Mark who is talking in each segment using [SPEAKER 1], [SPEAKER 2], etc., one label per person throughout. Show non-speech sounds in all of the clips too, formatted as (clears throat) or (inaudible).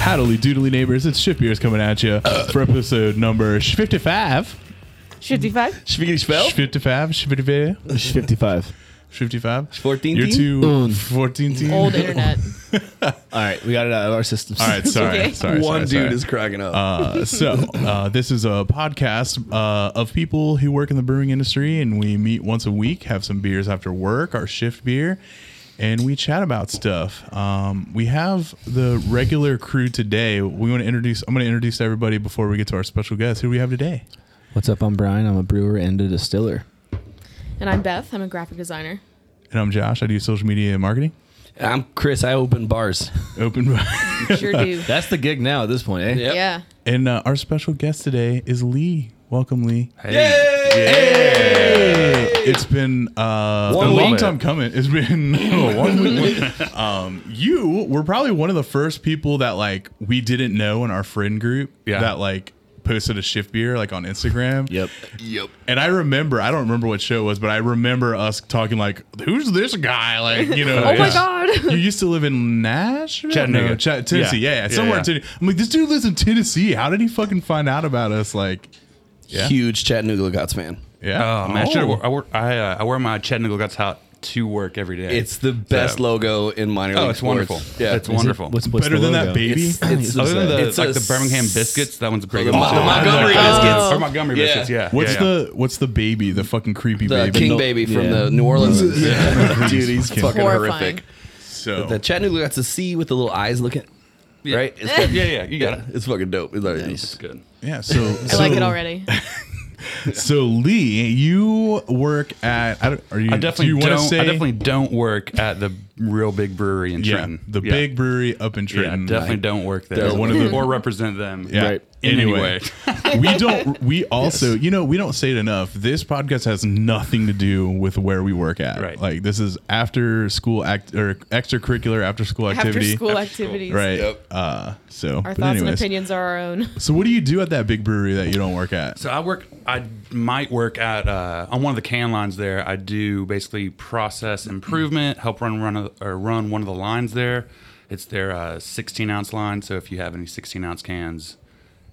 [SPEAKER 1] Howdly doodly neighbors, it's Ship Ears coming at you
[SPEAKER 2] Uh.
[SPEAKER 1] for episode number 55.
[SPEAKER 3] 55?
[SPEAKER 2] Speaking spell?
[SPEAKER 1] 55, 55,
[SPEAKER 4] 55.
[SPEAKER 1] 55.
[SPEAKER 2] 14?
[SPEAKER 1] You're too 14 teen.
[SPEAKER 3] Old internet.
[SPEAKER 4] All right, we got it out of our
[SPEAKER 1] (laughs)
[SPEAKER 4] systems.
[SPEAKER 1] All right, sorry,
[SPEAKER 3] okay.
[SPEAKER 1] sorry.
[SPEAKER 2] One
[SPEAKER 1] sorry,
[SPEAKER 2] dude
[SPEAKER 1] sorry.
[SPEAKER 2] is cracking up.
[SPEAKER 1] Uh, so uh, this is a podcast uh, of people who work in the brewing industry, and we meet once a week, have some beers after work, our shift beer, and we chat about stuff. Um, we have the regular crew today. We want to introduce. I'm going to introduce everybody before we get to our special guest. Who do we have today?
[SPEAKER 4] What's up? I'm Brian. I'm a brewer and a distiller.
[SPEAKER 3] And I'm Beth. I'm a graphic designer.
[SPEAKER 1] And I'm Josh. I do social media and marketing.
[SPEAKER 5] I'm Chris. I open bars.
[SPEAKER 1] Open.
[SPEAKER 3] Sure do.
[SPEAKER 4] That's the gig now at this point, eh?
[SPEAKER 5] Yep.
[SPEAKER 3] Yeah.
[SPEAKER 1] (laughs) and uh, our special guest today is Lee. Welcome, Lee. It's been uh,
[SPEAKER 5] One
[SPEAKER 1] a long
[SPEAKER 5] week.
[SPEAKER 1] time coming. It's been (laughs) one week. Um, you were probably one of the first people that like we didn't know in our friend group
[SPEAKER 5] Yeah.
[SPEAKER 1] that like posted a shift beer like on Instagram.
[SPEAKER 4] Yep.
[SPEAKER 2] yep.
[SPEAKER 1] And I remember, I don't remember what show it was, but I remember us talking like, "Who's this guy?" Like, you know.
[SPEAKER 3] (laughs) Oh my
[SPEAKER 1] yeah.
[SPEAKER 3] God.
[SPEAKER 1] You used to live in Nashville,
[SPEAKER 5] Chattanooga.
[SPEAKER 1] No, Chat- Tennessee, yeah,
[SPEAKER 5] Yeah.
[SPEAKER 1] yeah,
[SPEAKER 5] Yeah,
[SPEAKER 1] somewhere
[SPEAKER 5] yeah.
[SPEAKER 1] in Tennessee. I'm like, this dude lives in Tennessee. How did he fucking find out about us? Like, yeah,
[SPEAKER 2] Huge Chattanooga Gots fan.
[SPEAKER 1] yeah.
[SPEAKER 5] Oh, man, I, should have, I, wor- I, uh, I wear my Chattanooga Guts hat to work every day.
[SPEAKER 2] It's the best
[SPEAKER 5] So-
[SPEAKER 2] logo in minor league
[SPEAKER 5] Oh, it's
[SPEAKER 2] sports.
[SPEAKER 5] wonderful.
[SPEAKER 2] Yeah.
[SPEAKER 5] It's wonderful.
[SPEAKER 1] better than that baby.
[SPEAKER 2] It's, it's,
[SPEAKER 5] Other than the,
[SPEAKER 2] it's
[SPEAKER 5] like
[SPEAKER 2] a
[SPEAKER 5] the Birmingham
[SPEAKER 2] s-
[SPEAKER 5] biscuits, that one's pretty
[SPEAKER 2] the
[SPEAKER 5] good.
[SPEAKER 2] Mo- the
[SPEAKER 5] too.
[SPEAKER 2] Montgomery
[SPEAKER 3] biscuits.
[SPEAKER 5] Or Montgomery
[SPEAKER 2] Yeah.
[SPEAKER 5] biscuits, yeah.
[SPEAKER 1] What's
[SPEAKER 5] yeah, yeah.
[SPEAKER 1] the what's the baby? The fucking creepy
[SPEAKER 2] the
[SPEAKER 1] baby.
[SPEAKER 2] King
[SPEAKER 1] No-
[SPEAKER 2] Baby from
[SPEAKER 4] yeah.
[SPEAKER 2] the New
[SPEAKER 5] (laughs)
[SPEAKER 1] (laughs)
[SPEAKER 2] Orleans. Dude, he's
[SPEAKER 1] Fucking
[SPEAKER 2] fucking
[SPEAKER 3] Horrifying.
[SPEAKER 2] horrific.
[SPEAKER 1] So
[SPEAKER 2] The Chattanooga Gots, the C with the little eyes looking,
[SPEAKER 5] Yeah.
[SPEAKER 2] right?
[SPEAKER 5] (laughs)
[SPEAKER 2] It's fucking,
[SPEAKER 5] Yeah, yeah, you got it.
[SPEAKER 2] It's fucking dope. It's like-
[SPEAKER 5] It's good.
[SPEAKER 1] yeah, so
[SPEAKER 3] (laughs) I like it already.
[SPEAKER 1] So Lee, you work at I don't, are you?
[SPEAKER 5] I definitely
[SPEAKER 1] do you wanna
[SPEAKER 5] don't.
[SPEAKER 1] Say,
[SPEAKER 5] I definitely don't work at the real big brewery in
[SPEAKER 1] yeah,
[SPEAKER 5] Trenton.
[SPEAKER 1] the
[SPEAKER 5] Yeah.
[SPEAKER 1] big brewery up in
[SPEAKER 5] Yeah,
[SPEAKER 1] Trenton.
[SPEAKER 5] definitely don't work there.
[SPEAKER 2] They're
[SPEAKER 1] one of the-
[SPEAKER 5] or represent them.
[SPEAKER 1] Yeah.
[SPEAKER 4] Right.
[SPEAKER 5] In any
[SPEAKER 1] Anyway, (laughs)
[SPEAKER 5] way.
[SPEAKER 1] we don't. We also, you know, we don't say it enough. This podcast has nothing to do with where we work at.
[SPEAKER 5] Right.
[SPEAKER 1] Like this is after school act or extracurricular after school
[SPEAKER 3] After
[SPEAKER 1] activity.
[SPEAKER 3] school activities.
[SPEAKER 1] Right.
[SPEAKER 2] Yep.
[SPEAKER 1] Uh. So.
[SPEAKER 3] Our
[SPEAKER 1] but
[SPEAKER 3] thoughts and
[SPEAKER 1] anyways.
[SPEAKER 3] opinions are our own.
[SPEAKER 1] So what do you do at that big brewery that you don't work at?
[SPEAKER 5] So I work. I might work at uh, on one of the can lines there. I do basically process improvement, help run run a- or run one of the lines there. It's their uh, 16 ounce line. So if you have any 16 ounce cans,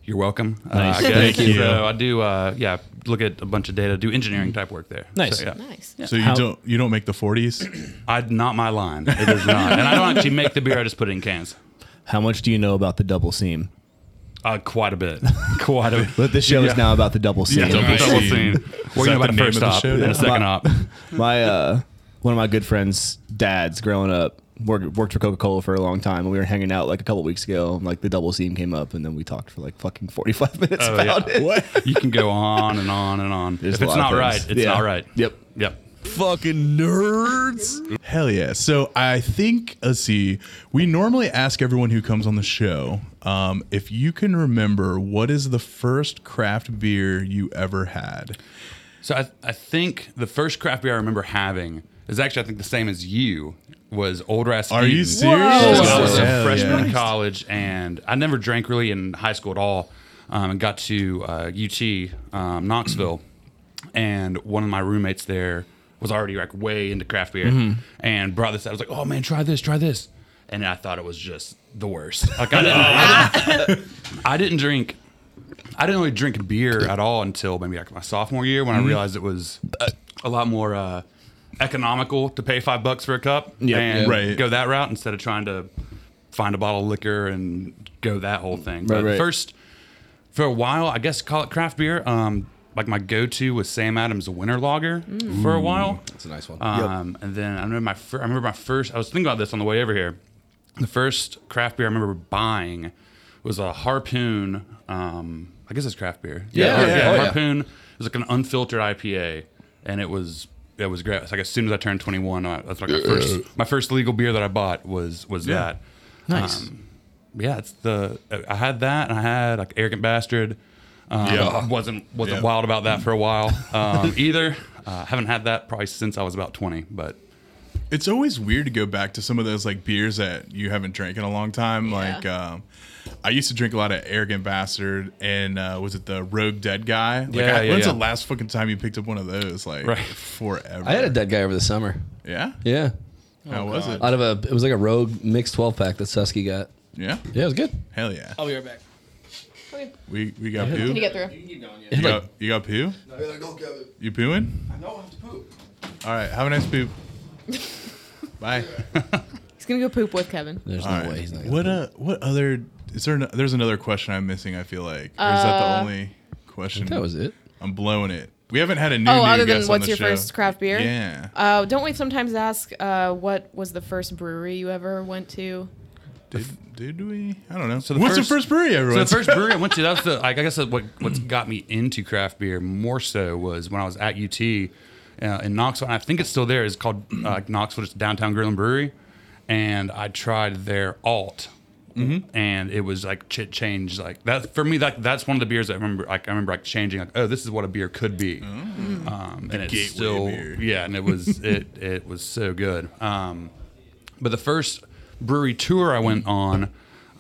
[SPEAKER 5] you're welcome.
[SPEAKER 4] Nice.
[SPEAKER 5] Uh, I guess.
[SPEAKER 1] Thank you.
[SPEAKER 5] So I do. Uh, yeah, look at a bunch of data, do engineering type work there.
[SPEAKER 4] Nice.
[SPEAKER 5] So, yeah.
[SPEAKER 3] Nice.
[SPEAKER 1] So you
[SPEAKER 4] How-
[SPEAKER 1] don't you don't make the forties.
[SPEAKER 5] I not my line. It is not, and I don't actually make the beer. I just put it in cans.
[SPEAKER 4] How much do you know about the double seam?
[SPEAKER 5] Uh, quite
[SPEAKER 1] (laughs)
[SPEAKER 5] a bit. Quite a bit.
[SPEAKER 4] But the show is now about the double seam.
[SPEAKER 1] Double
[SPEAKER 5] Double
[SPEAKER 1] (laughs) scene.
[SPEAKER 5] scene. We're
[SPEAKER 1] that
[SPEAKER 5] gonna
[SPEAKER 1] the
[SPEAKER 5] buy the
[SPEAKER 1] name
[SPEAKER 5] first
[SPEAKER 1] of the
[SPEAKER 5] op
[SPEAKER 1] show?
[SPEAKER 5] and
[SPEAKER 1] Yeah.
[SPEAKER 5] the second op.
[SPEAKER 4] my uh, one of my good friends' dads growing up worked, worked for Coca Cola for a long time, and we were hanging out like a couple weeks ago. And, like the double seam came up, and then we talked for like fucking forty five (laughs) minutes
[SPEAKER 5] Oh,
[SPEAKER 4] about
[SPEAKER 5] yeah.
[SPEAKER 4] it.
[SPEAKER 1] What?
[SPEAKER 5] you can go on and on and on.
[SPEAKER 4] There's
[SPEAKER 5] if
[SPEAKER 4] a
[SPEAKER 5] it's
[SPEAKER 4] lot of
[SPEAKER 5] not
[SPEAKER 4] things.
[SPEAKER 5] right, it's
[SPEAKER 4] Yeah.
[SPEAKER 5] not right.
[SPEAKER 4] Yep.
[SPEAKER 5] Yep.
[SPEAKER 1] fucking nerds. Hell yeah. So I think, let's see, we normally ask everyone who comes on the show um, if you can remember what is the first craft beer you ever had.
[SPEAKER 5] So I, I think the first craft beer I remember having is actually I think the same as you was Old Rasputin.
[SPEAKER 1] Are you serious?
[SPEAKER 3] Whoa.
[SPEAKER 5] I was
[SPEAKER 1] Hell
[SPEAKER 5] a freshman
[SPEAKER 1] yeah.
[SPEAKER 5] in college, and I never drank really in high school at all. Um, and got to uh, UT um, Knoxville, and one of my roommates there was already like way into craft beer,
[SPEAKER 4] Mm-hmm.
[SPEAKER 5] and brought this. out. I was like, "Oh man, try this, try this," and I thought it was just the worst. Like I
[SPEAKER 4] (laughs)
[SPEAKER 5] didn't, I didn't drink. I didn't really drink beer at all until maybe like my sophomore year
[SPEAKER 4] Mm-hmm.
[SPEAKER 5] when I realized it was a lot more uh, economical to pay five bucks for a cup and
[SPEAKER 1] Right.
[SPEAKER 5] go that route instead of trying to find a bottle of liquor and go that whole
[SPEAKER 4] Right,
[SPEAKER 5] thing. but
[SPEAKER 4] right.
[SPEAKER 5] first, for a while, I guess call it craft beer. Um, like my go-to was Sam Adams Winter Lager
[SPEAKER 4] Mm.
[SPEAKER 5] for a while.
[SPEAKER 2] That's a nice one.
[SPEAKER 5] Um, And then I remember my fir- I remember my first. I was thinking about this on the way over here. The first craft beer I remember buying was a harpoon. Um, I guess it's craft beer.
[SPEAKER 2] Yeah,
[SPEAKER 5] Har-
[SPEAKER 2] yeah, oh, yeah.
[SPEAKER 5] harpoon. It was like an unfiltered IPA, and it was it was great. It's like as soon as I turned twenty one, that's like my first my first legal beer that I bought was was that.
[SPEAKER 4] Nice.
[SPEAKER 5] Yeah, it's the I had that, and I had like arrogant bastard. Um,
[SPEAKER 1] Yeah.
[SPEAKER 5] wasn't wasn't
[SPEAKER 1] Yeah.
[SPEAKER 5] wild about that for a while um, (laughs) either. Uh, haven't had that probably since I was about twenty, but
[SPEAKER 1] It's always weird to go back to some of those like beers that you haven't drank in a long time. Like, um, I used to drink a lot of Arrogant Bastard and uh, was it the Rogue Dead Guy? Like,
[SPEAKER 5] Yeah,
[SPEAKER 1] I,
[SPEAKER 5] yeah,
[SPEAKER 1] when's
[SPEAKER 5] yeah.
[SPEAKER 1] the last fucking time you picked up one of those? Like,
[SPEAKER 5] Right.
[SPEAKER 1] forever.
[SPEAKER 2] I had a dead guy over the summer.
[SPEAKER 1] Yeah?
[SPEAKER 2] Yeah.
[SPEAKER 1] How was it?
[SPEAKER 6] out of a it was like a rogue mixed 12 pack that Susky got.
[SPEAKER 1] Yeah.
[SPEAKER 2] Yeah, it was good.
[SPEAKER 1] Hell yeah.
[SPEAKER 6] I'll be right back.
[SPEAKER 3] Okay.
[SPEAKER 1] We we got poo.
[SPEAKER 3] Can you
[SPEAKER 1] You
[SPEAKER 3] get through?
[SPEAKER 1] got you got poo. You pooing?
[SPEAKER 4] No, I have to poop.
[SPEAKER 1] All right. Have a nice
[SPEAKER 3] (laughs)
[SPEAKER 1] poop. Bye.
[SPEAKER 3] He's gonna go poop with Kevin.
[SPEAKER 2] There's
[SPEAKER 1] All
[SPEAKER 2] no way
[SPEAKER 1] right.
[SPEAKER 2] he's not.
[SPEAKER 1] What uh what other is there? An, there's another question I'm missing. I feel like or is that
[SPEAKER 3] Uh,
[SPEAKER 1] the only question?
[SPEAKER 2] That was it.
[SPEAKER 1] I'm blowing it. We haven't had a new.
[SPEAKER 3] Oh,
[SPEAKER 1] new
[SPEAKER 3] other than
[SPEAKER 1] guest on
[SPEAKER 3] what's
[SPEAKER 1] the
[SPEAKER 3] your
[SPEAKER 1] show.
[SPEAKER 3] first craft beer?
[SPEAKER 1] Yeah.
[SPEAKER 3] Uh, don't we sometimes ask uh, what was the first brewery you ever went to?
[SPEAKER 1] Did, did we? I don't know. So
[SPEAKER 5] the
[SPEAKER 1] what's
[SPEAKER 5] first-
[SPEAKER 1] the first brewery
[SPEAKER 5] So
[SPEAKER 1] everyone?
[SPEAKER 5] the first brewery
[SPEAKER 1] (laughs)
[SPEAKER 5] I went to, that's the like I guess that what what got me into craft beer more so was when I was at UT uh, in Knoxville. And I think it's still there. It's called uh, like Knoxville, just downtown Grilling Brewery, and I tried their alt,
[SPEAKER 1] Mm-hmm.
[SPEAKER 5] and it was like chit change like that for me. Like that's one of the beers I remember. Like I remember like changing like oh this is what a beer could be,
[SPEAKER 1] Oh.
[SPEAKER 5] um, and
[SPEAKER 1] gateway
[SPEAKER 5] it's still
[SPEAKER 1] beer.
[SPEAKER 5] yeah, and it was it it was so
[SPEAKER 1] (laughs)
[SPEAKER 5] good. Um, but the first brewery tour I went on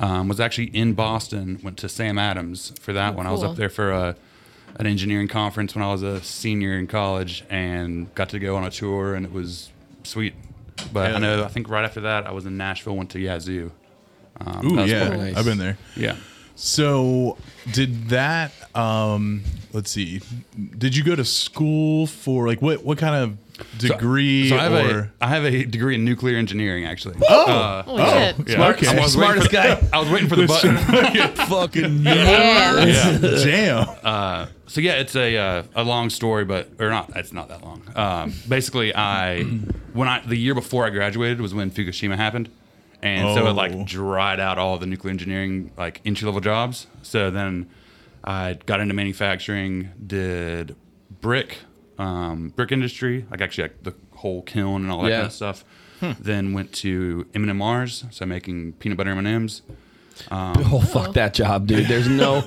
[SPEAKER 5] um, was actually in Boston. Went to Sam Adams for that one. I was
[SPEAKER 3] cool.
[SPEAKER 5] up there for a, an engineering conference when I was a senior in college, and got to go on a tour, and it was sweet. But
[SPEAKER 1] Hell
[SPEAKER 5] I know
[SPEAKER 1] yeah.
[SPEAKER 5] I think right after that I was in Nashville, went to Yazoo.
[SPEAKER 1] Ooh,
[SPEAKER 5] That's
[SPEAKER 1] yeah,
[SPEAKER 2] pretty nice.
[SPEAKER 1] I've been there.
[SPEAKER 5] Yeah,
[SPEAKER 1] So did that? Um, let's see. Did you go to school for like what? What kind of degree
[SPEAKER 5] So I have
[SPEAKER 1] or?
[SPEAKER 5] a I have a degree in nuclear engineering actually.
[SPEAKER 1] Oh,
[SPEAKER 3] Holy shit.
[SPEAKER 5] Yeah.
[SPEAKER 1] Smart
[SPEAKER 5] I
[SPEAKER 1] kid.
[SPEAKER 5] was waiting for-
[SPEAKER 2] Smartest guy.
[SPEAKER 5] I was waiting for the (laughs) button.
[SPEAKER 1] (laughs)
[SPEAKER 5] (laughs)
[SPEAKER 2] Fucking
[SPEAKER 3] Yeah.
[SPEAKER 5] Yeah.
[SPEAKER 1] Damn.
[SPEAKER 5] Uh, so yeah, it's a uh, a long story, but or not. It's not that long. Um, basically, I when I the year before I graduated was when Fukushima happened, and so it
[SPEAKER 1] Oh.
[SPEAKER 5] like dried out all the nuclear engineering like entry level jobs. So then I got into manufacturing, did brick um, brick industry, like actually like the whole kiln and all that
[SPEAKER 2] Yeah.
[SPEAKER 5] kind of stuff. Then went to M and M's, so making peanut butter M and M's.
[SPEAKER 2] Oh fuck that job, dude. There's no.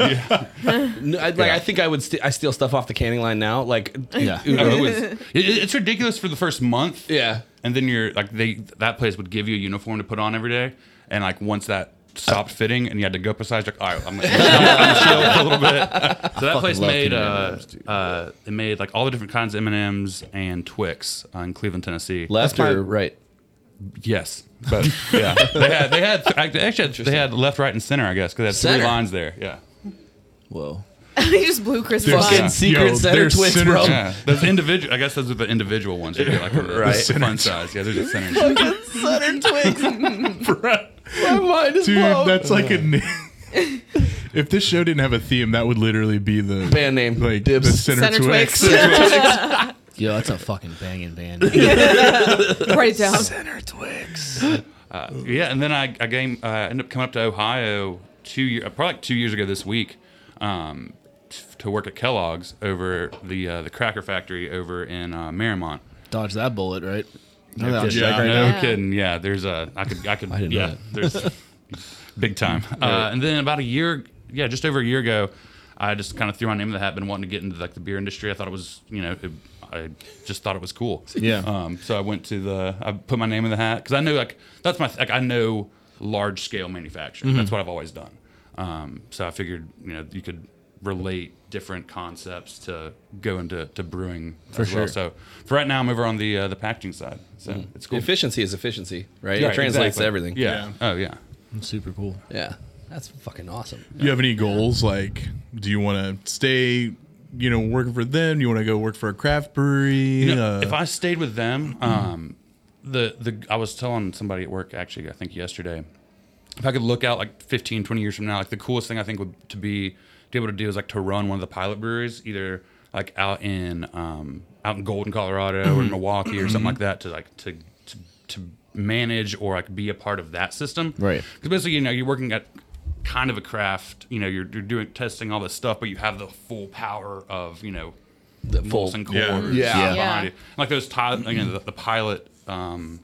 [SPEAKER 2] No, I, like I think I would. St- I steal stuff off the canning line now. Like (laughs)
[SPEAKER 4] Yeah.
[SPEAKER 2] you know,
[SPEAKER 5] it was it, it's ridiculous for the first month.
[SPEAKER 2] yeah.
[SPEAKER 5] and then you're like they that place would give you a uniform to put on every day and like once that stopped fitting and you had to go up a size like all right i'm gonna, (laughs) I'm gonna chill for a little bit (laughs) so that place
[SPEAKER 2] love
[SPEAKER 5] made
[SPEAKER 2] peanut
[SPEAKER 5] uh, uh it made like all the different kinds of m&ms and twix uh, in cleveland tennessee
[SPEAKER 2] Left
[SPEAKER 4] That's
[SPEAKER 2] or
[SPEAKER 4] my-
[SPEAKER 2] right?
[SPEAKER 5] yes but (laughs) yeah they had they had they actually had, they had left right and center i guess because they had
[SPEAKER 2] Center.
[SPEAKER 5] three lines there yeah
[SPEAKER 2] Whoa.
[SPEAKER 3] (laughs) he just blew Chris
[SPEAKER 1] There's-
[SPEAKER 3] blind.
[SPEAKER 1] (laughs)
[SPEAKER 2] Fucking secret
[SPEAKER 1] Yo,
[SPEAKER 2] center
[SPEAKER 1] there's
[SPEAKER 2] twist,
[SPEAKER 1] center-
[SPEAKER 2] bro.
[SPEAKER 5] yeah, those individual. I guess those are the individual ones. You get like a
[SPEAKER 2] (laughs) Right.
[SPEAKER 5] fun size. Yeah, there's a center.
[SPEAKER 3] (laughs)
[SPEAKER 2] Center twist.
[SPEAKER 1] Bruh.
[SPEAKER 2] My mind is
[SPEAKER 1] Dude,
[SPEAKER 2] blown.
[SPEAKER 1] that's like a name. (laughs) if this show didn't have a theme, that would literally be the
[SPEAKER 2] Band name.
[SPEAKER 1] Like
[SPEAKER 2] Dibs.
[SPEAKER 1] the center,
[SPEAKER 3] Center
[SPEAKER 1] Twix.
[SPEAKER 3] Twix.
[SPEAKER 7] Yo, that's a fucking banging band.
[SPEAKER 3] (laughs) Write it down.
[SPEAKER 4] Center Twix.
[SPEAKER 5] Yeah, and then I, I game uh, ended up coming up to Ohio two year, uh, probably like two years ago this week, um, t- to work at Kellogg's over the uh, the Cracker Factory over in uh, Mariemont.
[SPEAKER 7] Dodge that bullet, right?
[SPEAKER 1] Yeah,
[SPEAKER 5] no
[SPEAKER 3] now.
[SPEAKER 5] kidding. Yeah, there's a I could I could
[SPEAKER 7] didn't know
[SPEAKER 5] yeah there's big time. Uh, and then about a year, yeah, just over a year ago, I just kind of threw my name in the hat, been wanting to get into like the beer industry. I thought it was you know it, I just thought it was cool.
[SPEAKER 4] Yeah.
[SPEAKER 5] Um, so I went to the I put my name in the hat because I know like that's my like I know large scale manufacturing. That's what I've always done. Um, so I figured you know you could relate different concepts to go into to brewing for
[SPEAKER 2] sure.
[SPEAKER 5] Well. So for right now, I'm over on the uh, the packaging side. So it's cool.
[SPEAKER 2] Efficiency is efficiency, right?
[SPEAKER 5] Yeah,
[SPEAKER 2] it translates
[SPEAKER 5] exactly.
[SPEAKER 2] to everything.
[SPEAKER 5] Yeah. Oh yeah.
[SPEAKER 7] Super cool.
[SPEAKER 2] Yeah. That's fucking awesome.
[SPEAKER 1] (laughs) You have any goals? Like, do you want to stay, you know, working for them? You want to go work for a craft brewery?
[SPEAKER 5] You know,
[SPEAKER 1] Uh,
[SPEAKER 5] if I stayed with them, um, the the I was telling somebody at work actually, I think yesterday, if I could look out like 15, 20 years from now, like the coolest thing I think would to be to be able to do is like to run one of the pilot breweries, either like out in um, out in Golden, Colorado, or in Milwaukee, or something like that, to like to to, to manage or like be a part of that system,
[SPEAKER 4] Right.
[SPEAKER 5] Because basically, you know, you're working at kind of a craft, you know, you're you're doing testing all this stuff, but you have the full power of you know
[SPEAKER 2] The full.
[SPEAKER 5] Molson Coors
[SPEAKER 1] Yeah.
[SPEAKER 3] Yeah.
[SPEAKER 5] behind
[SPEAKER 3] Yeah.
[SPEAKER 5] it. Like those ti- you know, the, the pilot um,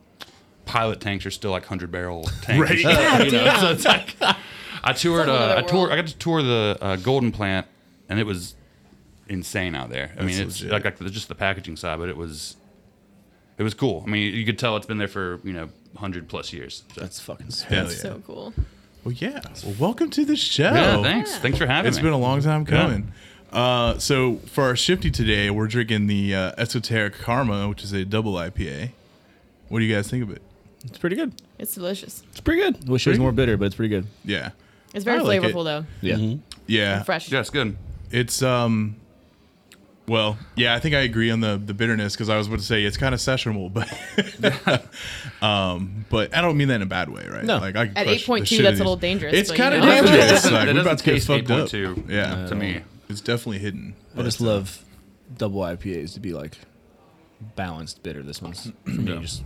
[SPEAKER 5] pilot tanks are still like hundred barrel tanks.
[SPEAKER 1] (laughs) Right.
[SPEAKER 5] You know, so it's like- I toured.
[SPEAKER 3] a whole
[SPEAKER 5] Uh, I
[SPEAKER 3] other
[SPEAKER 5] toured.
[SPEAKER 3] world.
[SPEAKER 5] I got to tour the uh, Golden Plant, and it was insane out there. I mean, it's
[SPEAKER 1] legit.
[SPEAKER 5] like, like the, just the packaging side, but it was it was cool. I mean, you could tell it's been there for you know hundred plus years. So-
[SPEAKER 4] That's fucking sick.
[SPEAKER 1] hell yeah.
[SPEAKER 3] So cool.
[SPEAKER 1] Well, yeah. Well, welcome to the show.
[SPEAKER 5] yeah, thanks. Thanks for having
[SPEAKER 1] It's
[SPEAKER 5] me.
[SPEAKER 1] been a long time coming. Uh, so for our shifty today, we're drinking the uh, Esoteric Karma, which is a double IPA. What do you guys think of it?
[SPEAKER 4] It's pretty good.
[SPEAKER 3] It's delicious.
[SPEAKER 4] It's pretty good. Wish it was more bitter, but it's pretty good.
[SPEAKER 1] Yeah.
[SPEAKER 3] It's very
[SPEAKER 1] I like
[SPEAKER 3] flavorful
[SPEAKER 1] it.
[SPEAKER 3] though.
[SPEAKER 4] Yeah.
[SPEAKER 1] Yeah.
[SPEAKER 3] Fresh.
[SPEAKER 5] Yeah, it's good.
[SPEAKER 1] It's um well, yeah, I think I agree on the the bitterness because I was about to say it's kind of sessionable, but (laughs) um, but I don't mean that in a bad way, right?
[SPEAKER 4] No.
[SPEAKER 1] Like I
[SPEAKER 3] At 8.2, that's a little dangerous,
[SPEAKER 1] It's
[SPEAKER 3] but,
[SPEAKER 1] kind of
[SPEAKER 3] you know. It doesn't-
[SPEAKER 1] dangerous.
[SPEAKER 5] it
[SPEAKER 1] like, we're
[SPEAKER 5] doesn't
[SPEAKER 1] about to get
[SPEAKER 5] taste
[SPEAKER 1] fucked up.
[SPEAKER 5] 8.2
[SPEAKER 1] Yeah,
[SPEAKER 5] to me.
[SPEAKER 1] it's definitely hidden.
[SPEAKER 7] I just love double IPAs to be like
[SPEAKER 4] Balanced bitter. This one's for me, just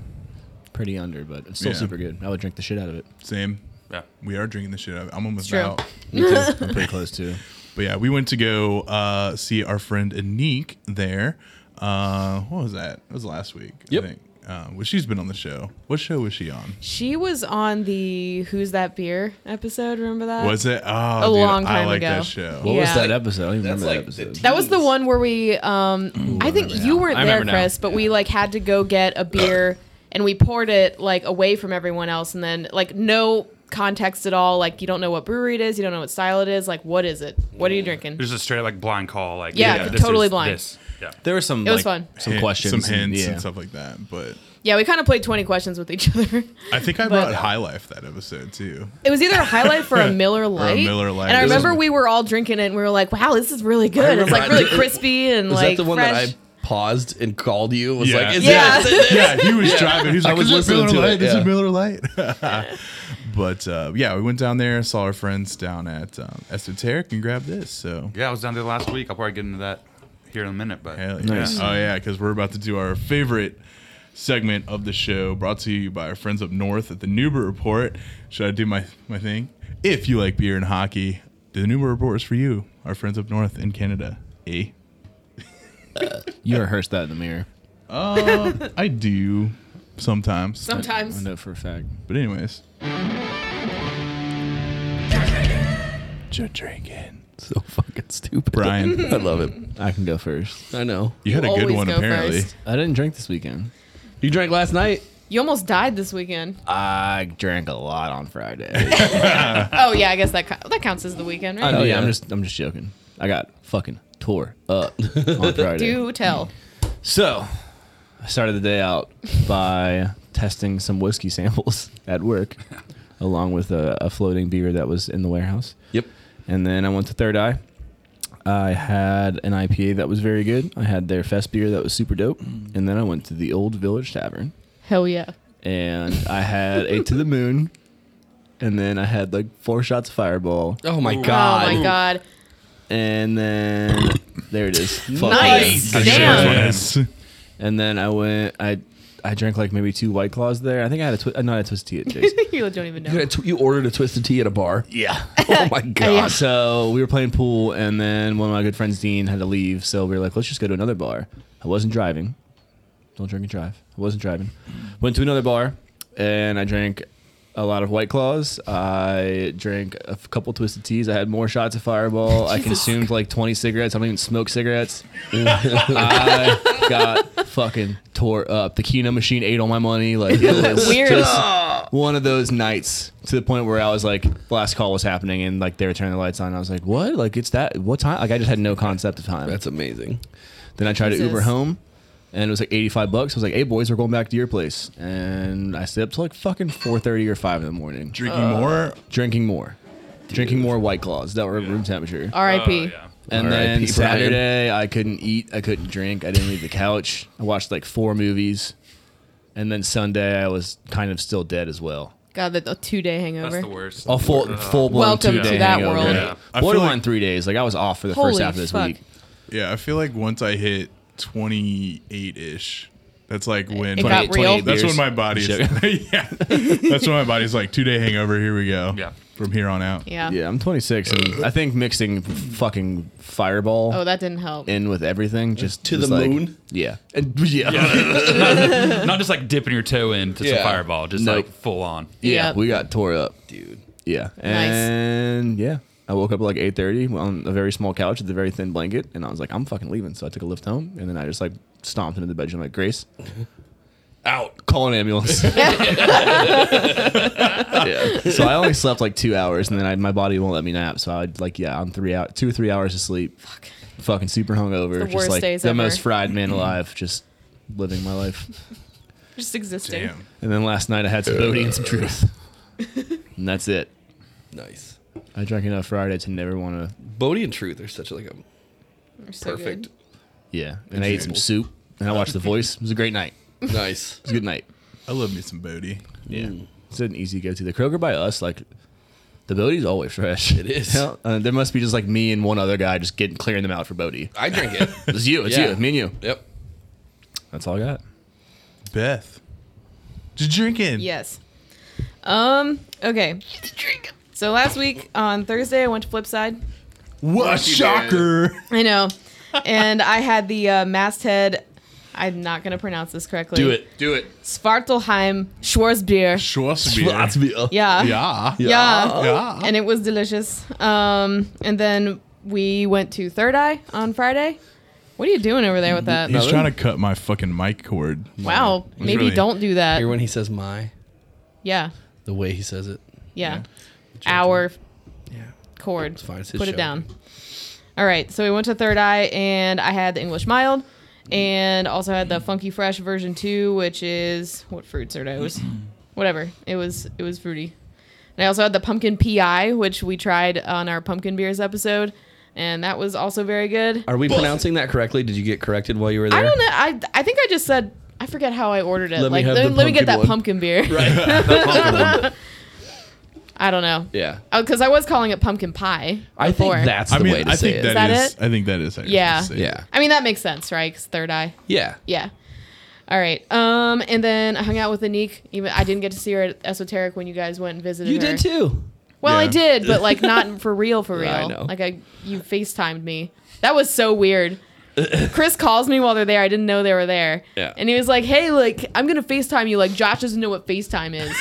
[SPEAKER 4] pretty under, but it's still
[SPEAKER 1] Yeah.
[SPEAKER 4] super good. I would drink the shit out of it.
[SPEAKER 1] Same.
[SPEAKER 5] Yeah.
[SPEAKER 1] We are drinking the shit out. of it. I'm almost
[SPEAKER 3] true.
[SPEAKER 1] out.
[SPEAKER 4] (laughs) I'm pretty close to.
[SPEAKER 1] But yeah, we went to go uh, see our friend Anique there. Uh, what was that? It was last week.
[SPEAKER 2] Yep.
[SPEAKER 1] I think. Uh, well, she's been on the show. What show was she on?
[SPEAKER 3] She was on the Who's That Beer episode. Remember that?
[SPEAKER 1] Was it? Oh,
[SPEAKER 3] Uh, a
[SPEAKER 1] dude,
[SPEAKER 3] long
[SPEAKER 1] I
[SPEAKER 3] time
[SPEAKER 1] like
[SPEAKER 3] ago.
[SPEAKER 1] that show.
[SPEAKER 7] what was
[SPEAKER 3] Yeah.
[SPEAKER 7] that episode? I don't even remember that
[SPEAKER 2] like the
[SPEAKER 7] episode.
[SPEAKER 3] That was the one where we, um, I think you weren't
[SPEAKER 7] I
[SPEAKER 3] there,
[SPEAKER 7] remember now.
[SPEAKER 3] Chris, but we like had to go get a beer and we poured it like away from everyone else and then like no context at all. Like you don't know what brewery it is, you don't know what style it is. Like what is it? What are you drinking?
[SPEAKER 5] There's a straight like blind call. Like
[SPEAKER 3] Yeah,
[SPEAKER 5] this
[SPEAKER 3] totally
[SPEAKER 5] is
[SPEAKER 3] blind.
[SPEAKER 5] This. Yeah.
[SPEAKER 7] There were some.
[SPEAKER 3] It was
[SPEAKER 7] like,
[SPEAKER 3] fun.
[SPEAKER 7] Some
[SPEAKER 1] Hint-
[SPEAKER 7] questions,
[SPEAKER 1] some hints,
[SPEAKER 7] yeah.
[SPEAKER 1] and stuff like that. But
[SPEAKER 3] Yeah, we kind of played 20 questions with each other. (laughs)
[SPEAKER 1] I think I
[SPEAKER 3] But-
[SPEAKER 1] brought High Life that episode too.
[SPEAKER 3] It was either a
[SPEAKER 1] (laughs)
[SPEAKER 3] highlight for a Miller Light.
[SPEAKER 1] Miller Lite.
[SPEAKER 3] And I
[SPEAKER 1] This
[SPEAKER 3] remember
[SPEAKER 1] is-
[SPEAKER 3] we were all drinking it and we were like, wow, this is really good. It's like
[SPEAKER 2] remember I
[SPEAKER 3] really
[SPEAKER 2] did-
[SPEAKER 3] crispy and
[SPEAKER 2] Is
[SPEAKER 3] like
[SPEAKER 2] that the one
[SPEAKER 3] fresh.
[SPEAKER 2] that I paused and called you? Was
[SPEAKER 1] Yeah.
[SPEAKER 2] like, is
[SPEAKER 3] Yeah.
[SPEAKER 2] that- is
[SPEAKER 1] (laughs)
[SPEAKER 2] that?
[SPEAKER 1] yeah, he was driving. He was like,
[SPEAKER 2] was
[SPEAKER 1] "Is it
[SPEAKER 2] listening
[SPEAKER 1] Miller
[SPEAKER 2] to
[SPEAKER 1] Lite?
[SPEAKER 2] it,
[SPEAKER 1] This
[SPEAKER 2] yeah.
[SPEAKER 1] is Miller Light."
[SPEAKER 2] (laughs)
[SPEAKER 1] (laughs) but uh, yeah, we went down there, saw our friends down at um, Esoteric, and grabbed this. So
[SPEAKER 5] Yeah, I was down there last week. I'll probably get into that here in a minute, but
[SPEAKER 1] Hell yeah.
[SPEAKER 4] Nice.
[SPEAKER 1] Oh yeah, because we're about to do our favorite segment of the show, brought to you by our friends up north at the Newber Report. Should I do my my thing? If you like beer and hockey, the Newber Report is for you. Our friends up north in Canada. Eh?
[SPEAKER 4] You rehearsed that in the mirror.
[SPEAKER 1] I do sometimes.
[SPEAKER 4] I
[SPEAKER 3] Sometimes.
[SPEAKER 4] know for a fact.
[SPEAKER 1] But anyways. Just drinking.
[SPEAKER 2] (laughs) So fucking
[SPEAKER 3] (laughs)
[SPEAKER 2] stupid.
[SPEAKER 1] Brian,
[SPEAKER 2] I love it.
[SPEAKER 4] I can go first.
[SPEAKER 2] I know.
[SPEAKER 1] you had a
[SPEAKER 3] You
[SPEAKER 1] good
[SPEAKER 3] always
[SPEAKER 1] one
[SPEAKER 3] go
[SPEAKER 1] apparently.
[SPEAKER 3] first.
[SPEAKER 4] I didn't drink this weekend.
[SPEAKER 2] You drank last night.
[SPEAKER 3] You almost died this weekend.
[SPEAKER 4] I drank a lot on Friday.
[SPEAKER 3] Oh yeah, I guess that co- that counts as the weekend, right?
[SPEAKER 4] oh yeah,
[SPEAKER 2] yeah.
[SPEAKER 4] I'm just I'm just joking. I got fucking tore up on Friday.
[SPEAKER 3] Do tell.
[SPEAKER 4] So, I started the day out by testing some whiskey samples (laughs) at work, along with a, a floating beer that was in the warehouse.
[SPEAKER 2] Yep.
[SPEAKER 4] And then I went to Third Eye. I had an IPA that was very good. I had their fest beer that was super dope. And then I went to the Old Village Tavern
[SPEAKER 3] Hell yeah.
[SPEAKER 4] and I had a to the moon. And then I had like four shots of Fireball.
[SPEAKER 2] Oh my
[SPEAKER 3] Oh my
[SPEAKER 2] god.
[SPEAKER 3] god.
[SPEAKER 4] And then there it is. Fuck
[SPEAKER 3] Nice.
[SPEAKER 4] yeah.
[SPEAKER 3] Damn.
[SPEAKER 1] Yes.
[SPEAKER 4] And then I went. I I drank like maybe two white claws there. I think I had a twi- uh, no, I had a twisted tea at
[SPEAKER 3] (laughs)
[SPEAKER 4] Jake's.
[SPEAKER 3] you don't even know.
[SPEAKER 2] You, had a tw- you ordered a twisted tea at a bar. Yeah. Oh my
[SPEAKER 3] (laughs)
[SPEAKER 2] god.
[SPEAKER 3] yeah.
[SPEAKER 4] (laughs) so we were playing pool, and then one of my good friends Dean had to leave, so we were like, let's just go to another bar. I wasn't driving. Don't drink and drive. I wasn't driving. Went to another bar, and I drank a lot of white claws. I drank a f- couple twisted teas. I had more shots of Fireball. I consumed like 20 cigarettes. I don't even smoke cigarettes. I got fucking tore up. The Keno machine ate all my money. Like it was
[SPEAKER 3] (laughs) Weird.
[SPEAKER 4] just one of those nights to the point where I was like, the last call was happening and like they were turning the lights on. I was like, what? Like it's that what time? Like I just had no concept of time.
[SPEAKER 2] That's amazing.
[SPEAKER 4] then I tried to
[SPEAKER 3] Jesus.
[SPEAKER 4] Uber home. And it was like eighty-five bucks. I was like, "Hey, boys, we're going back to your place." And I stayed up till like fucking four thirty or five in the morning,
[SPEAKER 1] Drinking more.
[SPEAKER 4] drinking more, drinking more White Claws that were room temperature.
[SPEAKER 5] Uh,
[SPEAKER 3] R.I.P.
[SPEAKER 4] And
[SPEAKER 2] R.I.P.
[SPEAKER 4] then
[SPEAKER 2] Brian.
[SPEAKER 4] Saturday, I couldn't eat, I couldn't drink, I didn't leave the couch. I watched like four movies, and then Sunday, I was kind of still dead as well.
[SPEAKER 3] God, that a two day hangover.
[SPEAKER 5] That's the worst.
[SPEAKER 4] A full,
[SPEAKER 5] Ugh.
[SPEAKER 4] full blown
[SPEAKER 3] Welcome
[SPEAKER 4] two day
[SPEAKER 3] to that
[SPEAKER 4] hangover.
[SPEAKER 3] world.
[SPEAKER 5] Yeah.
[SPEAKER 1] Uh, I feel
[SPEAKER 4] Borderline
[SPEAKER 1] like-
[SPEAKER 4] three days. Like I was off for the first
[SPEAKER 3] Holy
[SPEAKER 4] half of this
[SPEAKER 3] fuck.
[SPEAKER 4] week.
[SPEAKER 1] Yeah, I feel like once I hit 28 ish, that's like when
[SPEAKER 3] It got
[SPEAKER 1] 28
[SPEAKER 3] real.
[SPEAKER 1] That's when
[SPEAKER 4] beers.
[SPEAKER 1] my body's (laughs) yeah. That's when my body's like two day hangover. Here we go.
[SPEAKER 5] Yeah.
[SPEAKER 1] From here on out.
[SPEAKER 3] yeah.
[SPEAKER 4] (laughs) Yeah, I'm 26,
[SPEAKER 1] Uh.
[SPEAKER 4] and I think mixing fucking Fireball
[SPEAKER 3] Oh, that didn't help.
[SPEAKER 4] in with everything just
[SPEAKER 2] To
[SPEAKER 4] was
[SPEAKER 2] the
[SPEAKER 4] like-
[SPEAKER 2] moon?
[SPEAKER 4] Yeah,
[SPEAKER 2] (laughs)
[SPEAKER 4] and yeah.
[SPEAKER 5] Not just like dipping your toe into
[SPEAKER 2] Yeah.
[SPEAKER 5] some fireball, just
[SPEAKER 4] Nope.
[SPEAKER 5] like full on.
[SPEAKER 4] Yeah,
[SPEAKER 3] Yep.
[SPEAKER 4] we got tore up,
[SPEAKER 2] Dude.
[SPEAKER 4] Yeah, and yeah, I woke up at like eight thirty on a very small couch with a very thin blanket, and I was like, I'm fucking leaving. So I took a lift home, and then I just like stomped into the bedroom like Grace,
[SPEAKER 2] Out.
[SPEAKER 4] call
[SPEAKER 3] (laughs)
[SPEAKER 4] an ambulance. yeah. So I only slept like two hours, and then I, my body won't let me nap. So I would like yeah, I'm three out two or three hours of sleep. Fuck. Fucking super hungover,
[SPEAKER 3] the
[SPEAKER 4] just
[SPEAKER 3] worst (clears throat)
[SPEAKER 4] like
[SPEAKER 3] days
[SPEAKER 4] the
[SPEAKER 3] ever.
[SPEAKER 4] most fried man alive, just living my life.
[SPEAKER 3] just existing.
[SPEAKER 1] Damn.
[SPEAKER 4] And then last night I had some Bodhi and some truth.
[SPEAKER 3] (laughs)
[SPEAKER 4] and that's it.
[SPEAKER 2] Nice.
[SPEAKER 4] I drank enough Friday to never want to.
[SPEAKER 2] Bodhi and Truth are such like a
[SPEAKER 3] They're so
[SPEAKER 2] perfect.
[SPEAKER 3] good.
[SPEAKER 4] Yeah. And I ate some soup and I watched (laughs) The Voice. It was a great night. It
[SPEAKER 2] nice.
[SPEAKER 4] was a good night.
[SPEAKER 1] I love me some Bodhi.
[SPEAKER 4] Yeah. It's an easy go to. The Kroger by us, like, the Bodhi's always fresh. It
[SPEAKER 2] is.
[SPEAKER 4] uh, there must be just like me and one other guy just getting clearing them out for Bodhi.
[SPEAKER 2] I drink it.
[SPEAKER 4] It's you. It's
[SPEAKER 2] Yeah.
[SPEAKER 4] you. Me and you.
[SPEAKER 2] yep.
[SPEAKER 4] That's all I got.
[SPEAKER 1] Beth. Just drinking.
[SPEAKER 3] Yes. Um. Okay. So last week on Thursday, I went to Flipside.
[SPEAKER 1] What a shocker.
[SPEAKER 3] I know, and I had the uh, masthead. I'm not gonna pronounce this correctly.
[SPEAKER 4] Do it.
[SPEAKER 2] Do it.
[SPEAKER 3] Svartalheim Schwarzbier.
[SPEAKER 1] Schwarzbier.
[SPEAKER 3] Yeah.
[SPEAKER 1] Yeah.
[SPEAKER 3] Yeah.
[SPEAKER 1] Yeah.
[SPEAKER 3] And it was delicious. Um. And then we went to Third Eye on Friday. What are you doing over there with that?
[SPEAKER 1] He's trying to cut my fucking mic cord.
[SPEAKER 3] Wow. Maybe
[SPEAKER 1] really-
[SPEAKER 3] don't do that.
[SPEAKER 2] Hear when he says my,
[SPEAKER 3] Yeah.
[SPEAKER 2] the way he says it.
[SPEAKER 3] Yeah. Our
[SPEAKER 2] Yeah.
[SPEAKER 3] chord.
[SPEAKER 2] fine. It's his
[SPEAKER 3] Put
[SPEAKER 2] show.
[SPEAKER 3] it down. All right. So we went to Third Eye, and I had the English Mild,
[SPEAKER 2] Mm-hmm.
[SPEAKER 3] and also had the Funky Fresh version two, which is what fruits are
[SPEAKER 2] (clears throat)
[SPEAKER 3] those? Whatever. It was. It was fruity. And I also had the pumpkin PI, which we tried on our pumpkin beers episode, and that was also very good.
[SPEAKER 2] Are we pronouncing that correctly? Did you get corrected while you were there?
[SPEAKER 3] I don't know. I I think I just said. I forget how I ordered it.
[SPEAKER 2] Let me
[SPEAKER 3] like,
[SPEAKER 2] have
[SPEAKER 3] let,
[SPEAKER 2] the
[SPEAKER 3] let me get
[SPEAKER 2] pumpkin
[SPEAKER 3] that
[SPEAKER 2] one.
[SPEAKER 3] pumpkin
[SPEAKER 2] (laughs)
[SPEAKER 3] beer.
[SPEAKER 2] know.
[SPEAKER 3] I don't know.
[SPEAKER 2] yeah.
[SPEAKER 3] Because I was calling it pumpkin pie.
[SPEAKER 2] I think
[SPEAKER 3] before.
[SPEAKER 2] that's the
[SPEAKER 1] I mean,
[SPEAKER 2] way to
[SPEAKER 1] I
[SPEAKER 2] say
[SPEAKER 1] think
[SPEAKER 2] it.
[SPEAKER 3] Is that
[SPEAKER 1] is.
[SPEAKER 3] it?
[SPEAKER 1] I think that is. how you're
[SPEAKER 3] Yeah.
[SPEAKER 1] supposed to say it.
[SPEAKER 2] yeah.
[SPEAKER 3] I mean, that makes sense, right? 'Cause Third Eye.
[SPEAKER 2] Yeah.
[SPEAKER 3] Yeah. All right. Um, and then I hung out with Anique. Even I didn't get to see her at Esoteric when you guys went and visited.
[SPEAKER 2] You
[SPEAKER 3] her.
[SPEAKER 2] did too.
[SPEAKER 3] Well, I
[SPEAKER 1] Yeah.
[SPEAKER 3] did, but
[SPEAKER 2] (laughs)
[SPEAKER 3] like not for real, for real.
[SPEAKER 2] Yeah, I know.
[SPEAKER 3] Like I, you Facetimed me. That was so weird. Chris calls me while they're there. I didn't know they were there.
[SPEAKER 2] Yeah.
[SPEAKER 3] And he was like, "Hey, like I'm gonna Facetime you. Like Josh doesn't know what Facetime
[SPEAKER 2] (laughs)
[SPEAKER 3] is."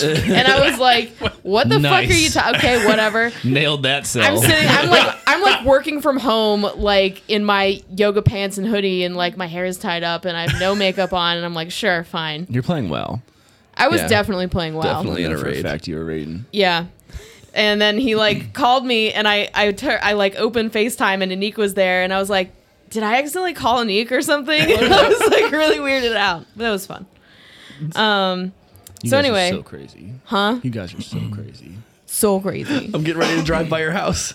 [SPEAKER 3] and I was like, "What the fuck are you
[SPEAKER 4] Nice.
[SPEAKER 3] talking? Okay, whatever."
[SPEAKER 4] Nailed that
[SPEAKER 3] I'm
[SPEAKER 4] cell.
[SPEAKER 3] sitting. I'm
[SPEAKER 2] (laughs)
[SPEAKER 3] like. I'm like working from home, like in my yoga pants and hoodie, and like my hair is tied up, and I have no makeup on, and I'm like, sure, fine.
[SPEAKER 4] You're playing well.
[SPEAKER 3] I was
[SPEAKER 2] Yeah.
[SPEAKER 3] definitely playing well.
[SPEAKER 2] Definitely.
[SPEAKER 4] I
[SPEAKER 2] In
[SPEAKER 4] know
[SPEAKER 2] a
[SPEAKER 4] for a
[SPEAKER 2] raid.
[SPEAKER 4] fact you were raiding.
[SPEAKER 3] Yeah. And then he like called me, and I I tur- I like opened FaceTime, and Anique was there, and I was like, did I accidentally call Anique or something? (laughs) I was like really weirded out, but that was fun. Um.
[SPEAKER 4] You
[SPEAKER 3] so
[SPEAKER 4] guys are
[SPEAKER 3] anyway,
[SPEAKER 4] so crazy, huh? You guys are so crazy.
[SPEAKER 3] so crazy.
[SPEAKER 2] I'm getting ready to drive by your house.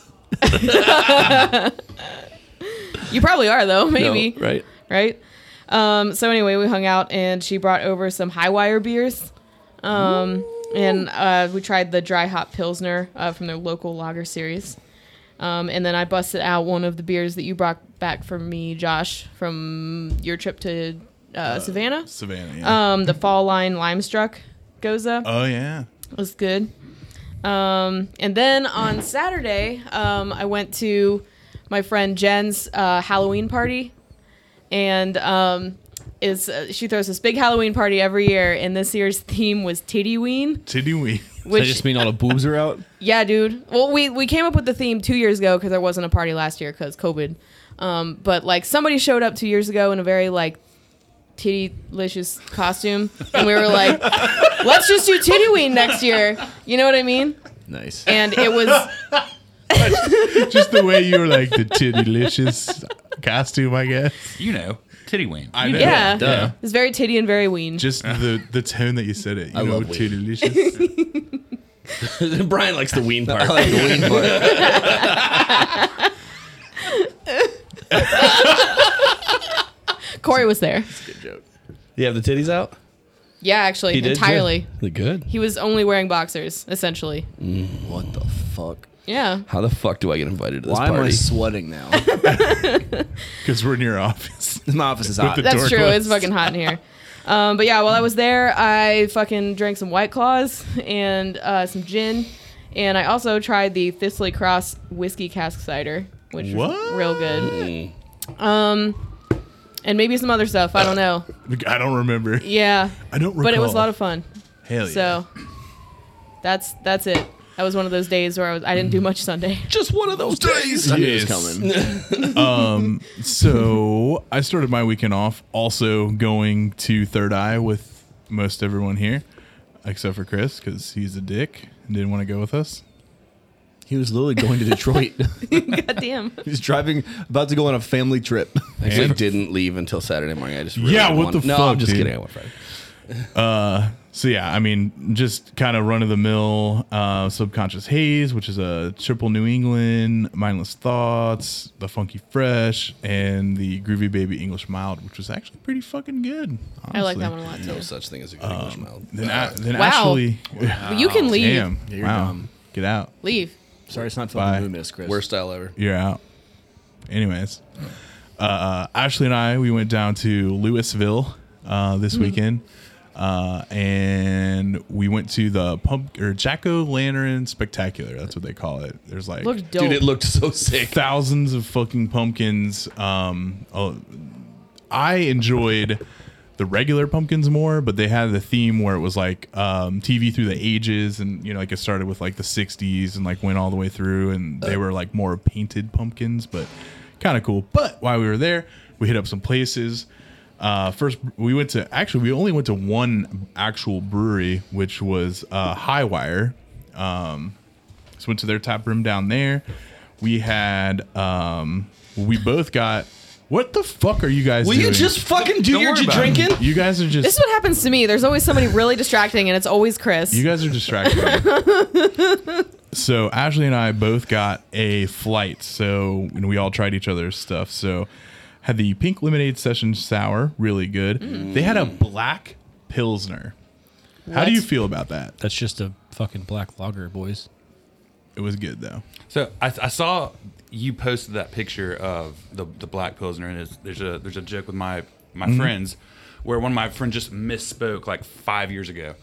[SPEAKER 3] You probably are though, maybe.
[SPEAKER 2] No, right.
[SPEAKER 3] right? Um, so anyway, we hung out and she brought over some high wire beers. Um, and uh, we tried the dry hop pilsner uh, from their local lager series. Um, and then I busted out one of the beers that you brought back for me, Josh, from your trip to uh, Savannah.
[SPEAKER 1] Savannah. Yeah.
[SPEAKER 3] Um, the fall line limestruck goza
[SPEAKER 1] oh yeah.
[SPEAKER 3] was good. Um, and then on Saturday, um, I went to my friend Jen's uh, Halloween party, and um, is uh, she throws this big Halloween party every year, and this year's (laughs) theme was Tittyween,
[SPEAKER 1] Titty we.
[SPEAKER 4] I
[SPEAKER 3] which
[SPEAKER 4] just mean all the boobs are out.
[SPEAKER 3] yeah, dude. Well, we we came up with the theme two years ago because there wasn't a party last year because COVID. Um, but like somebody showed up two years ago in a very like titty-licious costume, and we were like, let's just do Tittyween next year. You know what I mean?
[SPEAKER 4] Nice.
[SPEAKER 3] and it
[SPEAKER 1] (laughs)
[SPEAKER 3] was
[SPEAKER 1] Just the way you were like the tittylicious costume, I guess.
[SPEAKER 5] You know, titty ween.
[SPEAKER 1] I know.
[SPEAKER 3] yeah,
[SPEAKER 4] Duh.
[SPEAKER 3] it's very titty and very ween.
[SPEAKER 1] Just the the tone that you said it. You know,
[SPEAKER 2] love weed.
[SPEAKER 1] (laughs) tittylicious.
[SPEAKER 2] Brian likes the (laughs) ween part.
[SPEAKER 3] Corey was there.
[SPEAKER 2] You have the titties out?
[SPEAKER 3] Yeah, actually,
[SPEAKER 2] He did,
[SPEAKER 3] entirely.
[SPEAKER 2] They're good.
[SPEAKER 3] He was only wearing boxers, essentially.
[SPEAKER 7] What the fuck?
[SPEAKER 3] Yeah,
[SPEAKER 2] How the fuck do I get invited to this
[SPEAKER 4] Why am I
[SPEAKER 2] party?
[SPEAKER 4] sweating
[SPEAKER 2] (laughs)
[SPEAKER 4] now? (laughs)
[SPEAKER 1] Because we're in your office.
[SPEAKER 4] My office is hot.
[SPEAKER 1] the-
[SPEAKER 3] that's
[SPEAKER 1] Dork
[SPEAKER 3] true.
[SPEAKER 1] was.
[SPEAKER 3] It's fucking hot in here. Um, but yeah, while I was there, I fucking drank some White Claws and uh, some gin, and I also tried the Thistley Cross whiskey cask cider, which was
[SPEAKER 1] What?
[SPEAKER 3] real good. Um, and maybe some other stuff. I don't know.
[SPEAKER 1] I don't remember.
[SPEAKER 3] Yeah,
[SPEAKER 1] I don't recall.
[SPEAKER 3] but it was a lot of fun.
[SPEAKER 1] Hell yeah.
[SPEAKER 3] So that's that's it. That was one of those days where I was I didn't do
[SPEAKER 1] Mm. (laughs)
[SPEAKER 3] much Sunday. (laughs)
[SPEAKER 2] Just one of those days.
[SPEAKER 4] I knew it was
[SPEAKER 1] Yes.
[SPEAKER 2] (laughs)
[SPEAKER 4] coming.
[SPEAKER 1] um, so I started my weekend off also going to Third Eye with most everyone here, except for Chris because he's a dick and didn't want to go with us.
[SPEAKER 4] He was literally going to Detroit.
[SPEAKER 2] (laughs)
[SPEAKER 3] Goddamn.
[SPEAKER 4] he was driving, about to go on a family trip.
[SPEAKER 2] Actually, I
[SPEAKER 1] Yeah.
[SPEAKER 2] didn't leave until Saturday morning. I just really
[SPEAKER 1] Yeah, what
[SPEAKER 2] wanted-
[SPEAKER 1] the
[SPEAKER 2] no,
[SPEAKER 1] fuck,
[SPEAKER 2] I'm just
[SPEAKER 1] dude?
[SPEAKER 2] kidding. I went Friday.
[SPEAKER 1] So yeah, I mean, just kind of run of the mill, uh, subconscious haze, which is a triple New England, mindless thoughts, the funky fresh, and the groovy baby English mild, which was actually pretty fucking good.
[SPEAKER 3] I like that
[SPEAKER 1] honestly.
[SPEAKER 3] one a lot too.
[SPEAKER 7] No such thing as a good
[SPEAKER 2] Um,
[SPEAKER 7] English mild.
[SPEAKER 1] Then, I, then
[SPEAKER 3] Wow.
[SPEAKER 1] actually,
[SPEAKER 3] But you can leave.
[SPEAKER 1] (laughs) damn,
[SPEAKER 4] Yeah, you're
[SPEAKER 1] wow,
[SPEAKER 4] dumb.
[SPEAKER 1] get out,
[SPEAKER 3] Leave.
[SPEAKER 4] Sorry, it's not
[SPEAKER 1] Bye.
[SPEAKER 4] fucking luminous, Chris.
[SPEAKER 7] Worst style ever.
[SPEAKER 1] you're out. Anyways, uh, Ashley and I we went down to Louisville uh, this weekend, uh, and we went to the pump or Jack O' Lantern Spectacular. That's what they call it. There's like
[SPEAKER 3] Look dope.
[SPEAKER 7] Dude, it looked so
[SPEAKER 1] (laughs)
[SPEAKER 7] sick.
[SPEAKER 1] thousands of fucking pumpkins. Um, oh, I enjoyed the regular pumpkins more, but they had the theme where it was like um, TV through the ages, and you know, like it started with like the '60s and like went all the way through, and they were like more painted pumpkins, but kind of cool. But while we were there, we hit up some places. Uh, first, we went to actually we only went to one actual brewery, which was uh, Highwire. So went to their tap room down there. We had um we both got what the fuck are you guys
[SPEAKER 2] Will
[SPEAKER 1] doing?
[SPEAKER 2] you just fucking do
[SPEAKER 5] Don't
[SPEAKER 2] your
[SPEAKER 5] worry
[SPEAKER 2] j-
[SPEAKER 5] about
[SPEAKER 2] drinking?
[SPEAKER 1] you guys are
[SPEAKER 3] This is
[SPEAKER 1] just
[SPEAKER 3] what happens to me. There's always somebody really distracting, and it's always Chris.
[SPEAKER 1] you guys are distracted. so Ashley and I both got a flight, so and we all tried each other's stuff. So had the pink lemonade session sour, really good. They had a black pilsner. How do you feel about that?
[SPEAKER 6] That's just a fucking black lager, boys.
[SPEAKER 1] It was good though.
[SPEAKER 5] So I, I saw you posted that picture of the the black pilsner, and it's, there's a there's a joke with my my friends where one of my friends just misspoke like five years ago.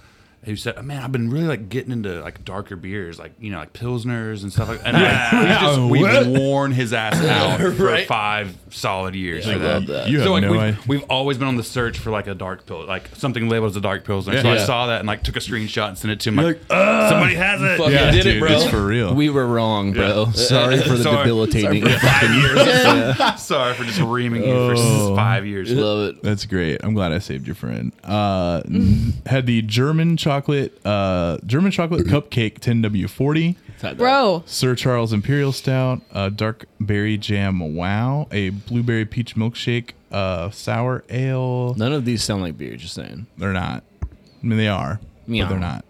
[SPEAKER 5] Who said, "Oh, "Man, I've been really like getting into like darker beers, like you know, like pilsners and stuff like." And I, we just,
[SPEAKER 1] What?
[SPEAKER 5] we've worn his ass out for
[SPEAKER 7] Right.
[SPEAKER 5] five solid years. for
[SPEAKER 7] I love that.
[SPEAKER 1] You have
[SPEAKER 5] so like
[SPEAKER 1] no idea.
[SPEAKER 5] we've, we've always been on the search for like a dark pill, like something labeled as a dark pilsner. So I
[SPEAKER 7] Yeah.
[SPEAKER 5] saw that and like took a screenshot and sent it to him. Like, somebody has it.
[SPEAKER 7] fucking
[SPEAKER 5] Yeah.
[SPEAKER 7] did it, bro.
[SPEAKER 1] It's for real.
[SPEAKER 4] We were wrong, bro. (laughs) Sorry for the
[SPEAKER 5] Sorry.
[SPEAKER 4] debilitating.
[SPEAKER 5] (laughs) five years. (laughs) Sorry for just reaming you for s- five years.
[SPEAKER 7] Love it.
[SPEAKER 1] That's great. I'm glad I saved your friend. Uh, had the German chocolate, uh, German chocolate cupcake 10W40,
[SPEAKER 3] Bro,
[SPEAKER 1] Sir Charles Imperial Stout, uh, dark berry jam wow, a blueberry peach milkshake, uh, sour ale.
[SPEAKER 4] None of these sound like beer. Just saying.
[SPEAKER 1] They're not. I mean, they are,
[SPEAKER 4] Yeah.
[SPEAKER 1] but they're not.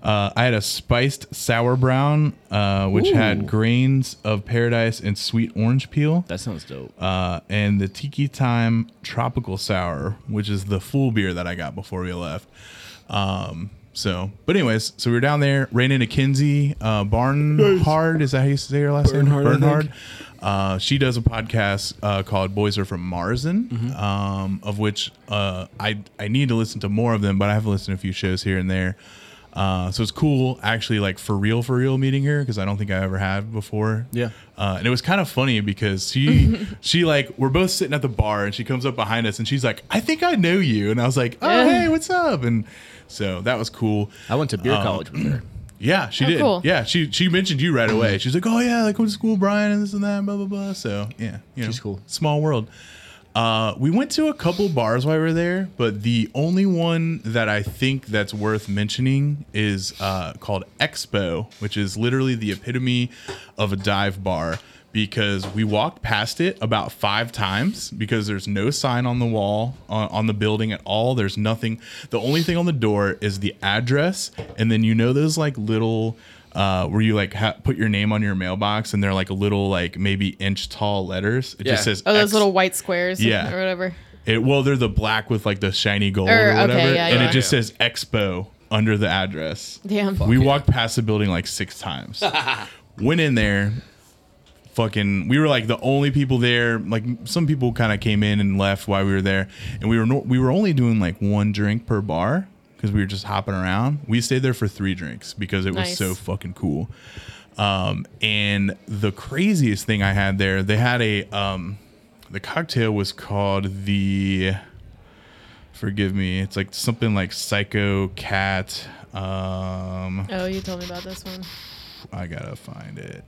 [SPEAKER 1] Uh, I had a spiced sour brown, uh, which had grains of paradise and sweet orange peel.
[SPEAKER 4] That sounds dope.
[SPEAKER 1] uh, and the Tiki Time Tropical Sour, which is the full beer that I got before we left. Um, so, but anyways, so we were down there, ran into Kinsey uh, Barnhard. Is that how you say your last
[SPEAKER 4] Bernhard, I
[SPEAKER 1] name? Barnhard. Uh, she does a podcast uh, called Boys Are From Marzen,
[SPEAKER 4] Mm-hmm.
[SPEAKER 1] um, of which uh, I I need to listen to more of them, but I have listened to a few shows here and there. Uh, so it's cool, actually, like for real, for real, meeting her because I don't think I ever have before.
[SPEAKER 4] Yeah.
[SPEAKER 1] Uh, and it was kind of funny because
[SPEAKER 4] (laughs)
[SPEAKER 1] she, she like, we're both sitting at the bar and she comes up behind us and she's like, I think I know you. And I was like, oh, hey, what's up? And so that was cool.
[SPEAKER 4] I went to beer college with her.
[SPEAKER 1] Yeah, she
[SPEAKER 3] Oh,
[SPEAKER 1] did.
[SPEAKER 3] cool.
[SPEAKER 1] Yeah, she she mentioned you right away. She's like, oh yeah, like went to school, with Brian, and this and that, blah blah blah. So yeah, you know,
[SPEAKER 4] She's cool.
[SPEAKER 1] Small world. Uh, we went to a couple bars while we were there, but the only one that I think that's worth mentioning is uh, called Expo, which is literally the epitome of a dive bar because we walked past it about five times because there's no sign on the wall on, on the building at all. There's nothing. The only thing on the door is the address, and then you know those like little uh, where you like ha- put your name on your mailbox, and they're like a little like maybe inch tall letters. It just
[SPEAKER 7] Yeah.
[SPEAKER 1] says
[SPEAKER 3] oh those
[SPEAKER 1] Ex-
[SPEAKER 3] little white squares,
[SPEAKER 1] Yeah.
[SPEAKER 3] or whatever.
[SPEAKER 1] it, well, they're the black with like the shiny gold
[SPEAKER 3] Or-
[SPEAKER 1] or,
[SPEAKER 3] Er, okay,
[SPEAKER 1] whatever,
[SPEAKER 3] yeah,
[SPEAKER 1] and
[SPEAKER 3] yeah.
[SPEAKER 1] it just says Expo under the address.
[SPEAKER 3] Damn.
[SPEAKER 1] we walked past the building like six times. Went in there, fucking. We were like the only people there. Like some people kind of came in and left while we were there, and we were no, we were only doing like one drink per bar because we were just hopping around. We stayed there for three drinks because it was
[SPEAKER 3] Nice.
[SPEAKER 1] so fucking cool. Um, and the craziest thing I had there, they had a um, the cocktail was called the forgive me it's like something like psycho cat um
[SPEAKER 3] Oh, you told me about this one.
[SPEAKER 1] i gotta find it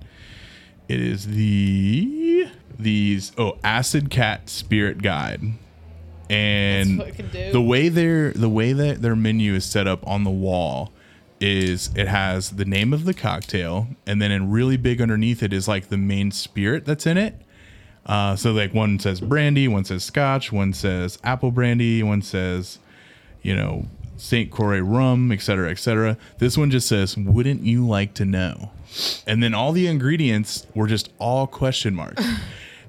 [SPEAKER 1] it is the these oh acid cat spirit guide and
[SPEAKER 3] That's fucking dope.
[SPEAKER 1] the way their the way that their menu is set up on the wall is it has the name of the cocktail and then in really big underneath it is like the main spirit that's in it uh, so like one says brandy one says scotch one says apple brandy one says you know St. Croix rum, etc., cetera, etc. Cetera. This one just says, "Wouldn't you like to know?" And then all the ingredients were just all question marks.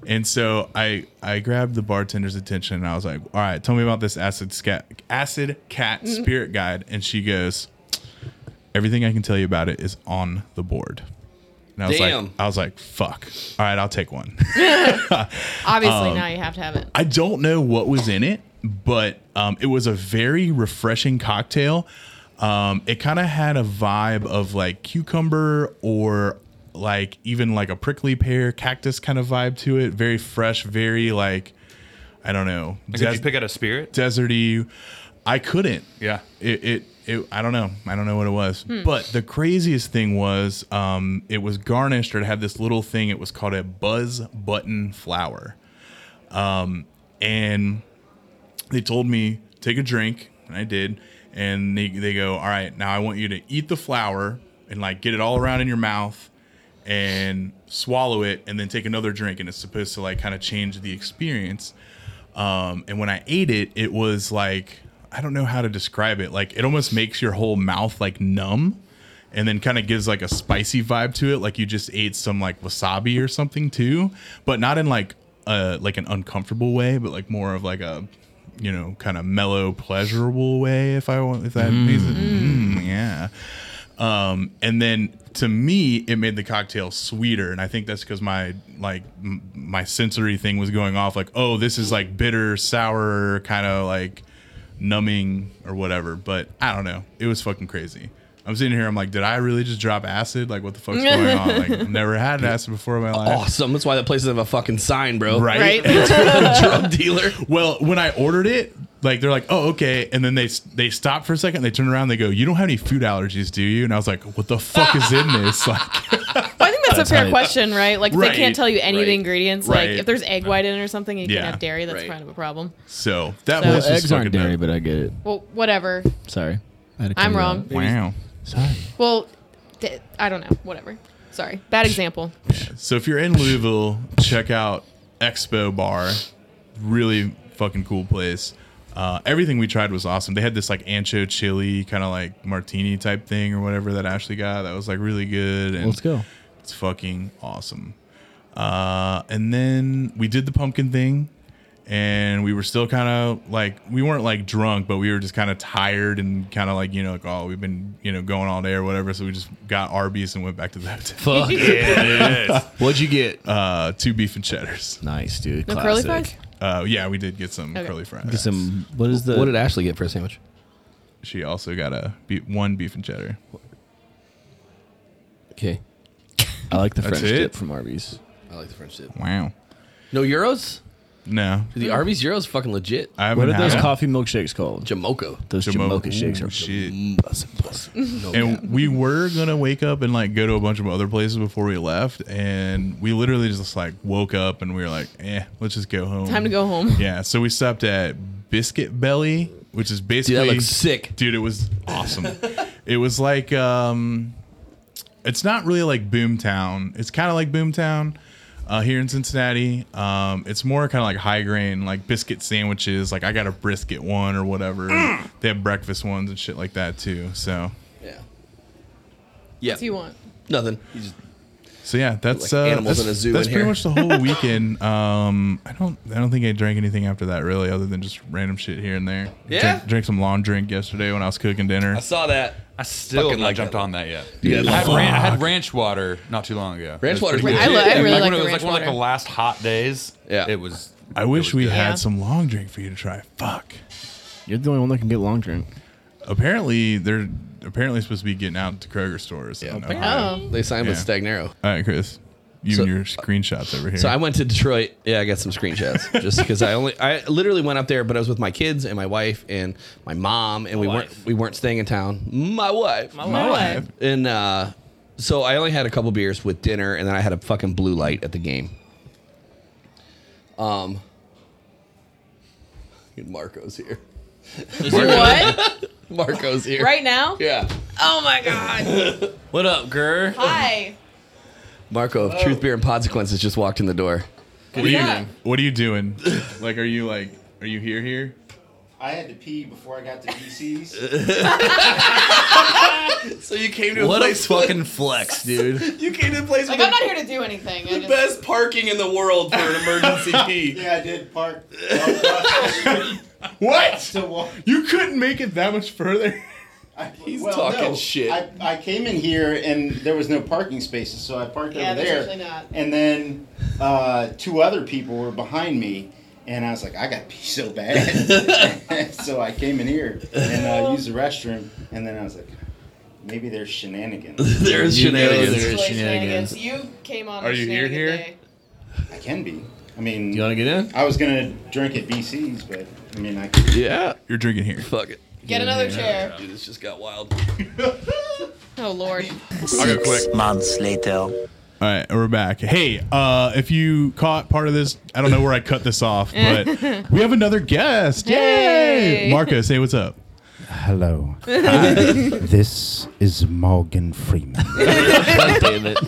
[SPEAKER 1] and so I I grabbed the bartender's attention and I was like, "All right, tell me about this acid scat, acid cat spirit guide." And she goes, "Everything I can tell you about it is on the board." And I was
[SPEAKER 2] Damn.
[SPEAKER 1] like, I was like, "Fuck! All right, I'll take one."
[SPEAKER 3] Obviously,
[SPEAKER 1] Um,
[SPEAKER 3] now you have to have it.
[SPEAKER 1] I don't know what was in it, but um, it was a very refreshing cocktail. Um, it kind of had a vibe of like cucumber or like even like a prickly pear cactus kind of vibe to it. Very fresh, very like I don't know,
[SPEAKER 5] Like,
[SPEAKER 1] des-
[SPEAKER 5] Did you pick out a spirit?
[SPEAKER 1] deserty. I couldn't
[SPEAKER 5] Yeah.
[SPEAKER 1] it, it, it I don't know. I don't know what it was. But the craziest thing was um, it was garnished or it had this little thing. It was called a buzz button flower. Um, and they told me, take a drink. And I did. And they, they go, all right, now I want you to eat the flower and like get it all around in your mouth and swallow it and then take another drink. And it's supposed to like kind of change the experience. Um, and when I ate it, it was like I don't know how to describe it. Like it almost makes your whole mouth like numb, and then kind of gives like a spicy vibe to it, like you just ate some like wasabi or something too, but not in like a like an uncomfortable way, but like more of like a you know kind of mellow, pleasurable way. If I want, if that makes it, mm, yeah. Um, and then to me, it made the cocktail sweeter, and I think that's because my like m- my sensory thing was going off, like oh, this is like bitter, sour, kind of like numbing or whatever. But I don't know, it was fucking crazy. I'm sitting here, I'm like, did I really just drop acid? Like, what the fuck's going on? Like, I've never had acid before in my life.
[SPEAKER 2] Awesome. That's why that places have a fucking sign,
[SPEAKER 1] (laughs)
[SPEAKER 2] bro.
[SPEAKER 3] Right?
[SPEAKER 2] (laughs) Drug dealer.
[SPEAKER 1] Well, when I ordered it, like they're like, "Oh, okay," and then they they stop for a second, they turn around, they go, "You don't have any food allergies, do you?" And I was like, "What the fuck is in this?" (laughs) Like,
[SPEAKER 3] Well, I think that's, a fair question, right? Like, if
[SPEAKER 1] Right,
[SPEAKER 3] they can't tell you any of the
[SPEAKER 2] right,
[SPEAKER 3] ingredients,
[SPEAKER 1] right.
[SPEAKER 3] like if there's egg white in it or something, and you
[SPEAKER 1] Yeah,
[SPEAKER 3] can't have dairy. That's
[SPEAKER 2] right.
[SPEAKER 3] kind of a problem.
[SPEAKER 1] so that
[SPEAKER 3] So-
[SPEAKER 1] was just
[SPEAKER 4] Eggs aren't
[SPEAKER 1] fucking
[SPEAKER 4] dairy,
[SPEAKER 1] dope.
[SPEAKER 4] but I get it.
[SPEAKER 3] Well, whatever.
[SPEAKER 4] Sorry. I had to
[SPEAKER 3] I'm
[SPEAKER 4] clean it
[SPEAKER 3] wrong.
[SPEAKER 4] up.
[SPEAKER 1] Wow.
[SPEAKER 4] Sorry.
[SPEAKER 3] Well, d- I don't know. Whatever. Sorry. Bad example.
[SPEAKER 1] So if you're in Louisville, check out Expo Bar. Really fucking cool place. Uh, everything we tried was awesome. They had this like ancho chili kind of like martini type thing or whatever that Ashley got. That was like really good. And
[SPEAKER 3] (laughs)
[SPEAKER 4] Let's go.
[SPEAKER 1] It's fucking awesome. Uh, and then we did the pumpkin thing, and we were still kind of like we weren't like drunk, but we were just kind of tired and kind of like you know like oh we've been you know going all day or whatever. So we just got Arby's and went back to the (laughs) hotel.
[SPEAKER 4] Fuck.
[SPEAKER 2] What'd you get?
[SPEAKER 1] Uh, two beef and cheddars.
[SPEAKER 4] Nice, dude.
[SPEAKER 3] No
[SPEAKER 4] Classic.
[SPEAKER 3] curly fries.
[SPEAKER 1] Uh, yeah, we did get some
[SPEAKER 3] Okay.
[SPEAKER 1] curly fries.
[SPEAKER 4] Get some. What is the?
[SPEAKER 2] what did Ashley get for a sandwich?
[SPEAKER 1] She also got a be- one beef and cheddar.
[SPEAKER 2] Okay.
[SPEAKER 3] (laughs)
[SPEAKER 4] I like the
[SPEAKER 1] That's
[SPEAKER 4] French
[SPEAKER 1] it?
[SPEAKER 4] dip from Arby's.
[SPEAKER 2] I like the French dip.
[SPEAKER 1] Wow.
[SPEAKER 2] No euros?
[SPEAKER 1] No,
[SPEAKER 2] The Arby's euros fucking legit.
[SPEAKER 1] I haven't
[SPEAKER 4] What are
[SPEAKER 1] had
[SPEAKER 4] those
[SPEAKER 1] it.
[SPEAKER 4] coffee milkshakes called?
[SPEAKER 2] Jamoco. Mm.
[SPEAKER 4] those
[SPEAKER 1] Jamo-
[SPEAKER 4] Jamocha shakes
[SPEAKER 1] Ooh,
[SPEAKER 4] are
[SPEAKER 1] shit.
[SPEAKER 2] No,
[SPEAKER 1] And we were gonna wake up and like go to a bunch of other places before we left, and we literally just like woke up and we were like, eh, let's just go home.
[SPEAKER 3] Time to go home.
[SPEAKER 1] (laughs) Yeah, so we stopped at Biscuit Belly, which is basically
[SPEAKER 2] Dude, that looks sick.
[SPEAKER 1] Dude, it was awesome. it was like um it's not really like Boomtown. It's kind of like Boomtown uh, here in Cincinnati. Um, it's more kind of like high grain, like biscuit sandwiches. Like I got a brisket one or whatever. They have breakfast ones and shit like that too. So,
[SPEAKER 2] Yeah. Yeah.
[SPEAKER 3] What do you want?
[SPEAKER 2] Nothing. You just-
[SPEAKER 1] so yeah, that's
[SPEAKER 2] Like
[SPEAKER 1] uh,
[SPEAKER 2] animals
[SPEAKER 1] that's,
[SPEAKER 2] in a zoo
[SPEAKER 1] That's
[SPEAKER 2] in
[SPEAKER 1] pretty
[SPEAKER 2] here.
[SPEAKER 1] much the whole weekend. (laughs) Um, I don't, I don't think I drank anything after that really, other than just random shit here and there.
[SPEAKER 2] Yeah?
[SPEAKER 1] drank, drank some long drink yesterday when I was cooking dinner.
[SPEAKER 2] I saw that.
[SPEAKER 5] I still
[SPEAKER 2] Fucking
[SPEAKER 5] have not
[SPEAKER 2] like
[SPEAKER 5] jumped
[SPEAKER 2] that.
[SPEAKER 5] on that yet.
[SPEAKER 2] Yeah,
[SPEAKER 5] I, had ran, I had ranch water not too long ago.
[SPEAKER 2] Ranch
[SPEAKER 5] It was
[SPEAKER 2] water's
[SPEAKER 5] pretty
[SPEAKER 2] good.
[SPEAKER 5] good.
[SPEAKER 2] I lo- I
[SPEAKER 5] Yeah.
[SPEAKER 3] really
[SPEAKER 5] Back
[SPEAKER 3] like
[SPEAKER 5] when
[SPEAKER 3] the
[SPEAKER 5] it was
[SPEAKER 3] ranch
[SPEAKER 5] like one of like
[SPEAKER 3] water.
[SPEAKER 5] the last hot days.
[SPEAKER 2] Yeah.
[SPEAKER 5] it was.
[SPEAKER 1] I wish we had
[SPEAKER 3] Yeah.
[SPEAKER 1] some long drink for you to try. Fuck.
[SPEAKER 4] You're the only one that can get long drink.
[SPEAKER 1] Apparently, they're apparently supposed to be getting out to Kroger stores. Yeah.
[SPEAKER 3] Oh,
[SPEAKER 2] They signed with
[SPEAKER 1] Yeah.
[SPEAKER 2] Stagnaro.
[SPEAKER 1] All right, Chris. You
[SPEAKER 2] So-
[SPEAKER 1] and your screenshots over here.
[SPEAKER 2] So I went to Detroit. Yeah, I got some
[SPEAKER 4] (laughs)
[SPEAKER 2] screenshots just because I only I literally went up there, but I was with my kids and my wife and my mom, and we weren't we weren't staying in town. My wife.
[SPEAKER 3] my
[SPEAKER 1] wife.
[SPEAKER 2] And uh, so I only had a couple beers with dinner, and then I had a fucking blue light at the game. Um, Marco's here.
[SPEAKER 3] (laughs) What?
[SPEAKER 2] (laughs) Marco's here.
[SPEAKER 3] Right now?
[SPEAKER 2] Yeah.
[SPEAKER 3] Oh my god.
[SPEAKER 4] What up, girl?
[SPEAKER 3] Hi.
[SPEAKER 2] Marco of Truth, Beer, and Consequences just walked in the door.
[SPEAKER 1] what, are you,
[SPEAKER 3] Yeah.
[SPEAKER 1] what are you doing? Like, are you like, are you here? Here?
[SPEAKER 8] I had to pee before I got to
[SPEAKER 2] (laughs)
[SPEAKER 8] DC's.
[SPEAKER 2] So you came to a
[SPEAKER 4] What a
[SPEAKER 2] place.
[SPEAKER 4] fucking flex, dude.
[SPEAKER 2] (laughs) you came to a place
[SPEAKER 3] Like,
[SPEAKER 2] with
[SPEAKER 3] I'm not here to do anything. I
[SPEAKER 2] the
[SPEAKER 3] just,
[SPEAKER 2] best parking in the world for an emergency pee.
[SPEAKER 8] yeah, I did park across the street
[SPEAKER 1] What?
[SPEAKER 8] to walk.
[SPEAKER 1] You couldn't make it that much further. (laughs)
[SPEAKER 8] I,
[SPEAKER 2] (laughs) He's talking shit.
[SPEAKER 8] I, I came in here and there was no parking spaces, so I parked
[SPEAKER 3] Yeah,
[SPEAKER 8] over
[SPEAKER 3] there's
[SPEAKER 8] there.
[SPEAKER 3] usually not.
[SPEAKER 8] And then uh, two other people were behind me, and I was like, I got to pee
[SPEAKER 2] (laughs)
[SPEAKER 8] so bad. (laughs) so I came in here and uh, used the restroom, and then I was like, maybe there's shenanigans.
[SPEAKER 2] There's
[SPEAKER 4] You know
[SPEAKER 2] shenanigans.
[SPEAKER 4] there's-
[SPEAKER 3] Like
[SPEAKER 4] shenanigans.
[SPEAKER 3] shenanigans. You came on.
[SPEAKER 1] Are
[SPEAKER 3] a
[SPEAKER 1] you here,
[SPEAKER 3] shenanigan
[SPEAKER 1] here?
[SPEAKER 3] day.
[SPEAKER 8] I can be. I mean,
[SPEAKER 4] You want to get in?
[SPEAKER 8] I was going to drink at BC's, but I mean, I could.
[SPEAKER 2] Yeah.
[SPEAKER 1] You're drinking here.
[SPEAKER 2] Fuck it.
[SPEAKER 3] Get another chair.
[SPEAKER 2] Dude, this just got wild.
[SPEAKER 3] Oh lord.
[SPEAKER 9] Six months later.
[SPEAKER 1] All right, we're back. Hey, uh, if you caught part of this, I don't know where I cut this off, but we have another guest. Yay!
[SPEAKER 3] Hey.
[SPEAKER 1] Marco, say what's up.
[SPEAKER 2] (laughs)
[SPEAKER 8] Hello. this is Morgan Freeman.
[SPEAKER 4] Damn it.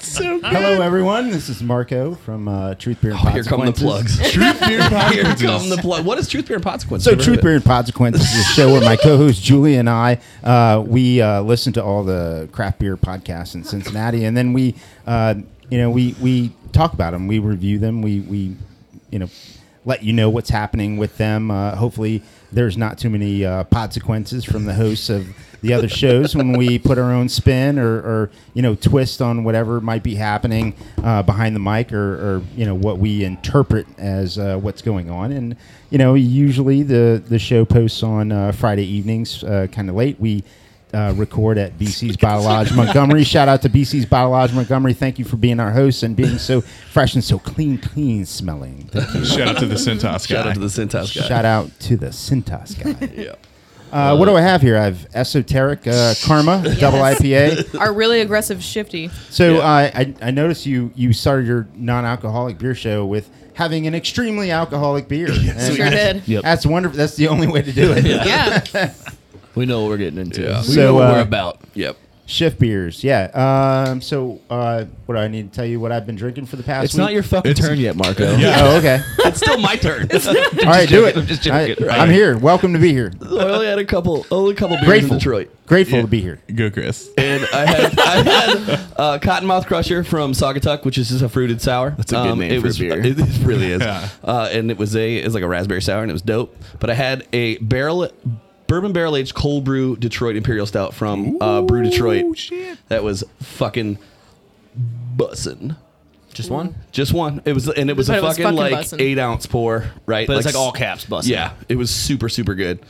[SPEAKER 8] Hello, everyone. This is Marco from uh, Truth Beer and
[SPEAKER 2] Oh, Here come the plugs.
[SPEAKER 1] Truth Beer
[SPEAKER 2] Here
[SPEAKER 1] Podcast.
[SPEAKER 2] come the plug. What is truth, beer, and consequence?
[SPEAKER 8] So, Truth Beer and Consequences is a show where my co-host Julie and I uh, we uh, listen to all the craft beer podcasts in Cincinnati, and then we, uh, you know, we we talk about them, we review them, we we, you know, let you know what's happening with them. Uh, hopefully, there's not too many uh, consequences from the hosts of the other shows when we put our own spin or, or you know twist on whatever might be happening uh, behind the mic or, or you know what we interpret as uh, what's going on and you know usually the the show posts on uh, Friday evenings uh, kind of late we uh, record at BC's Bottle Lodge Montgomery. Shout out to BC's Bottle Lodge Montgomery. Thank you for being our host and being so fresh and so clean, clean smelling. Thank
[SPEAKER 1] (laughs)
[SPEAKER 8] you.
[SPEAKER 1] Shout out to the Centos guy.
[SPEAKER 2] Shout out to the Centos guy.
[SPEAKER 8] Shout out to the Cintas
[SPEAKER 3] (laughs)
[SPEAKER 8] guy.
[SPEAKER 2] Yeah.
[SPEAKER 8] Uh, what do I have here? I have esoteric uh,
[SPEAKER 3] (laughs)
[SPEAKER 8] karma, double IPA.
[SPEAKER 3] Our really aggressive shifty.
[SPEAKER 8] So uh, I, I noticed you you started your non-alcoholic beer show with having an extremely
[SPEAKER 3] (laughs)
[SPEAKER 8] alcoholic beer. And
[SPEAKER 3] Sure
[SPEAKER 8] that's,
[SPEAKER 3] did.
[SPEAKER 4] Yep.
[SPEAKER 8] That's wonderful. That's the only way to do it.
[SPEAKER 3] Yeah.
[SPEAKER 4] We know what we're getting into.
[SPEAKER 2] Yeah.
[SPEAKER 4] We
[SPEAKER 8] So,
[SPEAKER 4] know what
[SPEAKER 8] uh,
[SPEAKER 4] we're about.
[SPEAKER 2] Yep.
[SPEAKER 8] (laughs) Shift beers. Yeah. Um, so uh, what do I need to tell you? What I've been drinking for the past?
[SPEAKER 4] It's not
[SPEAKER 8] week?
[SPEAKER 4] your fucking
[SPEAKER 1] It's-
[SPEAKER 4] turn yet, Marco.
[SPEAKER 2] (laughs)
[SPEAKER 1] Yeah.
[SPEAKER 8] (laughs)
[SPEAKER 4] (laughs)
[SPEAKER 8] Oh, okay.
[SPEAKER 2] It's still my turn.
[SPEAKER 8] All right, do it.
[SPEAKER 4] I'm just joking.
[SPEAKER 8] I, am here. Welcome to be here.
[SPEAKER 2] (laughs) I only had a couple, only a couple beers
[SPEAKER 8] Grateful.
[SPEAKER 2] in Detroit,
[SPEAKER 8] Grateful to be here.
[SPEAKER 1] Go, Chris.
[SPEAKER 2] and I had I had uh, Cottonmouth Crusher from Saugatuck, which is just a fruited sour. That's
[SPEAKER 4] a good name
[SPEAKER 2] it
[SPEAKER 4] for a
[SPEAKER 2] was,
[SPEAKER 4] beer.
[SPEAKER 2] It, it
[SPEAKER 4] (laughs)
[SPEAKER 2] really is,
[SPEAKER 1] Yeah.
[SPEAKER 2] uh, and it was a it's like a raspberry sour, and it was dope. But I had a barrel bourbon barrel aged cold brew Detroit Imperial Stout from uh, Brew Detroit. That was fucking bussin'.
[SPEAKER 4] Just one?
[SPEAKER 2] Just one. It was, and it was
[SPEAKER 3] But
[SPEAKER 2] a
[SPEAKER 3] it was
[SPEAKER 2] fucking,
[SPEAKER 3] fucking
[SPEAKER 2] like
[SPEAKER 3] bussin'.
[SPEAKER 2] eight ounce pour, right?
[SPEAKER 4] But it's like all
[SPEAKER 2] s-
[SPEAKER 4] caps bussin'.
[SPEAKER 2] Yeah, it was super, super good.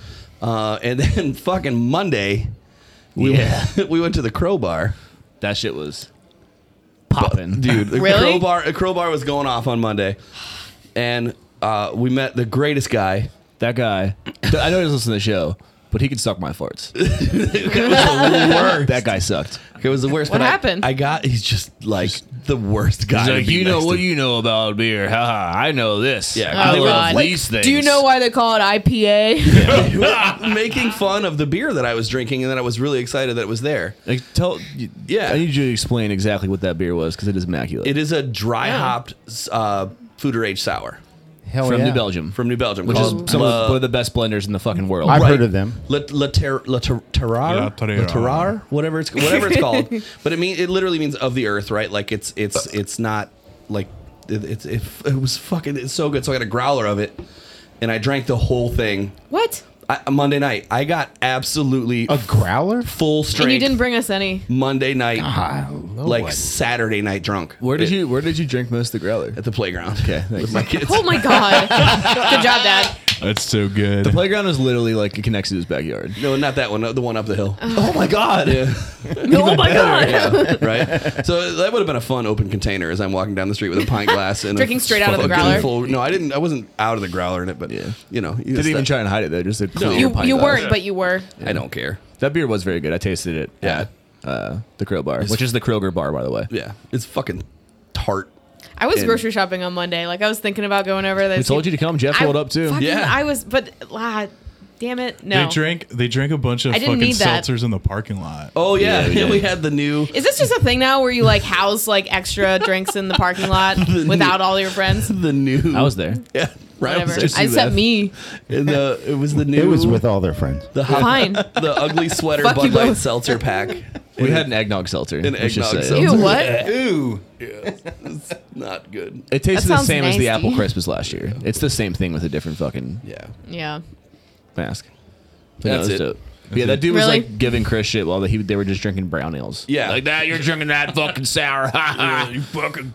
[SPEAKER 2] Uh, and (laughs) then fucking Monday, we
[SPEAKER 4] Yeah.
[SPEAKER 2] went, (laughs) we went to the Crowbar,
[SPEAKER 4] That shit was popping.
[SPEAKER 2] dude. The
[SPEAKER 3] Really?
[SPEAKER 2] Crowbar, the Crowbar was going off on Monday, and uh, we met the greatest guy.
[SPEAKER 4] That guy, I know he was listening to the show, but he could suck my
[SPEAKER 2] (laughs)
[SPEAKER 4] farts. that guy sucked.
[SPEAKER 2] It was the worst.
[SPEAKER 3] What
[SPEAKER 2] but I-
[SPEAKER 3] happened?
[SPEAKER 2] I, got. He's just like the worst guy.
[SPEAKER 4] He's
[SPEAKER 2] to
[SPEAKER 4] like,
[SPEAKER 2] be
[SPEAKER 4] you know
[SPEAKER 2] next
[SPEAKER 4] what
[SPEAKER 2] (laughs) to."
[SPEAKER 4] you know about beer. Haha, I know this.
[SPEAKER 2] Yeah,
[SPEAKER 4] I
[SPEAKER 2] they were
[SPEAKER 4] love
[SPEAKER 3] Oh, God.
[SPEAKER 4] these things.
[SPEAKER 3] Do you know why they call it IPA?
[SPEAKER 2] making fun of the beer that I was drinking, and then I was really excited that it was there.
[SPEAKER 4] Like, tell,
[SPEAKER 2] Yeah.
[SPEAKER 4] I need you to explain exactly what that beer was because it is immaculate.
[SPEAKER 2] It is a dry hopped uh, fooder aged sour.
[SPEAKER 8] Hell
[SPEAKER 4] from
[SPEAKER 8] yeah.
[SPEAKER 4] New Belgium,
[SPEAKER 2] oh, from New Belgium, Uh,
[SPEAKER 4] which is
[SPEAKER 2] called
[SPEAKER 4] some
[SPEAKER 2] La-
[SPEAKER 4] of, one of the best blenders in the fucking world.
[SPEAKER 8] I've
[SPEAKER 2] Right.
[SPEAKER 8] heard of them.
[SPEAKER 2] La, La Ter- La Ter- Terrar,
[SPEAKER 1] La
[SPEAKER 2] La
[SPEAKER 1] Terrar.
[SPEAKER 2] Terrar? whatever it's whatever it's called. But it mean it literally means of the earth, right? Like it's
[SPEAKER 1] Uh.
[SPEAKER 2] it's it's not like it, it's it, it was fucking it's so good. So I got a growler of it, and I drank the whole thing.
[SPEAKER 3] (laughs) what?
[SPEAKER 2] I, Monday night, I got absolutely
[SPEAKER 8] A growler?
[SPEAKER 2] full
[SPEAKER 3] And you
[SPEAKER 2] strength.
[SPEAKER 3] didn't bring us any.
[SPEAKER 2] Monday night,
[SPEAKER 8] Uh-huh.
[SPEAKER 2] like
[SPEAKER 8] Lord.
[SPEAKER 2] Saturday night drunk.
[SPEAKER 4] Where did
[SPEAKER 2] It-
[SPEAKER 4] you Where did you drink most of the growler?
[SPEAKER 2] at the playground?
[SPEAKER 4] Okay, thanks.
[SPEAKER 2] with (laughs) my kids.
[SPEAKER 3] Oh my god. Good job, Dad.
[SPEAKER 1] That's so good.
[SPEAKER 4] The playground is literally like it connects to his backyard.
[SPEAKER 2] No, not that one. The one up the hill. oh my god! Yeah.
[SPEAKER 3] oh my god.
[SPEAKER 2] yeah,
[SPEAKER 3] (laughs)
[SPEAKER 2] right. So that would have been a fun open container as I'm walking down the street with a pint glass and a
[SPEAKER 3] Drinking straight out of the
[SPEAKER 2] fucking
[SPEAKER 3] growler?
[SPEAKER 2] full- no, I didn't. I wasn't out of the growler in it, but
[SPEAKER 4] Yeah.
[SPEAKER 2] you know, you
[SPEAKER 4] Didn't
[SPEAKER 2] just-
[SPEAKER 4] even
[SPEAKER 2] that-
[SPEAKER 4] try and hide it though. Just a clear
[SPEAKER 3] You,
[SPEAKER 4] pint
[SPEAKER 3] you
[SPEAKER 4] glass.
[SPEAKER 3] weren't, but you were.
[SPEAKER 2] I don't care.
[SPEAKER 4] That beer was very good. I tasted it
[SPEAKER 2] Yeah.
[SPEAKER 4] at uh, the Crowbar, which is the Kroger bar, by the way.
[SPEAKER 2] Yeah, it's fucking tart.
[SPEAKER 3] I was
[SPEAKER 2] And-
[SPEAKER 3] grocery shopping on Monday. Like I was thinking about going over there.
[SPEAKER 4] We told you to come. Jeff
[SPEAKER 3] I,
[SPEAKER 4] rolled up too.
[SPEAKER 3] fucking-
[SPEAKER 2] Yeah.
[SPEAKER 3] I was, but ah, damn it,
[SPEAKER 1] They
[SPEAKER 3] no.
[SPEAKER 1] drank. They drank a bunch of
[SPEAKER 3] I didn't
[SPEAKER 1] fucking
[SPEAKER 3] need that.
[SPEAKER 1] seltzers in the parking lot.
[SPEAKER 2] Oh yeah,
[SPEAKER 3] (laughs)
[SPEAKER 2] we had the new.
[SPEAKER 3] Is this just a thing now where you like
[SPEAKER 2] (laughs)
[SPEAKER 3] house like extra drinks in the parking lot without all your friends?
[SPEAKER 2] The new.
[SPEAKER 4] I was there.
[SPEAKER 2] Yeah, Ryan was
[SPEAKER 3] whatever.
[SPEAKER 2] there, she
[SPEAKER 3] Except
[SPEAKER 2] left.
[SPEAKER 3] me.
[SPEAKER 2] (laughs) And the, it was the new.
[SPEAKER 8] It was with all their friends.
[SPEAKER 2] the hot-
[SPEAKER 3] Fine.
[SPEAKER 2] the ugly sweater
[SPEAKER 3] Fuck
[SPEAKER 2] Bud
[SPEAKER 3] you
[SPEAKER 2] Light
[SPEAKER 3] both. (laughs)
[SPEAKER 2] seltzer pack.
[SPEAKER 4] We had an eggnog seltzer.
[SPEAKER 2] An
[SPEAKER 4] let's just
[SPEAKER 2] eggnog
[SPEAKER 4] say.
[SPEAKER 2] seltzer.
[SPEAKER 3] Ew, what?
[SPEAKER 2] Ooh, it's not good.
[SPEAKER 4] It tasted the
[SPEAKER 3] sounds
[SPEAKER 4] same as the
[SPEAKER 3] nasty.
[SPEAKER 4] apple crisp as last year. It's the same thing with a different fucking
[SPEAKER 2] Yeah,
[SPEAKER 3] Yeah.
[SPEAKER 4] mask.
[SPEAKER 2] that's it.
[SPEAKER 4] yeah, that dude
[SPEAKER 3] Really?
[SPEAKER 4] was like giving Chris shit while he, they were just drinking brown ales.
[SPEAKER 2] Yeah.
[SPEAKER 4] like that. You're drinking that fucking sour.
[SPEAKER 5] you fucking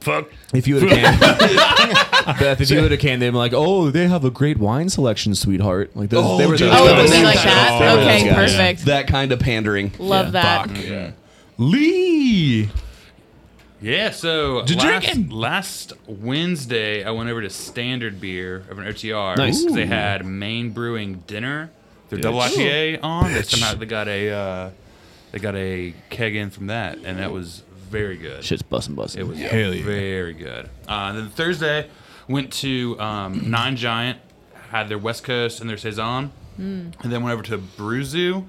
[SPEAKER 5] fuck.
[SPEAKER 4] if you would have canned, Beth, if you would have canned, they'd been like, "Oh, they have a great wine selection, sweetheart." Like those,
[SPEAKER 2] Oh,
[SPEAKER 4] they were
[SPEAKER 2] dude.
[SPEAKER 4] those
[SPEAKER 3] Oh, it
[SPEAKER 4] guys.
[SPEAKER 3] would be
[SPEAKER 2] Oh,
[SPEAKER 3] like
[SPEAKER 2] yeah.
[SPEAKER 3] that.
[SPEAKER 4] Yeah.
[SPEAKER 3] Okay,
[SPEAKER 4] Yeah.
[SPEAKER 3] perfect.
[SPEAKER 2] That kind of pandering.
[SPEAKER 3] Love that.
[SPEAKER 1] Lee.
[SPEAKER 5] Yeah, so
[SPEAKER 1] Did you drink
[SPEAKER 5] last,
[SPEAKER 1] it?
[SPEAKER 5] last Wednesday, I went over to Standard Beer of an OTR.
[SPEAKER 4] Nice.
[SPEAKER 5] 'cause They had Main Brewing dinner. Their double IPA on. They somehow they got a uh, they got a keg in from that, and that was very good.
[SPEAKER 4] Shit's busting, busting.
[SPEAKER 5] It was
[SPEAKER 1] Hell yeah.
[SPEAKER 5] very good. Uh, and then Thursday, went to um, Nine Giant, had their West Coast and their saison,
[SPEAKER 4] Hmm.
[SPEAKER 5] and then went over to Brew Zoo.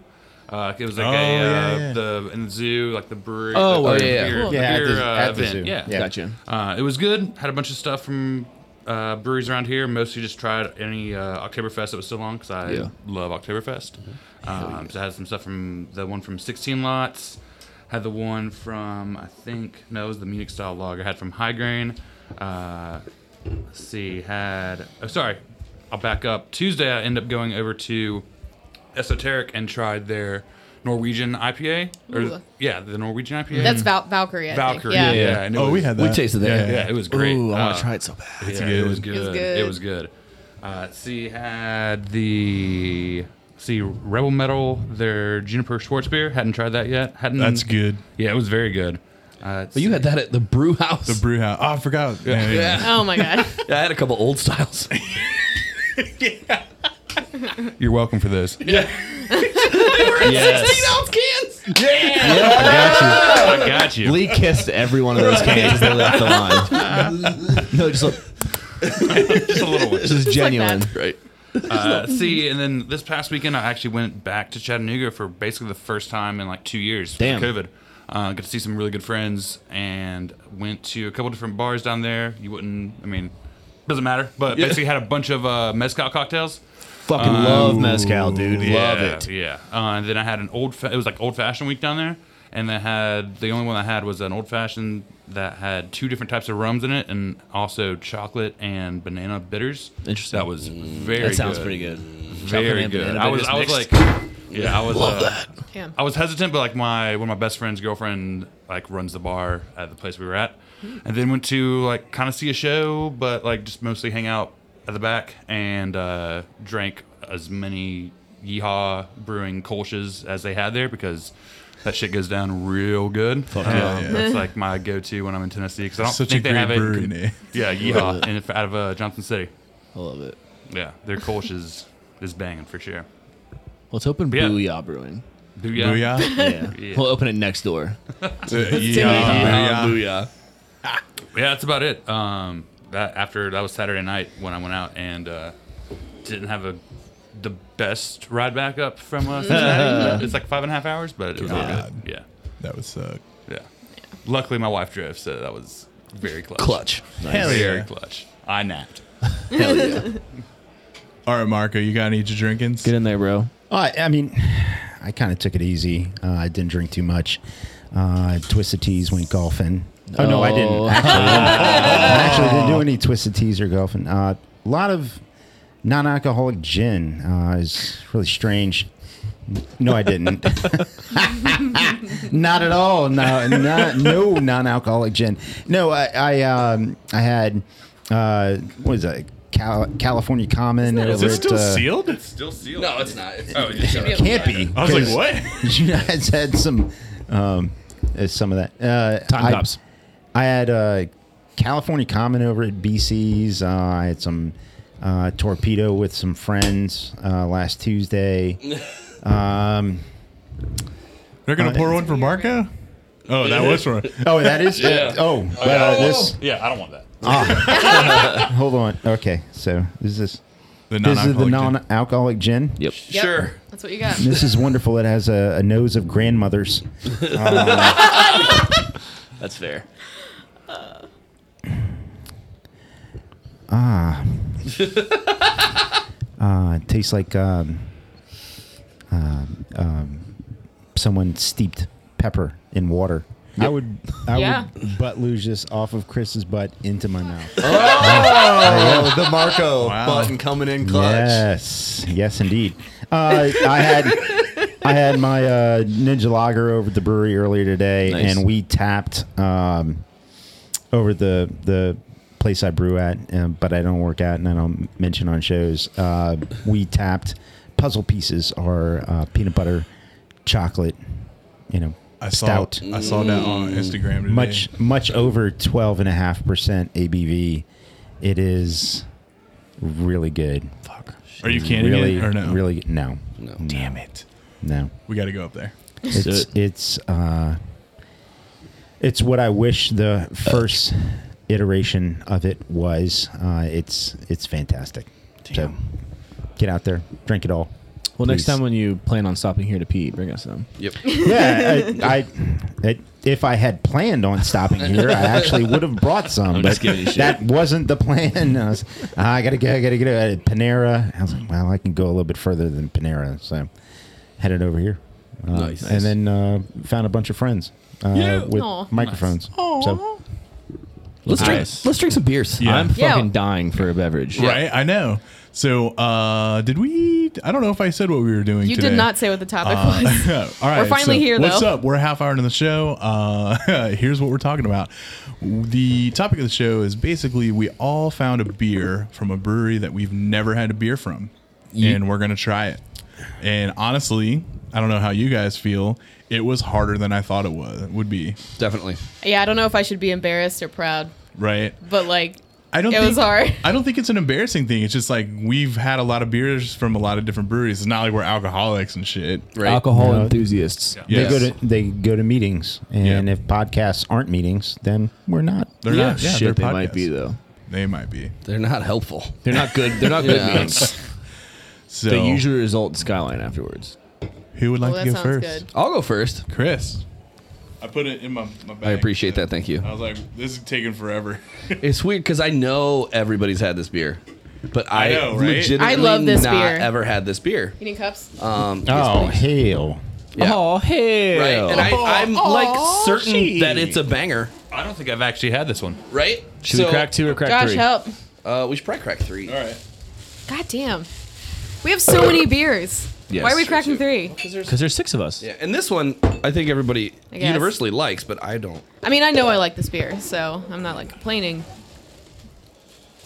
[SPEAKER 5] Uh, it was like
[SPEAKER 1] Oh,
[SPEAKER 5] a
[SPEAKER 1] yeah,
[SPEAKER 5] uh,
[SPEAKER 1] yeah.
[SPEAKER 5] the in the zoo like the brewery.
[SPEAKER 4] Oh,
[SPEAKER 5] the,
[SPEAKER 4] oh,
[SPEAKER 5] the
[SPEAKER 4] yeah, yeah.
[SPEAKER 5] beer-
[SPEAKER 3] Cool.
[SPEAKER 5] the
[SPEAKER 8] Yeah, at
[SPEAKER 5] beer,
[SPEAKER 8] the-
[SPEAKER 5] uh,
[SPEAKER 8] at the
[SPEAKER 5] event.
[SPEAKER 8] zoo.
[SPEAKER 5] Yeah,
[SPEAKER 8] Yeah.
[SPEAKER 4] Gotcha.
[SPEAKER 5] Uh, it was good. Had a bunch of stuff from uh, breweries around here. Mostly just tried any uh, Oktoberfest that was still on because I
[SPEAKER 4] Yeah.
[SPEAKER 5] love Oktoberfest. Um, so I had some stuff from the one from 16 Lots. Had the one from I think no, it was the Munich style lager. Had from High Grain. Uh, let's see, had oh sorry, I'll back up. Tuesday I end up going over to Esoteric and tried their Norwegian IPA. Or
[SPEAKER 3] Ooh.
[SPEAKER 5] yeah, the Norwegian IPA.
[SPEAKER 3] That's Val- Valkyrie. I
[SPEAKER 5] Valkyrie.
[SPEAKER 3] Think. Yeah.
[SPEAKER 5] and it
[SPEAKER 1] Oh, we
[SPEAKER 5] was-
[SPEAKER 1] had that.
[SPEAKER 4] We tasted that.
[SPEAKER 1] Yeah,
[SPEAKER 5] yeah, it was great.
[SPEAKER 4] Ooh, I want
[SPEAKER 5] Uh,
[SPEAKER 4] to try it so bad.
[SPEAKER 5] yeah, It was good.
[SPEAKER 3] was good.
[SPEAKER 5] It was good. Uh, let's see, had the see Rebel Metal their Juniper Schwartz beer. Hadn't tried that yet. Hadn't.
[SPEAKER 1] That's good.
[SPEAKER 5] Yeah, it was very good. Uh,
[SPEAKER 2] But you had that at the brew house.
[SPEAKER 1] The brew house. Oh, I forgot. Yeah, yeah, yeah.
[SPEAKER 3] Oh my god.
[SPEAKER 2] I had a couple old styles.
[SPEAKER 5] You're welcome for this. I got you.
[SPEAKER 4] Lee kissed every one of those (laughs) cans as they left the line. No, just look,
[SPEAKER 5] (laughs) Just a little one.
[SPEAKER 4] this is genuine.
[SPEAKER 3] that.
[SPEAKER 2] (laughs) right.
[SPEAKER 5] Uh, see, and then this past weekend, I actually went back to Chattanooga for basically the first time in like two years. for
[SPEAKER 4] Damn.
[SPEAKER 5] COVID. Uh, got to see some really good friends and went to a couple different bars down there. You wouldn't, I mean, doesn't matter, but basically had a bunch of uh, Mezcal cocktails.
[SPEAKER 4] Fucking love mezcal, dude. Love
[SPEAKER 5] Yeah,
[SPEAKER 4] it.
[SPEAKER 5] Yeah. Uh, and then I had an old, fa- it was like old fashioned week down there. And I had, the only one I had was an old fashioned that had two different types of rums in it and also chocolate and banana bitters.
[SPEAKER 4] Interesting.
[SPEAKER 5] That was very
[SPEAKER 4] Mm. That sounds
[SPEAKER 5] good.
[SPEAKER 4] pretty good.
[SPEAKER 5] Very
[SPEAKER 4] and
[SPEAKER 5] good.
[SPEAKER 4] banana
[SPEAKER 5] I was,
[SPEAKER 4] bitters
[SPEAKER 5] I was like,
[SPEAKER 4] mixed.
[SPEAKER 5] yeah, I was. uh,
[SPEAKER 3] Damn.
[SPEAKER 5] I was hesitant, but like my one of my best friend's girlfriend like runs the bar at the place we were at, and then went to like kind of see a show, but like just mostly hang out at the back and uh, drank as many Yeehaw Brewing Kolsch's as they had there because. That shit goes down real good. Um,
[SPEAKER 1] yeah, yeah.
[SPEAKER 5] That's like my go-to when I'm in Tennessee because I don't
[SPEAKER 1] Such a
[SPEAKER 5] think they
[SPEAKER 1] great
[SPEAKER 5] have it.
[SPEAKER 1] brewery name. (laughs)
[SPEAKER 5] Yeah, Yeehaw, and if, out of uh, Johnson City.
[SPEAKER 4] I love it.
[SPEAKER 5] Yeah, their Kolsch is, is banging for sure.
[SPEAKER 4] Let's open
[SPEAKER 5] Yeah.
[SPEAKER 4] Booyah Brewing.
[SPEAKER 5] Booyah.
[SPEAKER 1] Booyah. Uh,
[SPEAKER 4] Yeah. We'll open it next door.
[SPEAKER 1] Yeah, yeah.
[SPEAKER 2] Booyah.
[SPEAKER 5] Yeah, that's about it. Um, that after that was Saturday night when I went out and uh, didn't have a the best ride back up from
[SPEAKER 1] (laughs)
[SPEAKER 5] uh, Cincinnati. it's like five and a half hours, but it was all
[SPEAKER 1] God.
[SPEAKER 5] good. Yeah,
[SPEAKER 1] That would suck.
[SPEAKER 5] yeah, Luckily, my wife drove, so that was very clutch.
[SPEAKER 2] Clutch.
[SPEAKER 1] Hell
[SPEAKER 5] very
[SPEAKER 1] yeah.
[SPEAKER 5] clutch. I napped.
[SPEAKER 2] Hell yeah.
[SPEAKER 1] All right, Marco, you got any drinkings?
[SPEAKER 4] Get in there, bro.
[SPEAKER 8] Uh, I mean, I kind of took it easy. Uh, I didn't drink too much. Uh, twisted teas went golfing. Oh, no, I didn't.
[SPEAKER 4] Oh.
[SPEAKER 8] Actually, I actually didn't do any twisted teas or golfing. Uh, A lot of non-alcoholic gin uh, is really strange. No, I didn't. (laughs) not at all. No, not, no non-alcoholic gin. No, I I, um, I had uh, what is that? Cal- California Common.
[SPEAKER 1] Is
[SPEAKER 8] over
[SPEAKER 1] it
[SPEAKER 8] at,
[SPEAKER 1] still
[SPEAKER 8] uh,
[SPEAKER 1] sealed?
[SPEAKER 5] It's still sealed.
[SPEAKER 7] No, it's not. It's
[SPEAKER 5] Oh, it just-
[SPEAKER 3] Should be
[SPEAKER 8] Can't
[SPEAKER 3] able to-
[SPEAKER 8] be.
[SPEAKER 1] I was
[SPEAKER 8] 'cause-
[SPEAKER 1] like, what?
[SPEAKER 8] you guys (laughs) had some um, uh, some of that. Uh,
[SPEAKER 4] Time
[SPEAKER 8] I,
[SPEAKER 4] cops.
[SPEAKER 8] I had uh, California Common over at BC's. Uh, I had some uh, torpedo with some friends uh, last Tuesday. Um,
[SPEAKER 1] They're gonna pour one for Marco. Oh, that was for.
[SPEAKER 8] oh, that is oh, but, uh, this.
[SPEAKER 5] Yeah, I don't want that.
[SPEAKER 8] Hold on. Okay, so this is
[SPEAKER 1] The
[SPEAKER 8] this is the
[SPEAKER 1] non-alcoholic gin.
[SPEAKER 8] non-alcoholic gin.
[SPEAKER 4] Yep.
[SPEAKER 3] Yep.
[SPEAKER 2] Sure.
[SPEAKER 3] That's what you got.
[SPEAKER 8] This is wonderful. It has a, a nose of grandmothers.
[SPEAKER 4] That's fair.
[SPEAKER 8] Ah. ah, it tastes like um, um, um, someone steeped pepper in water. I would, I
[SPEAKER 3] Yeah.
[SPEAKER 8] would butt luge this off of Chris's butt into my mouth.
[SPEAKER 2] Oh, the Marco
[SPEAKER 1] Wow.
[SPEAKER 2] button coming in clutch.
[SPEAKER 8] Yes, yes, indeed. Uh, I had I had my uh, Ninja Lager over at the brewery earlier today,
[SPEAKER 4] Nice.
[SPEAKER 8] and we tapped um, over the the place I brew at, um, but I don't work at, and I don't mention on shows. Uh, we tapped puzzle pieces or uh, peanut butter chocolate, you know,
[SPEAKER 1] I saw
[SPEAKER 8] stout Mm.
[SPEAKER 1] I saw that on Instagram today.
[SPEAKER 8] much much over 12 and a half percent abv it is really good fuck
[SPEAKER 1] Are you canning
[SPEAKER 8] really,
[SPEAKER 1] it or no?
[SPEAKER 8] really no
[SPEAKER 2] No.
[SPEAKER 1] Damn it.
[SPEAKER 8] no
[SPEAKER 1] We got to go up there.
[SPEAKER 8] it's it's uh it's what i wish the first iteration of it was uh it's it's fantastic so get out there
[SPEAKER 1] (laughs)
[SPEAKER 8] drink it all
[SPEAKER 4] (laughs) Well, next
[SPEAKER 8] Please.
[SPEAKER 4] time when you plan on stopping here to pee, bring us some.
[SPEAKER 2] Yep. (laughs)
[SPEAKER 8] yeah i, I it, if I had planned on stopping here, I actually would
[SPEAKER 1] (laughs)
[SPEAKER 8] have brought some, but
[SPEAKER 4] just giving you shit.
[SPEAKER 8] that wasn't the plan. (laughs) I, was, "Ah, I gotta go, I gotta go to Panera. I was like, well, I can go a little bit further than Panera, so headed over here. Uh,
[SPEAKER 2] Nice.
[SPEAKER 8] And then uh, found a bunch of friends uh, with
[SPEAKER 3] Aw.
[SPEAKER 8] microphones. So
[SPEAKER 4] Let's
[SPEAKER 2] drink- Let's drink some beers.
[SPEAKER 1] Yeah.
[SPEAKER 4] I'm
[SPEAKER 3] Yeah.
[SPEAKER 4] fucking dying for a beverage.
[SPEAKER 1] Right? I know. So, uh, did we? I don't know if I said what we were doing
[SPEAKER 3] You
[SPEAKER 1] today.
[SPEAKER 3] did not say what the topic (laughs) was.
[SPEAKER 1] Uh, (laughs) all right,
[SPEAKER 3] finally
[SPEAKER 1] so
[SPEAKER 3] here,
[SPEAKER 1] What's
[SPEAKER 3] though.
[SPEAKER 1] up? We're a half hour into the show. Uh, (laughs) here's what we're talking about. The topic of the show is basically we all found a beer from a brewery that we've never had a beer from, and we're gonna try it. And honestly, I don't know how you guys feel. It was harder than I thought it was would be.
[SPEAKER 2] Definitely.
[SPEAKER 3] Yeah, I don't know if I should be embarrassed or proud,
[SPEAKER 1] Right?
[SPEAKER 3] but like,
[SPEAKER 1] I don't.
[SPEAKER 3] It
[SPEAKER 1] think,
[SPEAKER 3] was hard.
[SPEAKER 1] I don't think it's an embarrassing thing. It's just like we've had a lot of beers from a lot of different breweries. It's not like we're alcoholics and shit.
[SPEAKER 2] Right.
[SPEAKER 4] Alcohol enthusiasts.
[SPEAKER 1] Yes.
[SPEAKER 8] they go to they go to meetings, and
[SPEAKER 1] Yeah.
[SPEAKER 8] if podcasts aren't meetings, then we're not.
[SPEAKER 1] They're
[SPEAKER 4] Yeah,
[SPEAKER 1] not. Yeah,
[SPEAKER 4] shit, they
[SPEAKER 1] they're
[SPEAKER 4] might be
[SPEAKER 1] podcasts.
[SPEAKER 4] though.
[SPEAKER 1] They might be.
[SPEAKER 2] They're not helpful.
[SPEAKER 4] They're not good. They're not good
[SPEAKER 2] Yeah.
[SPEAKER 4] meetings.
[SPEAKER 1] So
[SPEAKER 4] They usually result in skyline afterwards.
[SPEAKER 1] who would like
[SPEAKER 3] well, that
[SPEAKER 1] to go
[SPEAKER 3] sounds
[SPEAKER 1] first?
[SPEAKER 3] good.
[SPEAKER 2] I'll go first.
[SPEAKER 1] Chris. I put it in my, my bag.
[SPEAKER 2] I appreciate that. Thank you.
[SPEAKER 1] I was like, this is taking forever.
[SPEAKER 2] It's weird because I know everybody's had this beer, but I,
[SPEAKER 1] know, right?
[SPEAKER 2] legitimately
[SPEAKER 3] I love this
[SPEAKER 2] not
[SPEAKER 3] beer.
[SPEAKER 2] ever had
[SPEAKER 3] (laughs)
[SPEAKER 2] this beer.
[SPEAKER 3] You need cups?
[SPEAKER 2] Um,
[SPEAKER 8] Oh
[SPEAKER 2] yes, please.
[SPEAKER 8] hell!
[SPEAKER 2] Yeah.
[SPEAKER 4] Oh hell!
[SPEAKER 2] right. And I, I'm
[SPEAKER 4] Oh.
[SPEAKER 2] like certain
[SPEAKER 4] gee.
[SPEAKER 2] that it's a banger,
[SPEAKER 5] I don't think I've actually had this one.
[SPEAKER 2] right?
[SPEAKER 4] Should we crack two or crack
[SPEAKER 3] Josh,
[SPEAKER 4] three?
[SPEAKER 3] help.
[SPEAKER 2] Uh, we should probably crack three.
[SPEAKER 1] All right.
[SPEAKER 3] God damn. We have so many beers.
[SPEAKER 4] Yes.
[SPEAKER 3] Why are we
[SPEAKER 4] Sure
[SPEAKER 3] cracking
[SPEAKER 2] do.
[SPEAKER 3] three?
[SPEAKER 4] Because there's six of us.
[SPEAKER 2] Yeah, and this one I think everybody
[SPEAKER 3] I guess.
[SPEAKER 2] universally likes, but I don't.
[SPEAKER 3] I mean, I know I like this beer, so I'm not like complaining.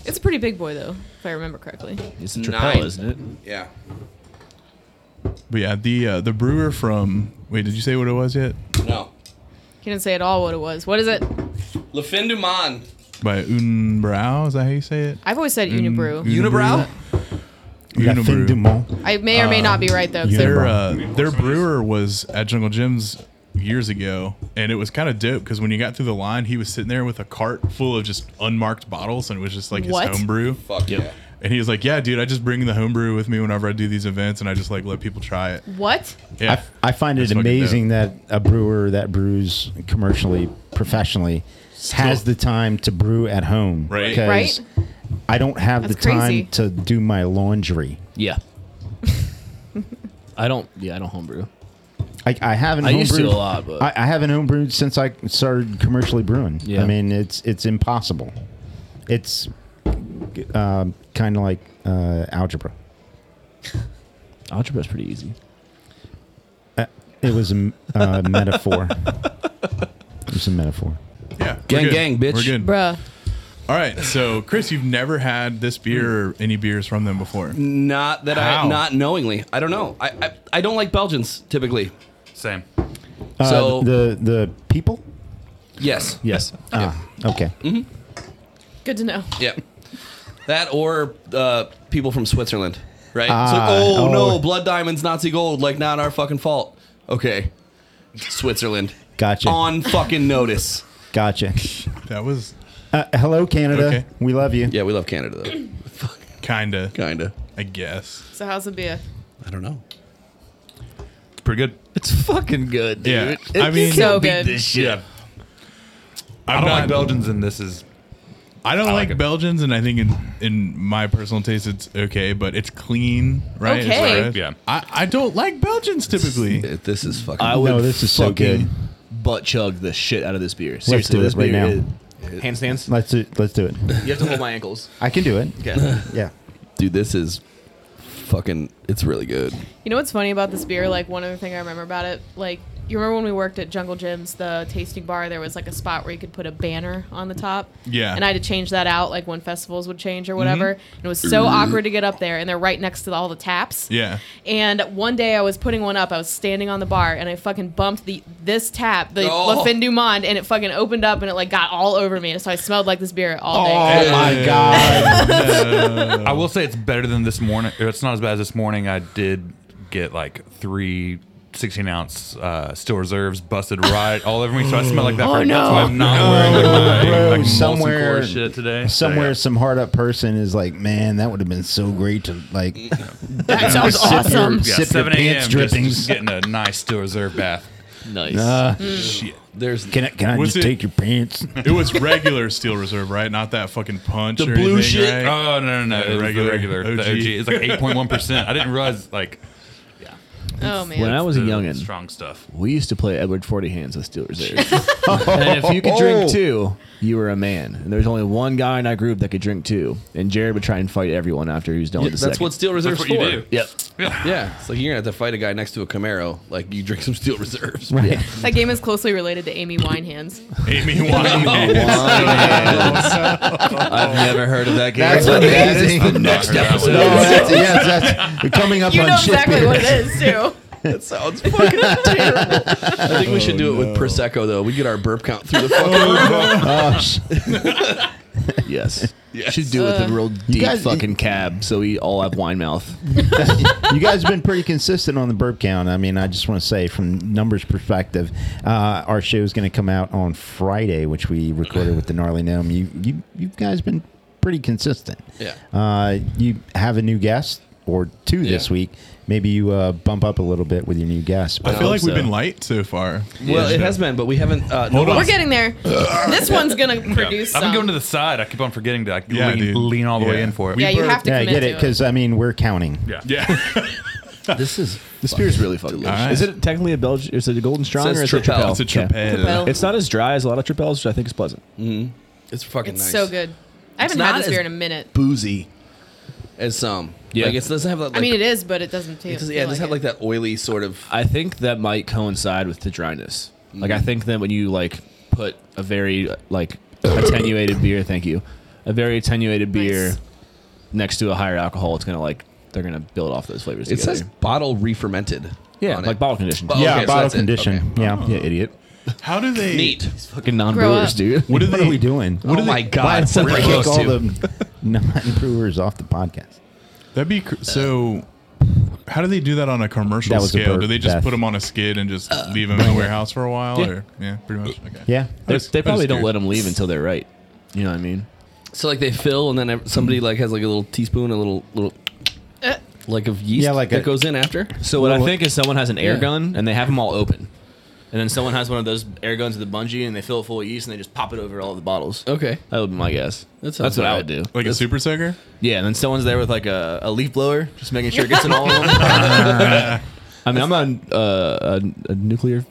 [SPEAKER 3] It's a pretty big boy, though, if I remember correctly.
[SPEAKER 4] It's a
[SPEAKER 2] Nine.
[SPEAKER 4] Trapel, isn't it?
[SPEAKER 2] Yeah.
[SPEAKER 1] (laughs) But yeah, the uh, the brewer from wait, did you say what it was yet?
[SPEAKER 2] No.
[SPEAKER 3] He didn't say at all what it was. What is it?
[SPEAKER 2] Le Fin du Monde.
[SPEAKER 1] By Unbrow, is that how you say it?
[SPEAKER 3] I've always said
[SPEAKER 4] Mm,
[SPEAKER 3] Unibrew.
[SPEAKER 2] Unibrow?
[SPEAKER 8] La fin du monde.
[SPEAKER 3] I may or may not be right, though. 'cause
[SPEAKER 8] Unibrew.
[SPEAKER 3] I-
[SPEAKER 1] Their uh, their brewer was at Jungle Jim's years ago, and it was kind of dope because when you got through the line, he was sitting there with a cart full of just unmarked bottles, and it was just like his
[SPEAKER 3] What?
[SPEAKER 1] homebrew.
[SPEAKER 2] Fuck yeah.
[SPEAKER 1] And he was like, "Yeah, dude, I just bring the homebrew with me whenever I do these events, and I just like let people try it."
[SPEAKER 3] What?
[SPEAKER 1] Yeah,
[SPEAKER 8] I, I find it
[SPEAKER 1] That's fucking
[SPEAKER 8] amazing that a brewer that brews commercially, professionally, has the time to brew at home.
[SPEAKER 1] Right.
[SPEAKER 3] Right?
[SPEAKER 8] I don't have
[SPEAKER 3] That's
[SPEAKER 8] the time
[SPEAKER 3] crazy.
[SPEAKER 8] to do my laundry.
[SPEAKER 4] Yeah. I don't. Yeah, I don't homebrew.
[SPEAKER 8] I, I haven't.
[SPEAKER 4] I used to
[SPEAKER 8] homebrewed-
[SPEAKER 4] a lot, but-
[SPEAKER 8] I, I haven't homebrewed since I started commercially brewing.
[SPEAKER 4] Yeah.
[SPEAKER 8] I mean, it's it's impossible. It's um, kind of like uh, algebra.
[SPEAKER 4] Algebra's pretty easy.
[SPEAKER 8] It was a m- uh,
[SPEAKER 4] (laughs)
[SPEAKER 8] metaphor. It was a metaphor.
[SPEAKER 1] yeah.
[SPEAKER 2] Gang,
[SPEAKER 1] we're good.
[SPEAKER 2] gang, bitch.
[SPEAKER 1] We're good.
[SPEAKER 3] Bruh.
[SPEAKER 1] All right, so Chris, you've never had this beer or any beers from them before.
[SPEAKER 2] Not that
[SPEAKER 1] How?
[SPEAKER 2] I, not knowingly. I don't know. I, I, I don't like Belgians typically.
[SPEAKER 5] Same.
[SPEAKER 8] Uh,
[SPEAKER 2] So-
[SPEAKER 8] the the people. Ah,
[SPEAKER 2] Yes.
[SPEAKER 4] Yes.
[SPEAKER 8] Okay.
[SPEAKER 4] Mm-hmm.
[SPEAKER 3] Good to know.
[SPEAKER 2] Yeah. That or uh, people from Switzerland, right? it's
[SPEAKER 8] Ah,
[SPEAKER 2] like, oh,
[SPEAKER 8] oh.
[SPEAKER 2] no, blood diamonds, Nazi gold, like not our fucking fault. Okay. Switzerland.
[SPEAKER 8] Gotcha.
[SPEAKER 2] On fucking notice.
[SPEAKER 4] (laughs)
[SPEAKER 8] Gotcha.
[SPEAKER 1] That was
[SPEAKER 8] Uh, hello, Canada.
[SPEAKER 1] Okay.
[SPEAKER 8] We love you.
[SPEAKER 2] Yeah, we love Canada though.
[SPEAKER 1] kinda,
[SPEAKER 2] Kinda.
[SPEAKER 1] I guess.
[SPEAKER 3] So, how's the beer?
[SPEAKER 2] I don't know.
[SPEAKER 5] It's pretty good.
[SPEAKER 4] It's fucking good, dude.
[SPEAKER 1] Yeah, I mean,
[SPEAKER 3] So good.
[SPEAKER 5] Yeah.
[SPEAKER 1] I'm
[SPEAKER 5] I don't
[SPEAKER 1] not-
[SPEAKER 5] like Belgians, and this is
[SPEAKER 1] I don't like,
[SPEAKER 5] it.
[SPEAKER 1] Belgians, and I think in in my personal taste, it's okay, but it's clean, right? It's
[SPEAKER 3] Okay.
[SPEAKER 1] fresh.
[SPEAKER 5] Yeah.
[SPEAKER 1] I, I don't like Belgians typically.
[SPEAKER 2] Dude, this is fucking.
[SPEAKER 4] I
[SPEAKER 8] No,
[SPEAKER 4] would
[SPEAKER 8] this is so
[SPEAKER 4] fucking
[SPEAKER 8] good.
[SPEAKER 4] butt chug the shit out of this beer. Seriously,
[SPEAKER 8] do
[SPEAKER 4] this
[SPEAKER 8] it right
[SPEAKER 4] beer
[SPEAKER 8] now.
[SPEAKER 4] is- handstands.
[SPEAKER 8] Let's do, let's do it.
[SPEAKER 4] You have to hold my ankles.
[SPEAKER 8] I can do it.
[SPEAKER 4] Okay.
[SPEAKER 8] Yeah.
[SPEAKER 2] dude, this is fucking. It's really good.
[SPEAKER 3] You know what's funny about this beer? Like one other thing I remember about it, like you remember when we worked at Jungle Jim's, the tasting bar, there was like a spot where you could put a banner on the top.
[SPEAKER 1] Yeah. Mm-hmm.
[SPEAKER 3] And I had to change that out, like when festivals would change or whatever. And it was so awkward to get up there, and they're right next to all the taps.
[SPEAKER 1] Yeah.
[SPEAKER 3] And one day I was putting one up. I was standing on the bar and I fucking bumped the this tap, the
[SPEAKER 2] Oh.
[SPEAKER 3] La Fin du Monde, and it fucking opened up and it like got all over me. So I smelled like this beer all day.
[SPEAKER 1] Oh my god.
[SPEAKER 5] I will say it's better than this morning. or It's not as bad as this morning. I did get like three 16 ounce uh, still reserves busted right all over me, so I smell like that. for, That's why I'm not wearing like, my,
[SPEAKER 8] Bro,
[SPEAKER 5] like
[SPEAKER 8] Oh. somewhere-
[SPEAKER 5] somewhere shit today. So,
[SPEAKER 8] Somewhere,
[SPEAKER 5] yeah.
[SPEAKER 8] some hard up person is like, "Man, that would have been so great to like."
[SPEAKER 3] (laughs) that sounds
[SPEAKER 8] Sip your-
[SPEAKER 3] awesome.
[SPEAKER 5] yeah,
[SPEAKER 8] sip your
[SPEAKER 5] 7 a.m.
[SPEAKER 8] pants
[SPEAKER 5] just-
[SPEAKER 8] drippings.
[SPEAKER 5] Just, getting a nice still reserve bath.
[SPEAKER 4] Nice.
[SPEAKER 8] Uh,
[SPEAKER 3] Mm.
[SPEAKER 2] There's
[SPEAKER 8] can I can I
[SPEAKER 1] Was
[SPEAKER 8] just
[SPEAKER 1] it-
[SPEAKER 8] take your (laughs) pants?
[SPEAKER 1] it was regular Steel Reserve, right? Not that fucking punch.
[SPEAKER 2] The
[SPEAKER 1] or
[SPEAKER 2] blue
[SPEAKER 1] anything,
[SPEAKER 2] shit?
[SPEAKER 1] right?
[SPEAKER 5] Oh no no no!
[SPEAKER 1] Yeah,
[SPEAKER 5] it was
[SPEAKER 1] regular,
[SPEAKER 5] the regular the
[SPEAKER 1] OG.
[SPEAKER 5] OG. It's like 8.1 percent. I didn't realize like
[SPEAKER 3] Oh man.
[SPEAKER 4] when I was a
[SPEAKER 5] the
[SPEAKER 4] youngin,
[SPEAKER 5] strong stuff.
[SPEAKER 4] we used to play Edward Forty Hands with Steel Reserve.
[SPEAKER 2] (laughs)
[SPEAKER 4] and if you could
[SPEAKER 2] Oh.
[SPEAKER 4] drink two, you were a man. And there's only one guy in our group that could drink two. And Jared would try and fight everyone after he was done
[SPEAKER 2] Yeah,
[SPEAKER 4] with the
[SPEAKER 2] that's
[SPEAKER 4] second.
[SPEAKER 2] what steel reserves
[SPEAKER 5] That's what
[SPEAKER 2] for.
[SPEAKER 5] you do.
[SPEAKER 4] Yep.
[SPEAKER 2] Yeah, it's like you're gonna have to fight a guy next to a Camaro. Like you drink some steel reserves.
[SPEAKER 4] Yeah.
[SPEAKER 3] that game is closely related to Amy Winehands.
[SPEAKER 1] Amy Winehouse.
[SPEAKER 8] (laughs)
[SPEAKER 2] I've never heard of that game.
[SPEAKER 8] That's
[SPEAKER 2] But that
[SPEAKER 8] amazing.
[SPEAKER 2] is the
[SPEAKER 5] Oh,
[SPEAKER 2] next episode.
[SPEAKER 8] No, that's, yes, that's coming up
[SPEAKER 3] You
[SPEAKER 8] on
[SPEAKER 3] know
[SPEAKER 8] shit
[SPEAKER 3] exactly
[SPEAKER 8] beer.
[SPEAKER 3] what it is too.
[SPEAKER 2] That sounds fucking terrible. I
[SPEAKER 4] Oh,
[SPEAKER 2] think we should do it with prosecco though. We get our burp count through the fucking roof.
[SPEAKER 8] Oh, sh-
[SPEAKER 4] (laughs) Yes.
[SPEAKER 2] Yes.
[SPEAKER 4] Should do it with a real deep
[SPEAKER 8] guys-
[SPEAKER 4] fucking cab so we all have wine mouth.
[SPEAKER 8] you guys have been pretty consistent on the burp count. I mean, I just want to say, from numbers perspective, uh, our show is going to come out on Friday, which we recorded with the gnarly gnome. You, you, you guys been pretty consistent.
[SPEAKER 2] Yeah.
[SPEAKER 8] Uh, you have a new guest or two this
[SPEAKER 2] Yeah.
[SPEAKER 8] week. Maybe you uh, bump up a little bit with your new guest.
[SPEAKER 1] I
[SPEAKER 8] but-
[SPEAKER 1] feel like
[SPEAKER 2] so.
[SPEAKER 1] we've been light so far.
[SPEAKER 2] Well, it has been, but we haven't. Uh, no,
[SPEAKER 1] Hold on.
[SPEAKER 3] We're getting there. this one's gonna produce
[SPEAKER 5] I've
[SPEAKER 3] some.
[SPEAKER 5] been going to the side. I keep on forgetting to like,
[SPEAKER 1] Yeah, dude.
[SPEAKER 5] lean, lean all the way
[SPEAKER 1] Yeah.
[SPEAKER 5] in for it.
[SPEAKER 3] yeah, you
[SPEAKER 1] burned-
[SPEAKER 3] have to
[SPEAKER 8] yeah, I
[SPEAKER 3] commit
[SPEAKER 8] get it
[SPEAKER 3] to it.
[SPEAKER 8] because I mean we're counting.
[SPEAKER 5] yeah.
[SPEAKER 1] Yeah.
[SPEAKER 4] This is this beer is really fucking
[SPEAKER 1] All right.
[SPEAKER 4] Is it technically a Belgian? Is it a golden strong
[SPEAKER 2] Says
[SPEAKER 4] or is it
[SPEAKER 2] Tripel.
[SPEAKER 1] It's
[SPEAKER 4] Tripel?
[SPEAKER 1] a
[SPEAKER 4] Yeah.
[SPEAKER 1] trapel.
[SPEAKER 3] Tripel.
[SPEAKER 4] It's not as dry as a lot of Tripels, which I think is pleasant.
[SPEAKER 2] it's fucking
[SPEAKER 3] It's
[SPEAKER 2] nice.
[SPEAKER 3] so good. I haven't
[SPEAKER 2] not
[SPEAKER 3] had this
[SPEAKER 2] as-
[SPEAKER 3] beer in a minute.
[SPEAKER 2] Boozy, as some.
[SPEAKER 4] Yeah.
[SPEAKER 2] Like it doesn't have that. Like,
[SPEAKER 3] I mean, it is, but it doesn't
[SPEAKER 2] it
[SPEAKER 3] taste.
[SPEAKER 2] doesn't, yeah, it doesn't have like that oily sort of.
[SPEAKER 4] I think that might coincide with the dryness. Like I think that when you like put a very like attenuated beer, thank you, a very attenuated beer
[SPEAKER 3] Nice.
[SPEAKER 4] next to a higher alcohol, it's gonna like they're gonna build off those flavors.
[SPEAKER 2] It
[SPEAKER 4] together.
[SPEAKER 2] says bottle refermented.
[SPEAKER 4] yeah,
[SPEAKER 2] on
[SPEAKER 4] like
[SPEAKER 2] it.
[SPEAKER 4] bottle conditioned.
[SPEAKER 2] Bottle-
[SPEAKER 8] yeah,
[SPEAKER 2] Okay, so
[SPEAKER 8] bottle
[SPEAKER 2] that's it.
[SPEAKER 8] condition. Yeah, yeah, idiot.
[SPEAKER 1] How do they?
[SPEAKER 2] Neat.
[SPEAKER 4] Fucking non
[SPEAKER 3] Grow
[SPEAKER 4] brewers,
[SPEAKER 3] up.
[SPEAKER 4] dude.
[SPEAKER 1] What do
[SPEAKER 8] What
[SPEAKER 1] they?
[SPEAKER 8] are we doing?
[SPEAKER 2] oh my
[SPEAKER 8] Why
[SPEAKER 2] god! it's
[SPEAKER 8] would we
[SPEAKER 2] like
[SPEAKER 8] kick
[SPEAKER 2] those
[SPEAKER 8] all
[SPEAKER 2] two.
[SPEAKER 8] the (laughs) non-brewers off the podcast?
[SPEAKER 1] That'd be cr- so. How do they do that on a commercial
[SPEAKER 8] That was a
[SPEAKER 1] scale?
[SPEAKER 8] burp,
[SPEAKER 1] do they just
[SPEAKER 8] Beth.
[SPEAKER 1] put them on a skid and just
[SPEAKER 2] Uh,
[SPEAKER 1] leave them in a warehouse for a while?
[SPEAKER 4] Yeah.
[SPEAKER 1] Or yeah, pretty much. Okay.
[SPEAKER 8] Yeah,
[SPEAKER 1] I
[SPEAKER 4] They,
[SPEAKER 1] just-
[SPEAKER 4] they
[SPEAKER 1] I
[SPEAKER 4] probably
[SPEAKER 1] just
[SPEAKER 4] don't
[SPEAKER 1] do.
[SPEAKER 4] let them leave until they're right. You know what I mean?
[SPEAKER 2] So like they fill, and then ev- somebody like has like a little teaspoon, a little little
[SPEAKER 3] Uh,
[SPEAKER 2] like of yeast
[SPEAKER 8] Yeah, like
[SPEAKER 2] that
[SPEAKER 8] a-
[SPEAKER 2] goes in after.
[SPEAKER 4] So what I think is someone has an air
[SPEAKER 2] Yeah.
[SPEAKER 4] gun and they have them all open, and then someone has one of those air guns with a bungee and they fill it full of yeast and they just pop it over all the bottles.
[SPEAKER 2] Okay.
[SPEAKER 4] That would be my guess.
[SPEAKER 2] That
[SPEAKER 4] That's,
[SPEAKER 2] sounds
[SPEAKER 4] what I
[SPEAKER 2] right.
[SPEAKER 4] would do.
[SPEAKER 1] Like a super sucker.
[SPEAKER 4] Yeah, and then someone's there with like a, a leaf blower, just making sure it gets in all of them. (laughs) I mean, I'm not uh, a, a nuclear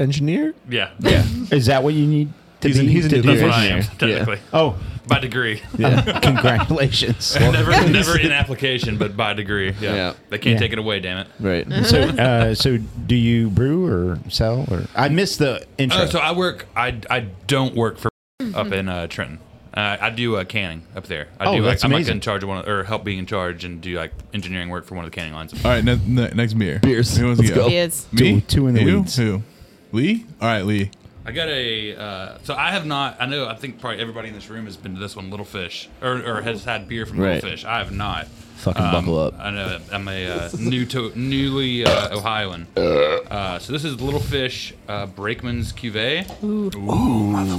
[SPEAKER 4] engineer.
[SPEAKER 5] Yeah.
[SPEAKER 4] Yeah,
[SPEAKER 8] is that what you need to
[SPEAKER 4] He's
[SPEAKER 8] be
[SPEAKER 4] an- he's a
[SPEAKER 8] to be
[SPEAKER 4] nuclear
[SPEAKER 5] That's what I am,
[SPEAKER 4] engineer.
[SPEAKER 5] technically.
[SPEAKER 8] Oh, um,
[SPEAKER 5] By
[SPEAKER 8] (laughs)
[SPEAKER 5] degree.
[SPEAKER 8] congratulations!
[SPEAKER 5] never, never in application, but by degree. Yeah.
[SPEAKER 2] Yeah.
[SPEAKER 5] They can't
[SPEAKER 8] Yeah.
[SPEAKER 5] take it away, damn it.
[SPEAKER 4] right.
[SPEAKER 3] Uh-huh.
[SPEAKER 8] so, uh, so do you brew or sell or? I missed the intro.
[SPEAKER 5] Uh, so I work. I, I don't work for up in uh, Trenton. Uh, I do uh, canning up there. I
[SPEAKER 8] Oh,
[SPEAKER 5] do.
[SPEAKER 8] that's
[SPEAKER 5] like, I'm like
[SPEAKER 8] amazing.
[SPEAKER 5] in charge of one, of, or help being in charge and do like engineering work for one of the canning lines.
[SPEAKER 1] All right, ne- ne- next beer.
[SPEAKER 2] Beers.
[SPEAKER 1] Who wants
[SPEAKER 2] Let's
[SPEAKER 1] to go?
[SPEAKER 2] go.
[SPEAKER 3] It is.
[SPEAKER 1] Me.
[SPEAKER 8] Two- two in the
[SPEAKER 1] you?
[SPEAKER 8] weeds.
[SPEAKER 1] Who? Lee. All right, Lee.
[SPEAKER 5] I got a. Uh, so I have not. I know. I think probably everybody in this room has been to this one, Little Fish, or, or has had beer from
[SPEAKER 4] Right.
[SPEAKER 5] Little Fish. I have not.
[SPEAKER 4] Fucking buckle up.
[SPEAKER 5] Um, I know. I'm a uh, new to newly uh, Ohioan. Uh, so this is Little Fish uh, Brakeman's Cuvée.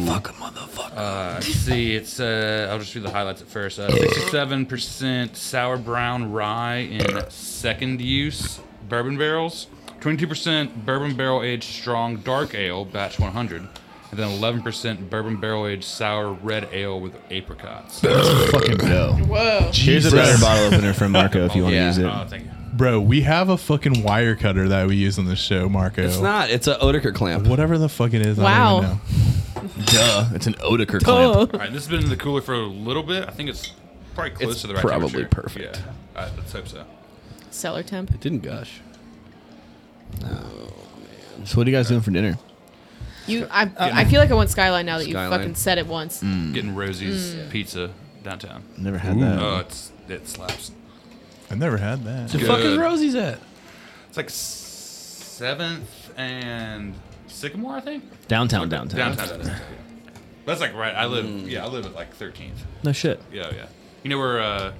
[SPEAKER 5] Uh, let's see, it's uh, I'll just read the highlights at first. Uh, Sixty-seven percent sour brown rye in second use bourbon barrels. Twenty-two percent bourbon barrel aged strong dark ale batch one hundred, and and then 11% bourbon barrel aged sour red ale with apricots.
[SPEAKER 4] Fucking go.
[SPEAKER 3] Whoa.
[SPEAKER 4] Here's a better bottle opener from Marco if you want to
[SPEAKER 2] Yeah.
[SPEAKER 4] use it.
[SPEAKER 5] Oh, thank you.
[SPEAKER 1] Bro, we have a fucking wire cutter that we use on this show, Marco.
[SPEAKER 2] It's not. It's a Oedeker clamp.
[SPEAKER 1] Whatever the fuck it is.
[SPEAKER 3] Wow.
[SPEAKER 1] I don't even know.
[SPEAKER 4] Duh, it's an Oedeker clamp.
[SPEAKER 3] Oh.
[SPEAKER 5] All right, this has been in the cooler for a little bit. I think it's probably close
[SPEAKER 2] It's
[SPEAKER 5] to the right
[SPEAKER 2] probably
[SPEAKER 5] temperature.
[SPEAKER 2] perfect.
[SPEAKER 5] Yeah. All right, let's hope so.
[SPEAKER 3] Cellar temp.
[SPEAKER 2] Didn't gush.
[SPEAKER 4] Oh, So what are you guys doing for dinner?
[SPEAKER 3] You, I, I feel like I want Skyline now that you
[SPEAKER 2] Skyline.
[SPEAKER 3] fucking said it once.
[SPEAKER 5] Getting Rosie's pizza downtown.
[SPEAKER 4] Never had that.
[SPEAKER 5] Oh, it's it slaps.
[SPEAKER 1] I've never had that.
[SPEAKER 6] The fuck is
[SPEAKER 5] Good.
[SPEAKER 6] Rosie's at?
[SPEAKER 5] It's like seventh and Sycamore, I think.
[SPEAKER 4] downtown, downtown.
[SPEAKER 5] Downtown. downtown, downtown, yeah. That's like right. I live. Yeah, I live at like 13th.
[SPEAKER 4] No shit.
[SPEAKER 5] Yeah, yeah. You know where uh,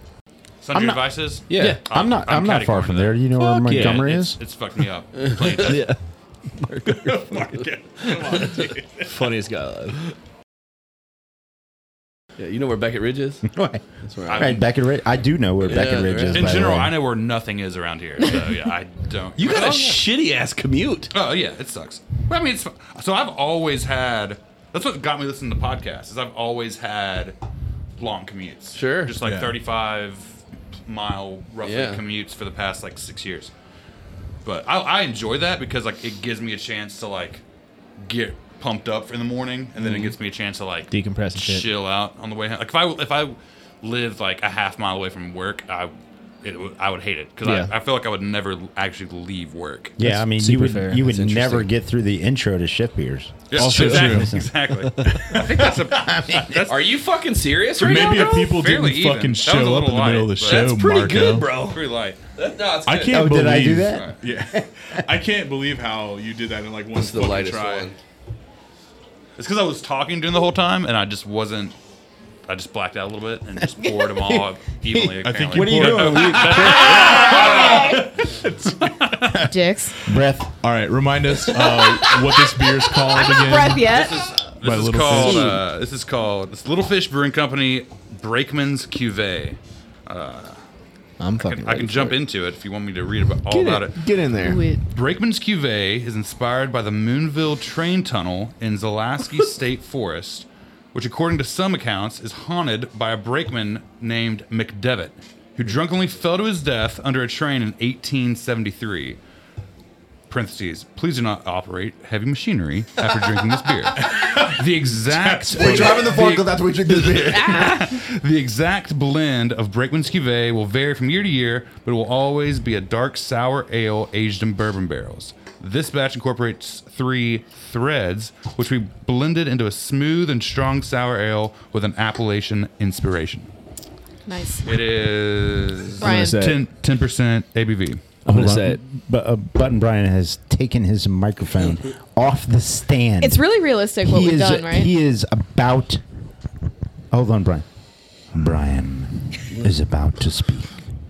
[SPEAKER 5] Sundry
[SPEAKER 8] not-
[SPEAKER 5] Device is?
[SPEAKER 4] Yeah. Yeah.
[SPEAKER 8] I'm not. I'm not far
[SPEAKER 5] categorizing
[SPEAKER 8] from
[SPEAKER 5] that.
[SPEAKER 8] there. You know where
[SPEAKER 4] Fuck yeah.
[SPEAKER 8] Montgomery
[SPEAKER 5] It's,
[SPEAKER 8] is?
[SPEAKER 5] it's fucked me up. Plenty of times. (laughs)
[SPEAKER 4] Yeah. Funniest guy alive.
[SPEAKER 2] Yeah, you know where Beckett Ridge is?
[SPEAKER 8] (laughs) Right.
[SPEAKER 2] That's where
[SPEAKER 5] I-
[SPEAKER 2] I,
[SPEAKER 8] Right, Beckenridge. I do know where Beckenridge
[SPEAKER 2] right.
[SPEAKER 8] is.
[SPEAKER 5] In
[SPEAKER 8] by the
[SPEAKER 5] general,
[SPEAKER 8] way.
[SPEAKER 5] I know where nothing is around here. So yeah, I don't.
[SPEAKER 2] You got a
[SPEAKER 5] Oh, yeah.
[SPEAKER 2] shitty ass commute.
[SPEAKER 5] Oh yeah, it sucks. But I mean, it's fu- so I've always had. That's what got me listening to podcasts. Is I've always had long commutes.
[SPEAKER 2] Sure.
[SPEAKER 5] Just like
[SPEAKER 1] Yeah.
[SPEAKER 5] thirty-five mile roughly
[SPEAKER 2] Yeah.
[SPEAKER 5] commutes for the past like six years. But I, I enjoy that because like it gives me a chance to like get pumped up in the morning, and then
[SPEAKER 2] Mm-hmm.
[SPEAKER 5] it gets me a chance to like
[SPEAKER 4] Decompress and shit.
[SPEAKER 5] chill out on the way home. Like if I if I lived like a half mile away from work, I. It, would- I would hate it because
[SPEAKER 4] Yeah.
[SPEAKER 5] I, I feel like I would never actually leave work.
[SPEAKER 8] Yeah,
[SPEAKER 4] That's
[SPEAKER 8] I mean, you
[SPEAKER 4] super
[SPEAKER 8] would
[SPEAKER 4] fair.
[SPEAKER 8] you would
[SPEAKER 4] That's
[SPEAKER 8] never
[SPEAKER 4] interesting.
[SPEAKER 8] get through the intro to Shift Beers.
[SPEAKER 5] Yeah,
[SPEAKER 1] Also
[SPEAKER 5] exactly,
[SPEAKER 1] true.
[SPEAKER 5] Exactly.
[SPEAKER 1] (laughs)
[SPEAKER 5] I think
[SPEAKER 2] (laughs)
[SPEAKER 5] that's a. that's
[SPEAKER 2] Are you fucking serious right now?
[SPEAKER 1] Maybe if
[SPEAKER 2] bro?
[SPEAKER 1] people
[SPEAKER 5] fairly
[SPEAKER 1] didn't
[SPEAKER 5] even.
[SPEAKER 1] fucking
[SPEAKER 5] That was a
[SPEAKER 1] show up in
[SPEAKER 5] little
[SPEAKER 1] the middle of the
[SPEAKER 5] light, but-
[SPEAKER 1] show,
[SPEAKER 2] That's pretty
[SPEAKER 1] Marco.
[SPEAKER 2] good, bro.
[SPEAKER 5] pretty light.
[SPEAKER 2] That- no, it's
[SPEAKER 1] I
[SPEAKER 2] good.
[SPEAKER 1] can't
[SPEAKER 8] Oh,
[SPEAKER 1] believe
[SPEAKER 8] did I do that?
[SPEAKER 1] (laughs) Yeah, I can't believe how you did that in like one
[SPEAKER 2] This is the
[SPEAKER 1] fucking
[SPEAKER 2] lightest
[SPEAKER 1] try.
[SPEAKER 2] one.
[SPEAKER 5] It's because I was talking during the whole time and I just wasn't. I just blacked out a little bit and just poured them
[SPEAKER 1] (laughs)
[SPEAKER 5] all evenly.
[SPEAKER 1] I think
[SPEAKER 5] apparently.
[SPEAKER 1] you poured-
[SPEAKER 3] (laughs) Dicks.
[SPEAKER 8] (laughs) Breath.
[SPEAKER 1] All right, remind us uh, what this beer is called
[SPEAKER 3] I'm out
[SPEAKER 1] again.
[SPEAKER 3] of breath yet.
[SPEAKER 5] This
[SPEAKER 1] by
[SPEAKER 5] is
[SPEAKER 1] Little
[SPEAKER 5] called.
[SPEAKER 1] Fish.
[SPEAKER 5] Uh, this is called. This Little Fish Brewing Company Brakeman's Cuvée.
[SPEAKER 4] I'm fucking.
[SPEAKER 5] I can jump into it if you want me to read about all about it.
[SPEAKER 4] Get in there.
[SPEAKER 3] Wait.
[SPEAKER 5] Brakeman's Cuvée is inspired by the Moonville train tunnel
[SPEAKER 7] (laughs)
[SPEAKER 5] in Zulaski State Forest, which, according to some accounts, is haunted by a brakeman named McDevitt, who drunkenly fell to his death under a train in 1873. Parentheses, please do not operate heavy machinery after drinking
[SPEAKER 7] (laughs)
[SPEAKER 5] this beer. The exact
[SPEAKER 7] We're driving the forklift. That's what we drink this beer.
[SPEAKER 5] the exact blend of Brakeman's Cuvée will vary from year to year, but it will always be a dark sour ale aged in bourbon barrels. This batch incorporates three threads, which we blended into a smooth and strong sour ale with an Appalachian inspiration.
[SPEAKER 3] Nice.
[SPEAKER 5] It is
[SPEAKER 3] Brian.
[SPEAKER 4] say-
[SPEAKER 5] 10, 10% ABV.
[SPEAKER 4] I'm gonna
[SPEAKER 8] Hold
[SPEAKER 4] say
[SPEAKER 8] on.
[SPEAKER 4] it.
[SPEAKER 8] But uh, Button Brian has taken his microphone off the stand.
[SPEAKER 3] It's really realistic what
[SPEAKER 8] he
[SPEAKER 3] we've
[SPEAKER 8] is,
[SPEAKER 3] done, right?
[SPEAKER 8] He is about. Hold on, Brian. Brian is about to speak.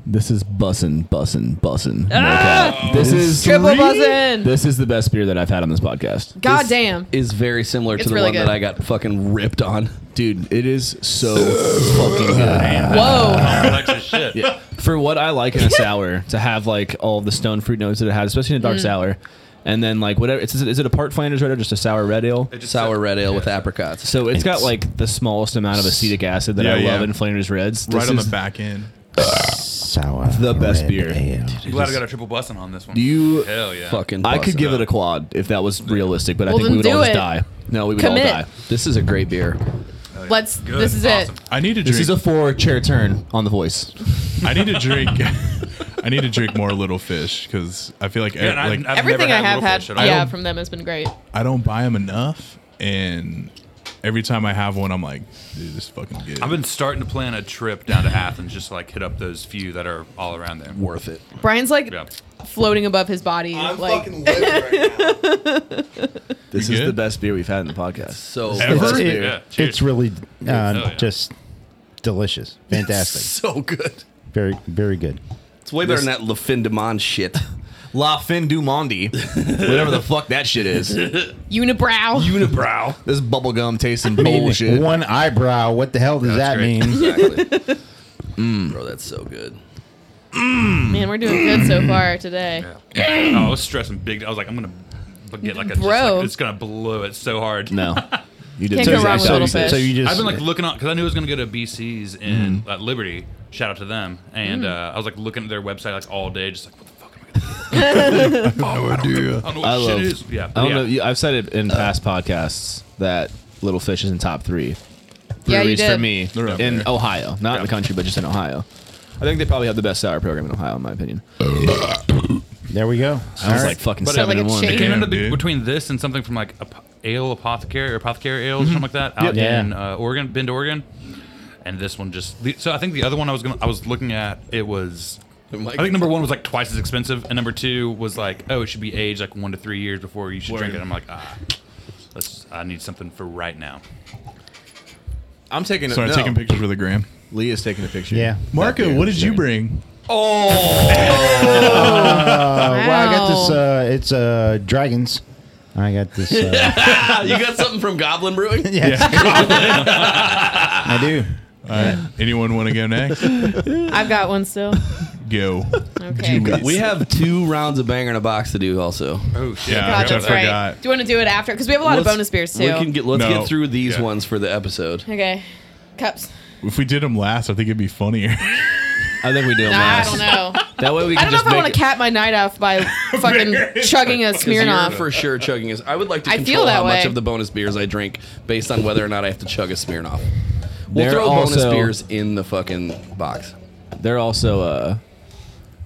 [SPEAKER 4] This is bussin', bussin', bussin'. Okay. This is
[SPEAKER 3] Ah! Triple buzzing.
[SPEAKER 4] This is the best beer that I've had on this podcast.
[SPEAKER 3] God
[SPEAKER 2] This
[SPEAKER 3] Ah, damn.
[SPEAKER 2] Is very similar to
[SPEAKER 3] It's
[SPEAKER 2] the
[SPEAKER 3] really
[SPEAKER 2] one
[SPEAKER 3] good.
[SPEAKER 2] that I got fucking ripped on.
[SPEAKER 4] Dude, it is
[SPEAKER 3] (laughs)
[SPEAKER 4] so fucking good.
[SPEAKER 3] Whoa.
[SPEAKER 5] Complex as shit.
[SPEAKER 4] For what I
[SPEAKER 3] (laughs)
[SPEAKER 4] like in a sour, to have like all the stone fruit notes that it has, especially in a
[SPEAKER 3] Mm.
[SPEAKER 4] dark sour, and then like whatever. It's, is it a part Flanders red or just a sour red ale?
[SPEAKER 5] It just
[SPEAKER 2] Sour
[SPEAKER 5] said-
[SPEAKER 2] red ale with apricots.
[SPEAKER 4] So it's got like the smallest amount of acetic acid that
[SPEAKER 1] Yeah,
[SPEAKER 4] I
[SPEAKER 1] yeah.
[SPEAKER 4] love in Flanders reds.
[SPEAKER 1] Right
[SPEAKER 4] This
[SPEAKER 1] on the
[SPEAKER 4] is-
[SPEAKER 1] back end.
[SPEAKER 8] Sour.
[SPEAKER 4] The best
[SPEAKER 8] red
[SPEAKER 4] beer.
[SPEAKER 8] ale.
[SPEAKER 5] I'm glad I got a triple blessing on this one.
[SPEAKER 4] You
[SPEAKER 5] Hell yeah.
[SPEAKER 2] Fucking.
[SPEAKER 4] I could
[SPEAKER 2] bussin'.
[SPEAKER 4] give it a quad if that was realistic, but I
[SPEAKER 3] Well,
[SPEAKER 4] think we would
[SPEAKER 3] then
[SPEAKER 4] all
[SPEAKER 3] do
[SPEAKER 4] just
[SPEAKER 3] it.
[SPEAKER 4] die. No, we would
[SPEAKER 3] Commit.
[SPEAKER 4] all die.
[SPEAKER 2] This is a great beer.
[SPEAKER 3] Let's.
[SPEAKER 5] Good.
[SPEAKER 3] This is
[SPEAKER 5] Awesome.
[SPEAKER 3] it.
[SPEAKER 1] I need to
[SPEAKER 4] This
[SPEAKER 1] drink.
[SPEAKER 4] is a four chair turn on the voice.
[SPEAKER 1] I need to drink. (laughs) I need to drink more Little Fish because I feel like, e-
[SPEAKER 5] Yeah, and I-
[SPEAKER 1] like
[SPEAKER 5] I've
[SPEAKER 3] Everything I
[SPEAKER 5] never
[SPEAKER 3] have
[SPEAKER 5] Little
[SPEAKER 3] had,
[SPEAKER 5] Fish at all.
[SPEAKER 3] yeah,
[SPEAKER 1] don't-
[SPEAKER 3] from them has been great.
[SPEAKER 1] I don't buy them enough, and every time I have one, I'm like, dude, this is fucking good. (laughs)
[SPEAKER 5] I've been starting to plan a trip down to Athens just to like hit up those few that are all around there.
[SPEAKER 2] Worth it.
[SPEAKER 3] Brian's like
[SPEAKER 5] Yeah.
[SPEAKER 3] floating above his body. like
[SPEAKER 7] living right now.
[SPEAKER 4] This
[SPEAKER 1] You
[SPEAKER 4] is
[SPEAKER 1] good?
[SPEAKER 4] the best beer we've had in the podcast.
[SPEAKER 2] So
[SPEAKER 4] (laughs)
[SPEAKER 1] Ever?
[SPEAKER 8] It's,
[SPEAKER 2] good.
[SPEAKER 8] it-
[SPEAKER 5] Yeah, cheers.
[SPEAKER 8] it's really uh,
[SPEAKER 5] yeah.
[SPEAKER 8] just delicious. Fantastic.
[SPEAKER 2] So good.
[SPEAKER 8] very, very good.
[SPEAKER 2] It's way better than that Le Fin de Monde (laughs) shit.
[SPEAKER 4] La Fin du
[SPEAKER 2] (laughs)
[SPEAKER 4] Monde, whatever the fuck that shit is.
[SPEAKER 3] unibrow.
[SPEAKER 4] Unibrow. This bubblegum tasting
[SPEAKER 8] I mean,
[SPEAKER 4] bullshit.
[SPEAKER 8] One eyebrow. What the hell does that
[SPEAKER 4] (laughs)
[SPEAKER 5] great.
[SPEAKER 2] (laughs)
[SPEAKER 8] mean?
[SPEAKER 2] Exactly.
[SPEAKER 4] Mm.
[SPEAKER 2] Bro, that's so good.
[SPEAKER 3] Man, we're doing good so far today.
[SPEAKER 5] Yeah. I was stressing big. I was like, I'm gonna but get like a just,
[SPEAKER 3] Bro.
[SPEAKER 5] like, it's gonna blow it so
[SPEAKER 1] (laughs)
[SPEAKER 5] hard.
[SPEAKER 4] No, you did.
[SPEAKER 3] Can't go wrong with little
[SPEAKER 8] so,
[SPEAKER 3] fish.
[SPEAKER 8] you just
[SPEAKER 5] I've been like looking on because I knew I was gonna go to BC's in at Liberty. Shout out to them. And uh, I was like looking at their website like all day, just like what the fuck am I gonna do? I don't know what
[SPEAKER 4] I
[SPEAKER 5] shit
[SPEAKER 4] love.
[SPEAKER 5] is. Yeah,
[SPEAKER 4] I don't
[SPEAKER 5] yeah.
[SPEAKER 4] know. you- I've said it
[SPEAKER 1] Uh,
[SPEAKER 4] in past podcasts that Little Fish is in top three.
[SPEAKER 3] Yeah, you
[SPEAKER 4] breweries for
[SPEAKER 3] did.
[SPEAKER 4] me
[SPEAKER 1] They're up
[SPEAKER 4] in
[SPEAKER 1] there.
[SPEAKER 4] Ohio, not in the country, but just in Ohio. I think they probably have the best sour program in Ohio, in my opinion.
[SPEAKER 8] there we go.
[SPEAKER 4] I was like fucking
[SPEAKER 5] But it-
[SPEAKER 4] seven
[SPEAKER 3] Like
[SPEAKER 4] and
[SPEAKER 3] a
[SPEAKER 4] one.
[SPEAKER 5] It came
[SPEAKER 1] Damn,
[SPEAKER 5] into the,
[SPEAKER 1] dude.
[SPEAKER 5] between this and something from like ap- ale apothecary or apothecary ale or something like that out
[SPEAKER 8] Yeah.
[SPEAKER 5] in uh, Oregon, Bend, Oregon. And this one just the, so I think the other one I was gonna I was looking at it was I think number one was like twice as expensive and number two was like oh it should be aged like one to three years before you should drink it. I'm like ah let's I need something for right now.
[SPEAKER 4] I'm taking.
[SPEAKER 1] Sorry,
[SPEAKER 4] a, no.
[SPEAKER 1] taking pictures with a gram.
[SPEAKER 4] Leah's taking a picture.
[SPEAKER 8] Yeah.
[SPEAKER 1] Marco, what did you bring?
[SPEAKER 8] Uh, Well, I got
[SPEAKER 3] Wow.
[SPEAKER 8] this. Uh, it's uh, dragons. I got
[SPEAKER 4] (laughs)
[SPEAKER 8] this. Uh,
[SPEAKER 2] (laughs) you got something from Goblin Brewing?
[SPEAKER 8] yeah, it's good. I do.
[SPEAKER 1] All right. Anyone want to go next?
[SPEAKER 3] I've got one still.
[SPEAKER 1] Go.
[SPEAKER 3] Okay. God,
[SPEAKER 2] We have two rounds of banger in a box to do also.
[SPEAKER 5] Oh shit!
[SPEAKER 1] Yeah, I
[SPEAKER 3] that's right.
[SPEAKER 1] forgot.
[SPEAKER 3] Do you want to do it after? Because we have a lot of
[SPEAKER 2] Let's-
[SPEAKER 3] bonus beers too.
[SPEAKER 2] We can get let's
[SPEAKER 1] No.
[SPEAKER 2] get through these
[SPEAKER 1] Yeah.
[SPEAKER 2] ones for the episode.
[SPEAKER 3] okay. Cups.
[SPEAKER 1] If we did them last, I think it'd be funnier. (laughs)
[SPEAKER 4] I think we do.
[SPEAKER 3] Nah, I don't know.
[SPEAKER 4] That way we
[SPEAKER 3] I don't
[SPEAKER 4] can
[SPEAKER 3] know
[SPEAKER 4] just
[SPEAKER 3] if I
[SPEAKER 4] make
[SPEAKER 3] want to
[SPEAKER 4] it-
[SPEAKER 3] cap my night off by fucking chugging a
[SPEAKER 2] 'Cause You're
[SPEAKER 3] Smirnoff.
[SPEAKER 2] for sure chugging is. I would like to
[SPEAKER 3] I
[SPEAKER 2] control
[SPEAKER 3] feel that
[SPEAKER 2] how much
[SPEAKER 3] way.
[SPEAKER 2] of the bonus beers I drink based on whether or not I have to chug a Smirnoff. We'll
[SPEAKER 4] They're
[SPEAKER 2] throw
[SPEAKER 4] also-
[SPEAKER 2] bonus beers in the fucking box.
[SPEAKER 4] They're also uh,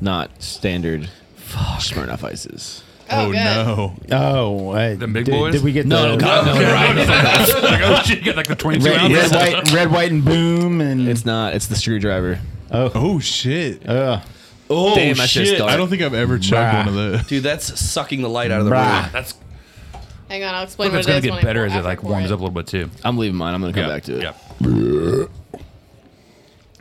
[SPEAKER 4] not standard Smirnoff ices.
[SPEAKER 3] Oh,
[SPEAKER 1] oh
[SPEAKER 3] good.
[SPEAKER 1] no.
[SPEAKER 8] Oh, uh,
[SPEAKER 5] Them big
[SPEAKER 8] did,
[SPEAKER 5] boys?
[SPEAKER 8] Did we get
[SPEAKER 4] No, no,
[SPEAKER 8] the
[SPEAKER 4] God, no, (laughs) right.
[SPEAKER 5] (laughs) like, oh shit! You got like the 22
[SPEAKER 8] Red,
[SPEAKER 5] ounce.
[SPEAKER 8] red, white, red, white, and boom, and
[SPEAKER 4] It's not. It's the screwdriver.
[SPEAKER 1] Oh shit.
[SPEAKER 8] uh,
[SPEAKER 4] Oh Damn, that's just dark.
[SPEAKER 1] I don't think I've ever chugged one of those.
[SPEAKER 2] Dude, that's sucking the light out of the
[SPEAKER 8] brah.
[SPEAKER 2] room.
[SPEAKER 5] That's
[SPEAKER 3] Hang on, I'll explain what
[SPEAKER 5] look, it's
[SPEAKER 3] it
[SPEAKER 5] gonna
[SPEAKER 3] is.
[SPEAKER 5] get
[SPEAKER 3] when I
[SPEAKER 5] better
[SPEAKER 3] pour-
[SPEAKER 5] as it
[SPEAKER 3] after I
[SPEAKER 5] like
[SPEAKER 3] pour
[SPEAKER 5] warms up a little bit too.
[SPEAKER 4] I'm leaving mine. I'm gonna come
[SPEAKER 5] Yeah,
[SPEAKER 4] back to it.
[SPEAKER 5] Yeah.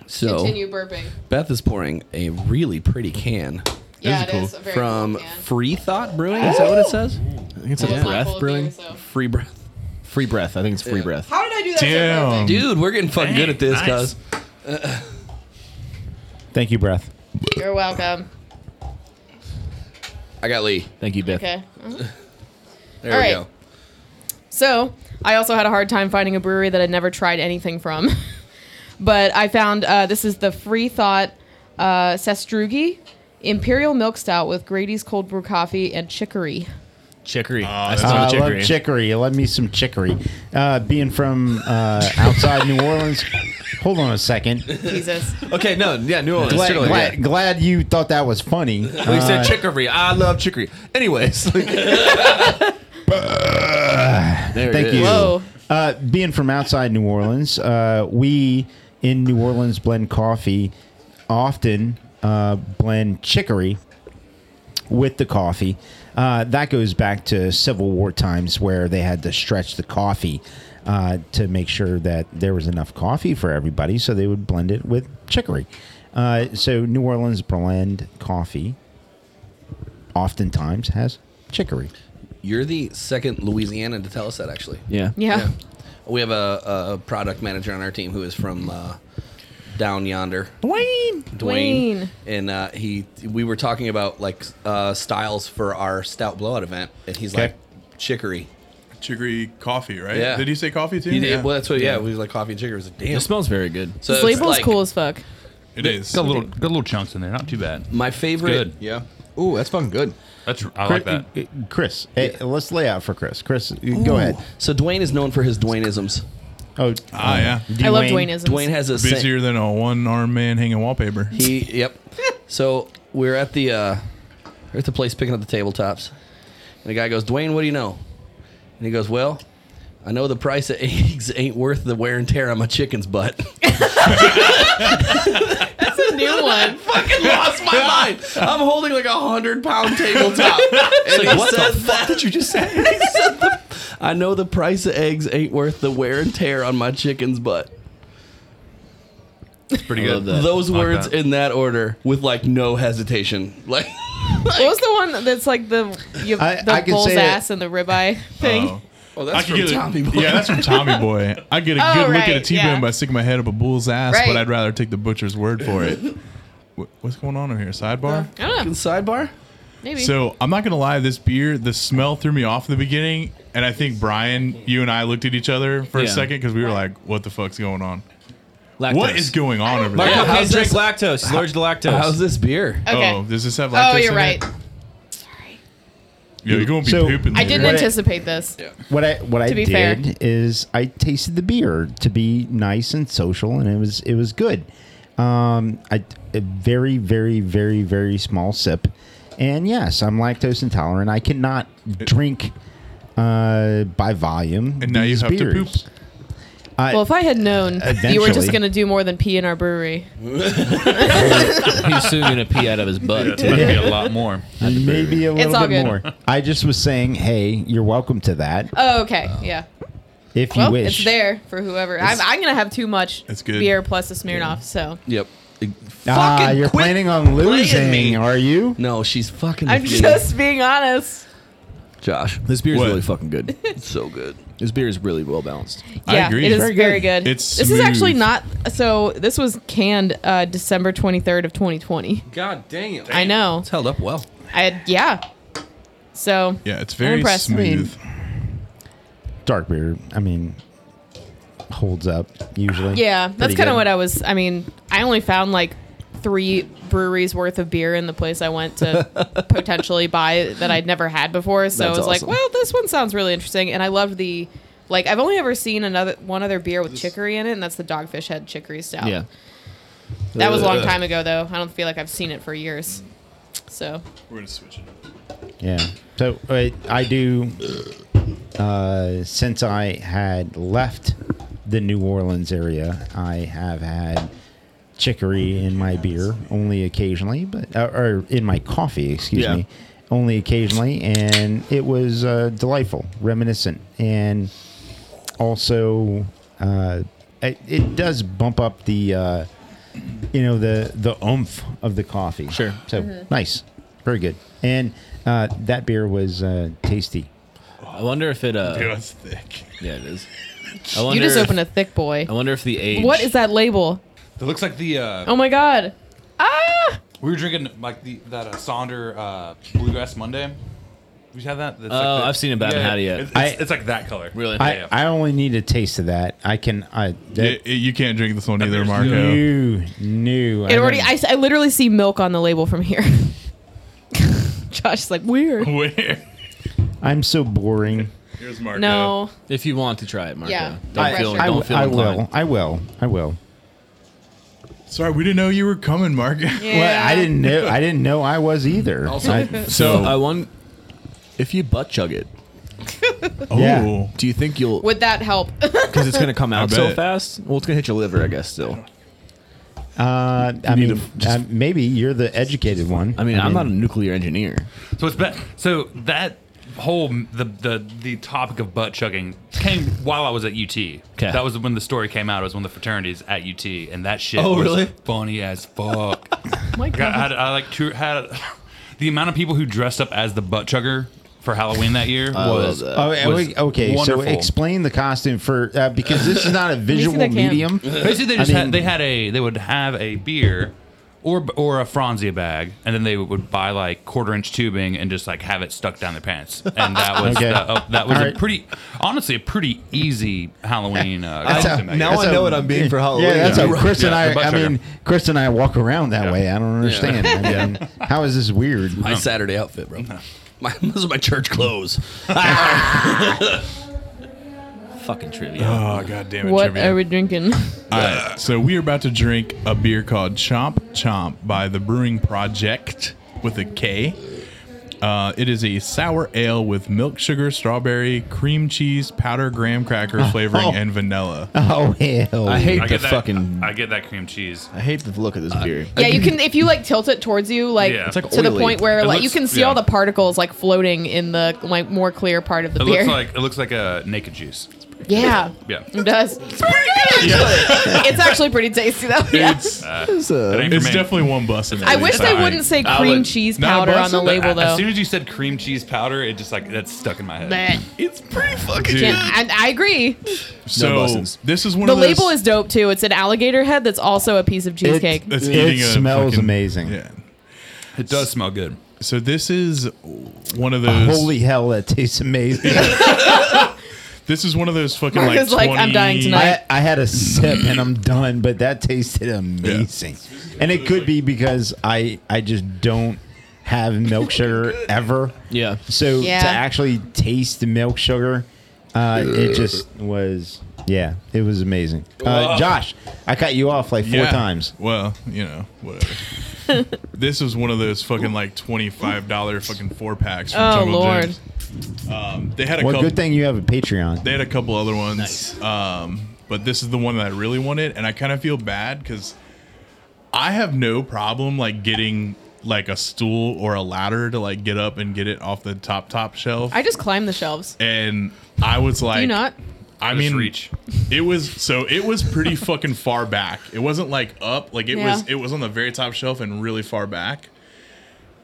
[SPEAKER 2] So
[SPEAKER 3] Continue burping.
[SPEAKER 2] Beth is pouring a really pretty can
[SPEAKER 3] Yeah,
[SPEAKER 1] is
[SPEAKER 3] it
[SPEAKER 1] cool.
[SPEAKER 3] is a very
[SPEAKER 2] from
[SPEAKER 3] cool can.
[SPEAKER 2] Free Thought Brewing. Is that what it says?
[SPEAKER 4] It's a
[SPEAKER 3] Well, it's not
[SPEAKER 4] breath
[SPEAKER 3] full of
[SPEAKER 4] brewing.
[SPEAKER 3] beer, so-
[SPEAKER 2] Free breath.
[SPEAKER 4] Free breath. I think it's free breath.
[SPEAKER 3] How did I do that?
[SPEAKER 1] Damn.
[SPEAKER 2] Dude, we're getting fucking good at this,
[SPEAKER 5] Dang, nice.
[SPEAKER 2] cuz.
[SPEAKER 8] Thank you, breath.
[SPEAKER 3] You're welcome.
[SPEAKER 2] I got Lee.
[SPEAKER 4] Thank you, Beth.
[SPEAKER 3] Okay.
[SPEAKER 2] There
[SPEAKER 3] All
[SPEAKER 2] we
[SPEAKER 3] right.
[SPEAKER 2] go.
[SPEAKER 3] So I also had a hard time finding a brewery that I'd never tried anything from, (laughs) but I found uh, this is the Free Thought uh, Sestrugi Imperial Milk Stout with Grady's Cold Brew Coffee and Chicory.
[SPEAKER 4] Chicory. I
[SPEAKER 1] that's
[SPEAKER 4] still have
[SPEAKER 8] Uh, Ah, I
[SPEAKER 4] chicory.
[SPEAKER 8] love chicory. I love me some chicory. Uh, being from uh, outside New Orleans, hold on a second.
[SPEAKER 3] Jesus,
[SPEAKER 4] okay, no, yeah, New Orleans.
[SPEAKER 8] Glad,
[SPEAKER 4] Chicory,
[SPEAKER 8] glad,
[SPEAKER 4] yeah.
[SPEAKER 8] glad you thought that was
[SPEAKER 4] (laughs)
[SPEAKER 8] funny.
[SPEAKER 4] We
[SPEAKER 8] Uh,
[SPEAKER 4] said chicory. I love chicory.
[SPEAKER 2] (laughs)
[SPEAKER 4] Anyways, There it
[SPEAKER 8] Thank
[SPEAKER 4] is.
[SPEAKER 8] you.
[SPEAKER 3] Whoa.
[SPEAKER 8] Uh, being from outside New Orleans, uh, we in New Orleans blend coffee, often uh, blend chicory with the coffee. Uh, that goes back to Civil War times where they had to stretch the coffee uh, to make sure that there was enough coffee for everybody, so they would blend it with chicory. Uh, so New Orleans blend coffee oftentimes has chicory.
[SPEAKER 2] You're the second Louisiana to tell us that, actually.
[SPEAKER 4] Yeah.
[SPEAKER 3] yeah.
[SPEAKER 2] Yeah. We have a, a product manager on our team who is from uh, down yonder,
[SPEAKER 8] Dwayne!
[SPEAKER 2] Dwayne,
[SPEAKER 3] Dwayne.
[SPEAKER 2] and uh, he. We were talking about like uh, styles for our stout blowout event, and he's
[SPEAKER 8] Okay.
[SPEAKER 2] like chicory.
[SPEAKER 1] Chicory coffee, right?
[SPEAKER 2] Yeah.
[SPEAKER 1] Did you say coffee too?
[SPEAKER 2] He did- Well, that's what. Yeah, we was like coffee and chicory. I was like, damn.
[SPEAKER 4] It smells very good.
[SPEAKER 2] So
[SPEAKER 3] this
[SPEAKER 2] it's
[SPEAKER 3] label's
[SPEAKER 2] like
[SPEAKER 3] cool as fuck.
[SPEAKER 1] it is.
[SPEAKER 5] Got little got little chunks in there. Not too bad.
[SPEAKER 2] My favorite.
[SPEAKER 5] Good.
[SPEAKER 2] Yeah.
[SPEAKER 7] Ooh, that's fucking good.
[SPEAKER 5] That's I like that.
[SPEAKER 8] Chris, hey, let's lay out for Chris. Chris, you go ahead.
[SPEAKER 2] So Dwayne is known for his Dwayneisms.
[SPEAKER 8] Oh,
[SPEAKER 1] Ah, yeah.
[SPEAKER 3] I love
[SPEAKER 8] Dwayne.
[SPEAKER 3] Dwayneisms.
[SPEAKER 2] Dwayne has a saying-
[SPEAKER 1] Busier than a one armed man hanging wallpaper.
[SPEAKER 2] He yep. so we're at the uh, we're at the place picking up the tabletops, and the guy goes, "Dwayne, what do you know?" And he goes, "Well, I know the price of (laughs) eggs ain't worth the wear and tear on my chicken's butt."
[SPEAKER 3] It's a new one.
[SPEAKER 2] (laughs) Fucking lost my mind. I'm holding like a hundred pound tabletop, and he
[SPEAKER 4] "What the
[SPEAKER 2] says that. Did you just say? (laughs) he said the, I know the price of eggs ain't worth the wear and tear on my chicken's butt.
[SPEAKER 5] It's pretty good.
[SPEAKER 2] Those
[SPEAKER 5] Like
[SPEAKER 2] words
[SPEAKER 5] that.
[SPEAKER 2] in that order, with like no hesitation, like.
[SPEAKER 3] what was the one that's like the you,
[SPEAKER 8] I-
[SPEAKER 3] the
[SPEAKER 8] I can
[SPEAKER 3] bull's
[SPEAKER 8] say that-
[SPEAKER 3] ass and the ribeye thing?
[SPEAKER 1] Oh.
[SPEAKER 2] Oh,
[SPEAKER 1] I
[SPEAKER 2] that's
[SPEAKER 1] could get a, Yeah, (laughs) that's from Tommy Boy. I get a
[SPEAKER 3] Oh,
[SPEAKER 1] good look at a
[SPEAKER 3] right,
[SPEAKER 1] T-bone
[SPEAKER 3] yeah.
[SPEAKER 1] by sticking my head up a bull's ass,
[SPEAKER 3] Right.
[SPEAKER 1] but I'd rather take the butcher's word for it. Wh- What's going on over here? Sidebar?
[SPEAKER 3] I don't know.
[SPEAKER 2] Sidebar.
[SPEAKER 3] (laughs) Maybe.
[SPEAKER 1] So I'm not gonna lie, this beer, the smell threw me off in the beginning, and I think Brian, you and I looked at each other for a
[SPEAKER 4] Yeah.
[SPEAKER 1] second because we were like, "What the fuck's going on?
[SPEAKER 4] Lactose.
[SPEAKER 1] What is going on over
[SPEAKER 4] Marco
[SPEAKER 1] there?"
[SPEAKER 2] how's
[SPEAKER 4] can't drink
[SPEAKER 2] this-
[SPEAKER 4] lactose. He's allergic to lactose.
[SPEAKER 2] How's this beer?
[SPEAKER 3] okay.
[SPEAKER 1] Oh, does this have lactose?
[SPEAKER 3] oh, you're
[SPEAKER 1] in
[SPEAKER 3] right.
[SPEAKER 1] It? Yeah, you're gonna be
[SPEAKER 8] So-
[SPEAKER 1] pooping.
[SPEAKER 3] I
[SPEAKER 1] later.
[SPEAKER 3] didn't
[SPEAKER 8] What I-
[SPEAKER 3] anticipate this.
[SPEAKER 8] What I what I
[SPEAKER 3] To be
[SPEAKER 8] did
[SPEAKER 3] fair.
[SPEAKER 8] is I tasted the beer to be nice and social, and it was it was good. Um, I a very very very very small sip, and yes, I'm lactose intolerant. I cannot drink uh, by volume.
[SPEAKER 1] And now you
[SPEAKER 8] these
[SPEAKER 1] have to poop.
[SPEAKER 8] beers. I-
[SPEAKER 3] Well, if I had known that you were just
[SPEAKER 8] Eventually.
[SPEAKER 3] going to do more than pee in our brewery,
[SPEAKER 4] He's (laughs) soon gonna pee out of his butt.
[SPEAKER 5] That'd be a lot more.
[SPEAKER 8] Maybe a little
[SPEAKER 3] all
[SPEAKER 8] bit
[SPEAKER 3] good.
[SPEAKER 8] more. I just was saying, hey, you're welcome to that
[SPEAKER 3] oh, okay, yeah.
[SPEAKER 8] if you
[SPEAKER 3] Well,
[SPEAKER 8] wish.
[SPEAKER 3] it's there for whoever. I'm, I'm gonna have too much
[SPEAKER 1] It's good.
[SPEAKER 3] beer plus a Smirnoff, so
[SPEAKER 2] Yep.
[SPEAKER 8] Ah,
[SPEAKER 2] Fucking
[SPEAKER 8] you're
[SPEAKER 2] quit
[SPEAKER 8] planning on losing,
[SPEAKER 2] playing me.
[SPEAKER 8] are you?
[SPEAKER 2] No, she's fucking.
[SPEAKER 3] I'm
[SPEAKER 2] with me.
[SPEAKER 3] just being honest.
[SPEAKER 2] Josh.
[SPEAKER 4] This beer is
[SPEAKER 1] What?
[SPEAKER 4] really fucking good.
[SPEAKER 2] It's so good.
[SPEAKER 4] This beer is really well balanced.
[SPEAKER 1] I
[SPEAKER 3] Yeah,
[SPEAKER 1] agree.
[SPEAKER 3] it is
[SPEAKER 1] Very
[SPEAKER 3] very, good.
[SPEAKER 1] It's
[SPEAKER 3] this is actually
[SPEAKER 1] smooth.
[SPEAKER 3] not. So this was canned uh, December 23rd of 2020.
[SPEAKER 4] God dang it!
[SPEAKER 3] I know.
[SPEAKER 2] It's held up well.
[SPEAKER 3] I had, yeah. So
[SPEAKER 1] Yeah, it's very
[SPEAKER 3] impressed. I mean-
[SPEAKER 1] smooth.
[SPEAKER 8] Dark beer. I mean, holds up usually.
[SPEAKER 3] yeah, that's
[SPEAKER 8] Pretty
[SPEAKER 3] kind of
[SPEAKER 8] good.
[SPEAKER 3] what I was. I mean, I only found like three breweries worth of beer in the place I went to potentially buy that I'd never had before. So
[SPEAKER 2] That's
[SPEAKER 3] I was
[SPEAKER 2] awesome.
[SPEAKER 3] like, well, this one sounds really interesting, and I loved the. Like I've only ever seen another one other beer with chicory in it, and that's the Dogfish Head Chicory Stout.
[SPEAKER 4] Yeah.
[SPEAKER 3] that was a long time ago, though. I don't feel like I've seen it for years. So
[SPEAKER 1] We're gonna switch it up.
[SPEAKER 8] Yeah. So I, I do. Uh, since I had left the New Orleans area, I have had chicory in my beer only occasionally, but uh, or in my coffee, excuse
[SPEAKER 4] Yeah.
[SPEAKER 8] me, only occasionally, and it was uh, delightful, reminiscent, and also uh, it, it does bump up the uh, you know the the oomph of the coffee.
[SPEAKER 4] Sure.
[SPEAKER 8] So
[SPEAKER 3] Mm-hmm.
[SPEAKER 8] nice, very good, and uh, that beer was uh, tasty.
[SPEAKER 4] I wonder if it. Uh,
[SPEAKER 1] Dude, that's thick.
[SPEAKER 4] yeah,
[SPEAKER 3] (laughs)
[SPEAKER 4] it is. I wonder
[SPEAKER 3] you just
[SPEAKER 4] if-
[SPEAKER 3] opened a thick boy.
[SPEAKER 4] I wonder if the age.
[SPEAKER 3] What is that label?
[SPEAKER 5] It looks like the uh,
[SPEAKER 3] Oh my god.
[SPEAKER 5] we were drinking like the that uh, Sonder uh, Bluegrass Monday. We had that. That's
[SPEAKER 4] Oh,
[SPEAKER 5] the-
[SPEAKER 4] I've seen it, but I haven't had it yet.
[SPEAKER 5] It's, it's-
[SPEAKER 8] I-
[SPEAKER 5] it's like that color.
[SPEAKER 4] Really?
[SPEAKER 5] Yeah,
[SPEAKER 8] I,
[SPEAKER 5] (laughs) yeah.
[SPEAKER 8] I only need a taste of that. I can I
[SPEAKER 1] Y-
[SPEAKER 8] that,
[SPEAKER 1] y- you can't drink this one either,
[SPEAKER 5] beer's
[SPEAKER 1] Marco.
[SPEAKER 8] new new.
[SPEAKER 3] It already. I, I literally see milk on the label from here. (laughs) Josh is like weird.
[SPEAKER 1] Where?
[SPEAKER 8] am so boring.
[SPEAKER 1] Here's Marco.
[SPEAKER 3] No.
[SPEAKER 4] If you want to try it, Marco.
[SPEAKER 3] Yeah.
[SPEAKER 4] Don't
[SPEAKER 3] I-
[SPEAKER 4] feel.
[SPEAKER 3] I
[SPEAKER 4] don't
[SPEAKER 8] I,
[SPEAKER 4] feel
[SPEAKER 8] I
[SPEAKER 4] inclined.
[SPEAKER 8] will. I will. I will.
[SPEAKER 1] Sorry, we didn't know you were coming, Marco.
[SPEAKER 3] Yeah.
[SPEAKER 8] Well, I didn't know. I didn't know I was either. I-
[SPEAKER 1] So,
[SPEAKER 4] I want. If you butt chug it,
[SPEAKER 1] oh,
[SPEAKER 8] yeah.
[SPEAKER 4] do you think you'll?
[SPEAKER 3] Would that help? (laughs)
[SPEAKER 4] Because it's gonna come out
[SPEAKER 1] I
[SPEAKER 4] so
[SPEAKER 1] bet.
[SPEAKER 4] fast. Well, it's gonna hit your liver, I guess. Still.
[SPEAKER 8] uh, I
[SPEAKER 4] need
[SPEAKER 8] mean,
[SPEAKER 4] to f- just-
[SPEAKER 8] uh, maybe you're the educated one.
[SPEAKER 4] I mean, I am not a nuclear engineer.
[SPEAKER 5] So it's bet. So that whole the the the topic of butt chugging came while I was at UT.
[SPEAKER 4] 'Kay.
[SPEAKER 5] That was when the story came out. It was one of the fraternities at UT, and that shit.
[SPEAKER 4] Oh,
[SPEAKER 5] was
[SPEAKER 4] really?
[SPEAKER 5] Funny as fuck.
[SPEAKER 3] my
[SPEAKER 5] I, (laughs)
[SPEAKER 3] god.
[SPEAKER 5] had, I like two, had (laughs) the amount of people who dressed up as the butt chugger for Halloween that year was
[SPEAKER 4] love that.
[SPEAKER 8] Oh,
[SPEAKER 5] was
[SPEAKER 8] wait, okay.
[SPEAKER 5] wonderful.
[SPEAKER 8] So explain the costume for uh, because this is not a visual
[SPEAKER 3] that can. (laughs)
[SPEAKER 8] medium.
[SPEAKER 5] Basically, they
[SPEAKER 8] I
[SPEAKER 5] just
[SPEAKER 8] mean-
[SPEAKER 5] had, they had a they would have a beer or or a Franzia bag, and then they would buy like quarter inch tubing and just like have it stuck down their pants, and that was
[SPEAKER 8] Okay.
[SPEAKER 5] the- oh, that was
[SPEAKER 8] All
[SPEAKER 5] a
[SPEAKER 8] right.
[SPEAKER 5] pretty honestly a pretty easy Halloween. Uh,
[SPEAKER 8] That's
[SPEAKER 5] costume
[SPEAKER 8] a-
[SPEAKER 5] bag.
[SPEAKER 2] Now
[SPEAKER 8] That's
[SPEAKER 2] I
[SPEAKER 8] a-
[SPEAKER 2] know what I'm being for Halloween.
[SPEAKER 8] Yeah, that's
[SPEAKER 5] Yeah.
[SPEAKER 8] how Chris
[SPEAKER 5] Yeah,
[SPEAKER 8] and
[SPEAKER 5] the
[SPEAKER 8] I. I
[SPEAKER 5] butt
[SPEAKER 8] mean, Chris and I walk around that way. I don't understand. I mean, (laughs) how is this weird?
[SPEAKER 2] my Saturday outfit, bro. My, (laughs) those are my church clothes.
[SPEAKER 4] Fucking trivia.
[SPEAKER 1] Oh, god damn it,
[SPEAKER 3] What
[SPEAKER 1] trivia.
[SPEAKER 3] are we drinking?
[SPEAKER 1] All right, so we are about to drink a beer called Chomp Chomp by the Brewing Project with a K. Uh, it is a sour ale with milk sugar, strawberry, cream cheese, powder, graham cracker flavoring,
[SPEAKER 8] Oh.
[SPEAKER 1] and
[SPEAKER 8] (laughs)
[SPEAKER 1] vanilla.
[SPEAKER 8] (laughs) Oh hell!
[SPEAKER 4] I Uh, hate
[SPEAKER 5] I
[SPEAKER 4] the
[SPEAKER 5] get that,
[SPEAKER 4] fucking.
[SPEAKER 5] I get that cream cheese.
[SPEAKER 4] I hate the look of this beer.
[SPEAKER 3] yeah, you can if you like tilt it towards you, like
[SPEAKER 5] Yeah. It's
[SPEAKER 3] to
[SPEAKER 5] like
[SPEAKER 3] the
[SPEAKER 4] oily.
[SPEAKER 3] point where
[SPEAKER 5] It
[SPEAKER 3] like you
[SPEAKER 5] looks-
[SPEAKER 3] can see
[SPEAKER 5] yeah.
[SPEAKER 3] all the particles like floating in the like more clear part of the
[SPEAKER 5] It
[SPEAKER 3] beer.
[SPEAKER 5] looks like it looks like a naked juice.
[SPEAKER 3] (laughs) yeah.
[SPEAKER 5] Yeah.
[SPEAKER 3] It does. It's pretty good, actually. (laughs) It's actually pretty tasty though. Yeah.
[SPEAKER 1] It's,
[SPEAKER 5] It ain't for
[SPEAKER 1] it's
[SPEAKER 5] me.
[SPEAKER 1] definitely one bus.
[SPEAKER 3] I wish they wouldn't say
[SPEAKER 5] I
[SPEAKER 3] cream
[SPEAKER 5] would-
[SPEAKER 3] cheese
[SPEAKER 1] Not
[SPEAKER 3] powder on the
[SPEAKER 1] bussin'?
[SPEAKER 3] label
[SPEAKER 5] As
[SPEAKER 3] though.
[SPEAKER 5] soon as you said cream cheese powder, it just like that's stuck in my head.
[SPEAKER 3] Bleh.
[SPEAKER 1] It's pretty fucking.
[SPEAKER 3] Yeah, and I agree.
[SPEAKER 1] so
[SPEAKER 4] bussins.
[SPEAKER 1] this is one
[SPEAKER 3] The
[SPEAKER 1] of those,
[SPEAKER 3] label is dope too. It's an alligator head that's also a piece of cheesecake.
[SPEAKER 1] That's
[SPEAKER 8] It
[SPEAKER 1] eating a
[SPEAKER 8] smells
[SPEAKER 1] fucking-
[SPEAKER 8] amazing.
[SPEAKER 1] Yeah.
[SPEAKER 5] It does smell good.
[SPEAKER 1] So this is one of those.
[SPEAKER 8] Holy hell, that tastes amazing.
[SPEAKER 1] This is one of those fucking
[SPEAKER 3] Marco's
[SPEAKER 1] like.
[SPEAKER 3] like, I'm dying
[SPEAKER 1] 20
[SPEAKER 3] tonight.
[SPEAKER 8] I, I had a sip and I'm done, but that tasted amazing. And it could be because I I just don't have milk sugar ever.
[SPEAKER 4] Yeah.
[SPEAKER 8] So
[SPEAKER 3] Yeah.
[SPEAKER 8] to actually taste the milk sugar, uh, it just was yeah, it was amazing. Uh, Josh, I cut you off like four
[SPEAKER 1] Yeah.
[SPEAKER 8] times.
[SPEAKER 1] Well, you know, whatever.
[SPEAKER 3] (laughs)
[SPEAKER 1] this is one of those fucking like twenty five dollar fucking four packs. From
[SPEAKER 3] Oh,
[SPEAKER 1] Jungle
[SPEAKER 3] Lord.
[SPEAKER 1] James. Um, they had a
[SPEAKER 8] Well,
[SPEAKER 1] couple.
[SPEAKER 8] good thing you have a Patreon.
[SPEAKER 1] They had a couple other ones. Um, but this is the one that I really wanted, and I kind of feel bad because I have no problem like getting like a stool or a ladder to like get up and get it off the top top shelf.
[SPEAKER 3] I just climbed the shelves.
[SPEAKER 1] and I was like,
[SPEAKER 3] Do you not?
[SPEAKER 1] I
[SPEAKER 5] Just
[SPEAKER 1] mean,
[SPEAKER 5] reach.
[SPEAKER 1] It was so it was pretty fucking far back. It wasn't like up, like it was.
[SPEAKER 3] Yeah.
[SPEAKER 1] It was on the very top shelf and really far back.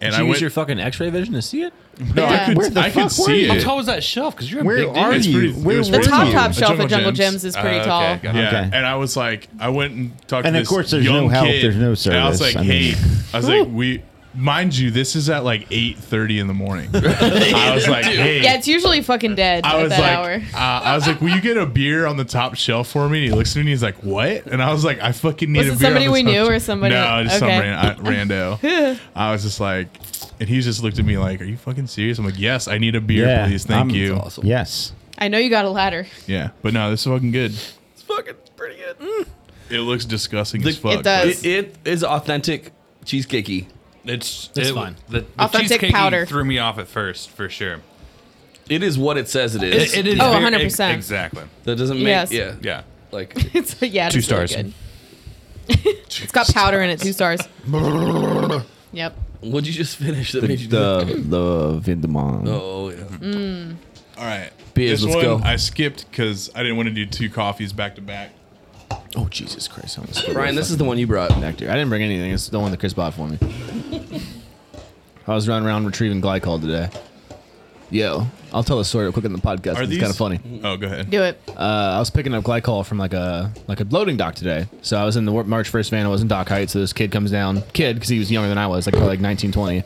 [SPEAKER 1] And
[SPEAKER 4] Did
[SPEAKER 1] I
[SPEAKER 4] you
[SPEAKER 1] went.
[SPEAKER 4] use your fucking X-ray vision to see it?
[SPEAKER 1] no,
[SPEAKER 3] Yeah.
[SPEAKER 1] I could,
[SPEAKER 8] Where the
[SPEAKER 1] I could
[SPEAKER 8] fuck were
[SPEAKER 1] see
[SPEAKER 8] you?
[SPEAKER 5] How
[SPEAKER 1] it.
[SPEAKER 3] Oh,
[SPEAKER 5] tall was that shelf? Because you're a
[SPEAKER 8] Where
[SPEAKER 5] big dude.
[SPEAKER 8] are
[SPEAKER 1] It's
[SPEAKER 8] you?
[SPEAKER 1] pretty- it
[SPEAKER 8] Where
[SPEAKER 1] was
[SPEAKER 3] The
[SPEAKER 8] were
[SPEAKER 1] pretty-
[SPEAKER 3] top
[SPEAKER 8] you? Ah,
[SPEAKER 3] top shelf
[SPEAKER 1] Jungle
[SPEAKER 3] at Jungle
[SPEAKER 1] Gems.
[SPEAKER 3] Gems, is pretty
[SPEAKER 5] Uh, okay,
[SPEAKER 3] tall.
[SPEAKER 5] got it.
[SPEAKER 1] Yeah,
[SPEAKER 8] Okay.
[SPEAKER 1] and I was like, I went and talked.
[SPEAKER 8] And
[SPEAKER 1] to
[SPEAKER 8] of
[SPEAKER 1] this
[SPEAKER 8] course there's
[SPEAKER 1] young
[SPEAKER 8] no help,
[SPEAKER 1] kid,
[SPEAKER 8] there's no
[SPEAKER 1] And I was
[SPEAKER 8] service.
[SPEAKER 1] like,
[SPEAKER 8] I
[SPEAKER 1] hey,
[SPEAKER 8] mean-
[SPEAKER 1] I was like, we, mind you, this is at like eight thirty in the
[SPEAKER 8] (laughs)
[SPEAKER 1] morning. I was like, hey,
[SPEAKER 3] Yeah, it's usually fucking dead
[SPEAKER 1] I
[SPEAKER 3] at
[SPEAKER 1] was
[SPEAKER 3] that
[SPEAKER 1] like,
[SPEAKER 3] hour.
[SPEAKER 1] uh, I was like, will you get a beer on the top shelf for me? And he looks at me and he's like, what? And I was like, I fucking need
[SPEAKER 3] Was
[SPEAKER 1] a
[SPEAKER 3] it
[SPEAKER 1] beer.
[SPEAKER 3] somebody
[SPEAKER 1] on the
[SPEAKER 3] we
[SPEAKER 1] top
[SPEAKER 3] knew
[SPEAKER 1] shelf."
[SPEAKER 3] or somebody-
[SPEAKER 1] No, just some
[SPEAKER 3] okay.
[SPEAKER 1] ran-
[SPEAKER 3] (laughs)
[SPEAKER 1] uh, rando. I was just like, and he just looked at me like, are you fucking serious? I'm like, yes, I need a beer,
[SPEAKER 8] Yeah,
[SPEAKER 1] please, thank
[SPEAKER 8] I'm-
[SPEAKER 1] you.
[SPEAKER 8] Yes.
[SPEAKER 3] I know you got a ladder.
[SPEAKER 1] Yeah, but no, this is fucking good.
[SPEAKER 2] It's fucking pretty good.
[SPEAKER 1] It looks disgusting as fuck.
[SPEAKER 3] it does.
[SPEAKER 2] It, it is authentic cheesecakey.
[SPEAKER 5] It's
[SPEAKER 6] It's
[SPEAKER 5] it,
[SPEAKER 6] fine.
[SPEAKER 5] The, the
[SPEAKER 3] Authentic
[SPEAKER 5] cheesecake
[SPEAKER 3] powder.
[SPEAKER 5] threw me off at first for sure.
[SPEAKER 2] It is what it says it is.
[SPEAKER 5] It- it is
[SPEAKER 3] Oh,
[SPEAKER 5] very-
[SPEAKER 3] 100%.
[SPEAKER 5] ex- Exactly.
[SPEAKER 2] That doesn't make
[SPEAKER 3] Yes.
[SPEAKER 2] yeah
[SPEAKER 5] Yeah.
[SPEAKER 2] like
[SPEAKER 3] (laughs) It's yeah,
[SPEAKER 5] Two
[SPEAKER 3] it's really
[SPEAKER 5] stars.
[SPEAKER 3] good. (laughs) it's got powder in it. Two (laughs) stars. yep.
[SPEAKER 2] what'd you just finish that made you do that?
[SPEAKER 4] The the Vindemont.
[SPEAKER 2] Oh yeah.
[SPEAKER 3] Mm.
[SPEAKER 1] All right.
[SPEAKER 2] Beers,
[SPEAKER 1] this
[SPEAKER 2] let's
[SPEAKER 1] one
[SPEAKER 2] go.
[SPEAKER 1] I skipped because I didn't want to do two coffees back to back.
[SPEAKER 4] Oh Jesus Christ! I almost spilled
[SPEAKER 2] Brian,
[SPEAKER 4] my
[SPEAKER 2] this is the one you brought.
[SPEAKER 4] back there. I didn't bring anything. It's the one that Chris bought for me. I was running around retrieving glycol today. Yo, I'll tell a story real quick in the podcast.
[SPEAKER 1] Are
[SPEAKER 4] it's
[SPEAKER 1] these
[SPEAKER 4] kind of funny.
[SPEAKER 1] Oh, go ahead. (laughs)
[SPEAKER 3] Do it.
[SPEAKER 4] Uh, I was picking up glycol from like a like a loading dock today. So I was in the wor- March first van. I was in dock height. So this kid comes down, kid, because he was younger than I was, like probably like 19, 20,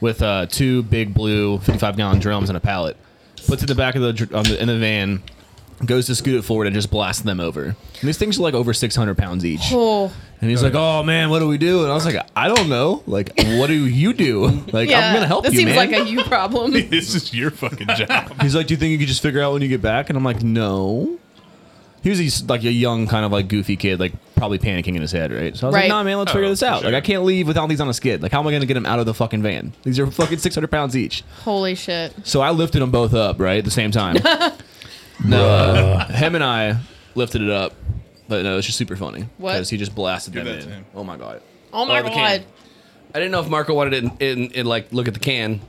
[SPEAKER 4] with uh, two big blue fifty five gallon drums and a pallet. Puts it in the back of the, dr- on the in the van, goes to scoot it forward and just blasts them over. And these things are like over six hundred pounds each.
[SPEAKER 3] Oh,
[SPEAKER 4] And he's like, "Oh man, what do we do?" And I was like, "I don't know. Like, what do you do? (laughs) Like,
[SPEAKER 3] yeah.
[SPEAKER 4] I'm gonna help
[SPEAKER 3] This
[SPEAKER 4] you,
[SPEAKER 3] seems like
[SPEAKER 4] man."
[SPEAKER 3] a you problem.
[SPEAKER 1] (laughs) This is your fucking job.
[SPEAKER 4] he's like, "Do you think you could just figure out when you get back?" And I'm like, "No." He was he's like a young, kind of like goofy kid, like probably panicking in his head, right? So I was
[SPEAKER 3] Right.
[SPEAKER 4] like, "Nah, man, let's figure this out.
[SPEAKER 1] sure.
[SPEAKER 4] Like, I can't leave without these on a skid. Like, how am I gonna get him out of the fucking van? These are fucking 600 pounds each."
[SPEAKER 3] Holy shit.
[SPEAKER 4] So I lifted them both up, right, at the
[SPEAKER 3] (laughs)
[SPEAKER 4] same time. no, uh, him and I lifted it up, but no, it's just super funny
[SPEAKER 3] What?
[SPEAKER 4] because he just blasted
[SPEAKER 1] Give
[SPEAKER 4] them
[SPEAKER 1] that to
[SPEAKER 4] in.
[SPEAKER 1] him.
[SPEAKER 4] Oh my god.
[SPEAKER 3] Oh my
[SPEAKER 2] Oh, the can.
[SPEAKER 3] god.
[SPEAKER 2] I didn't know if Marco wanted it in, in, in like look at the can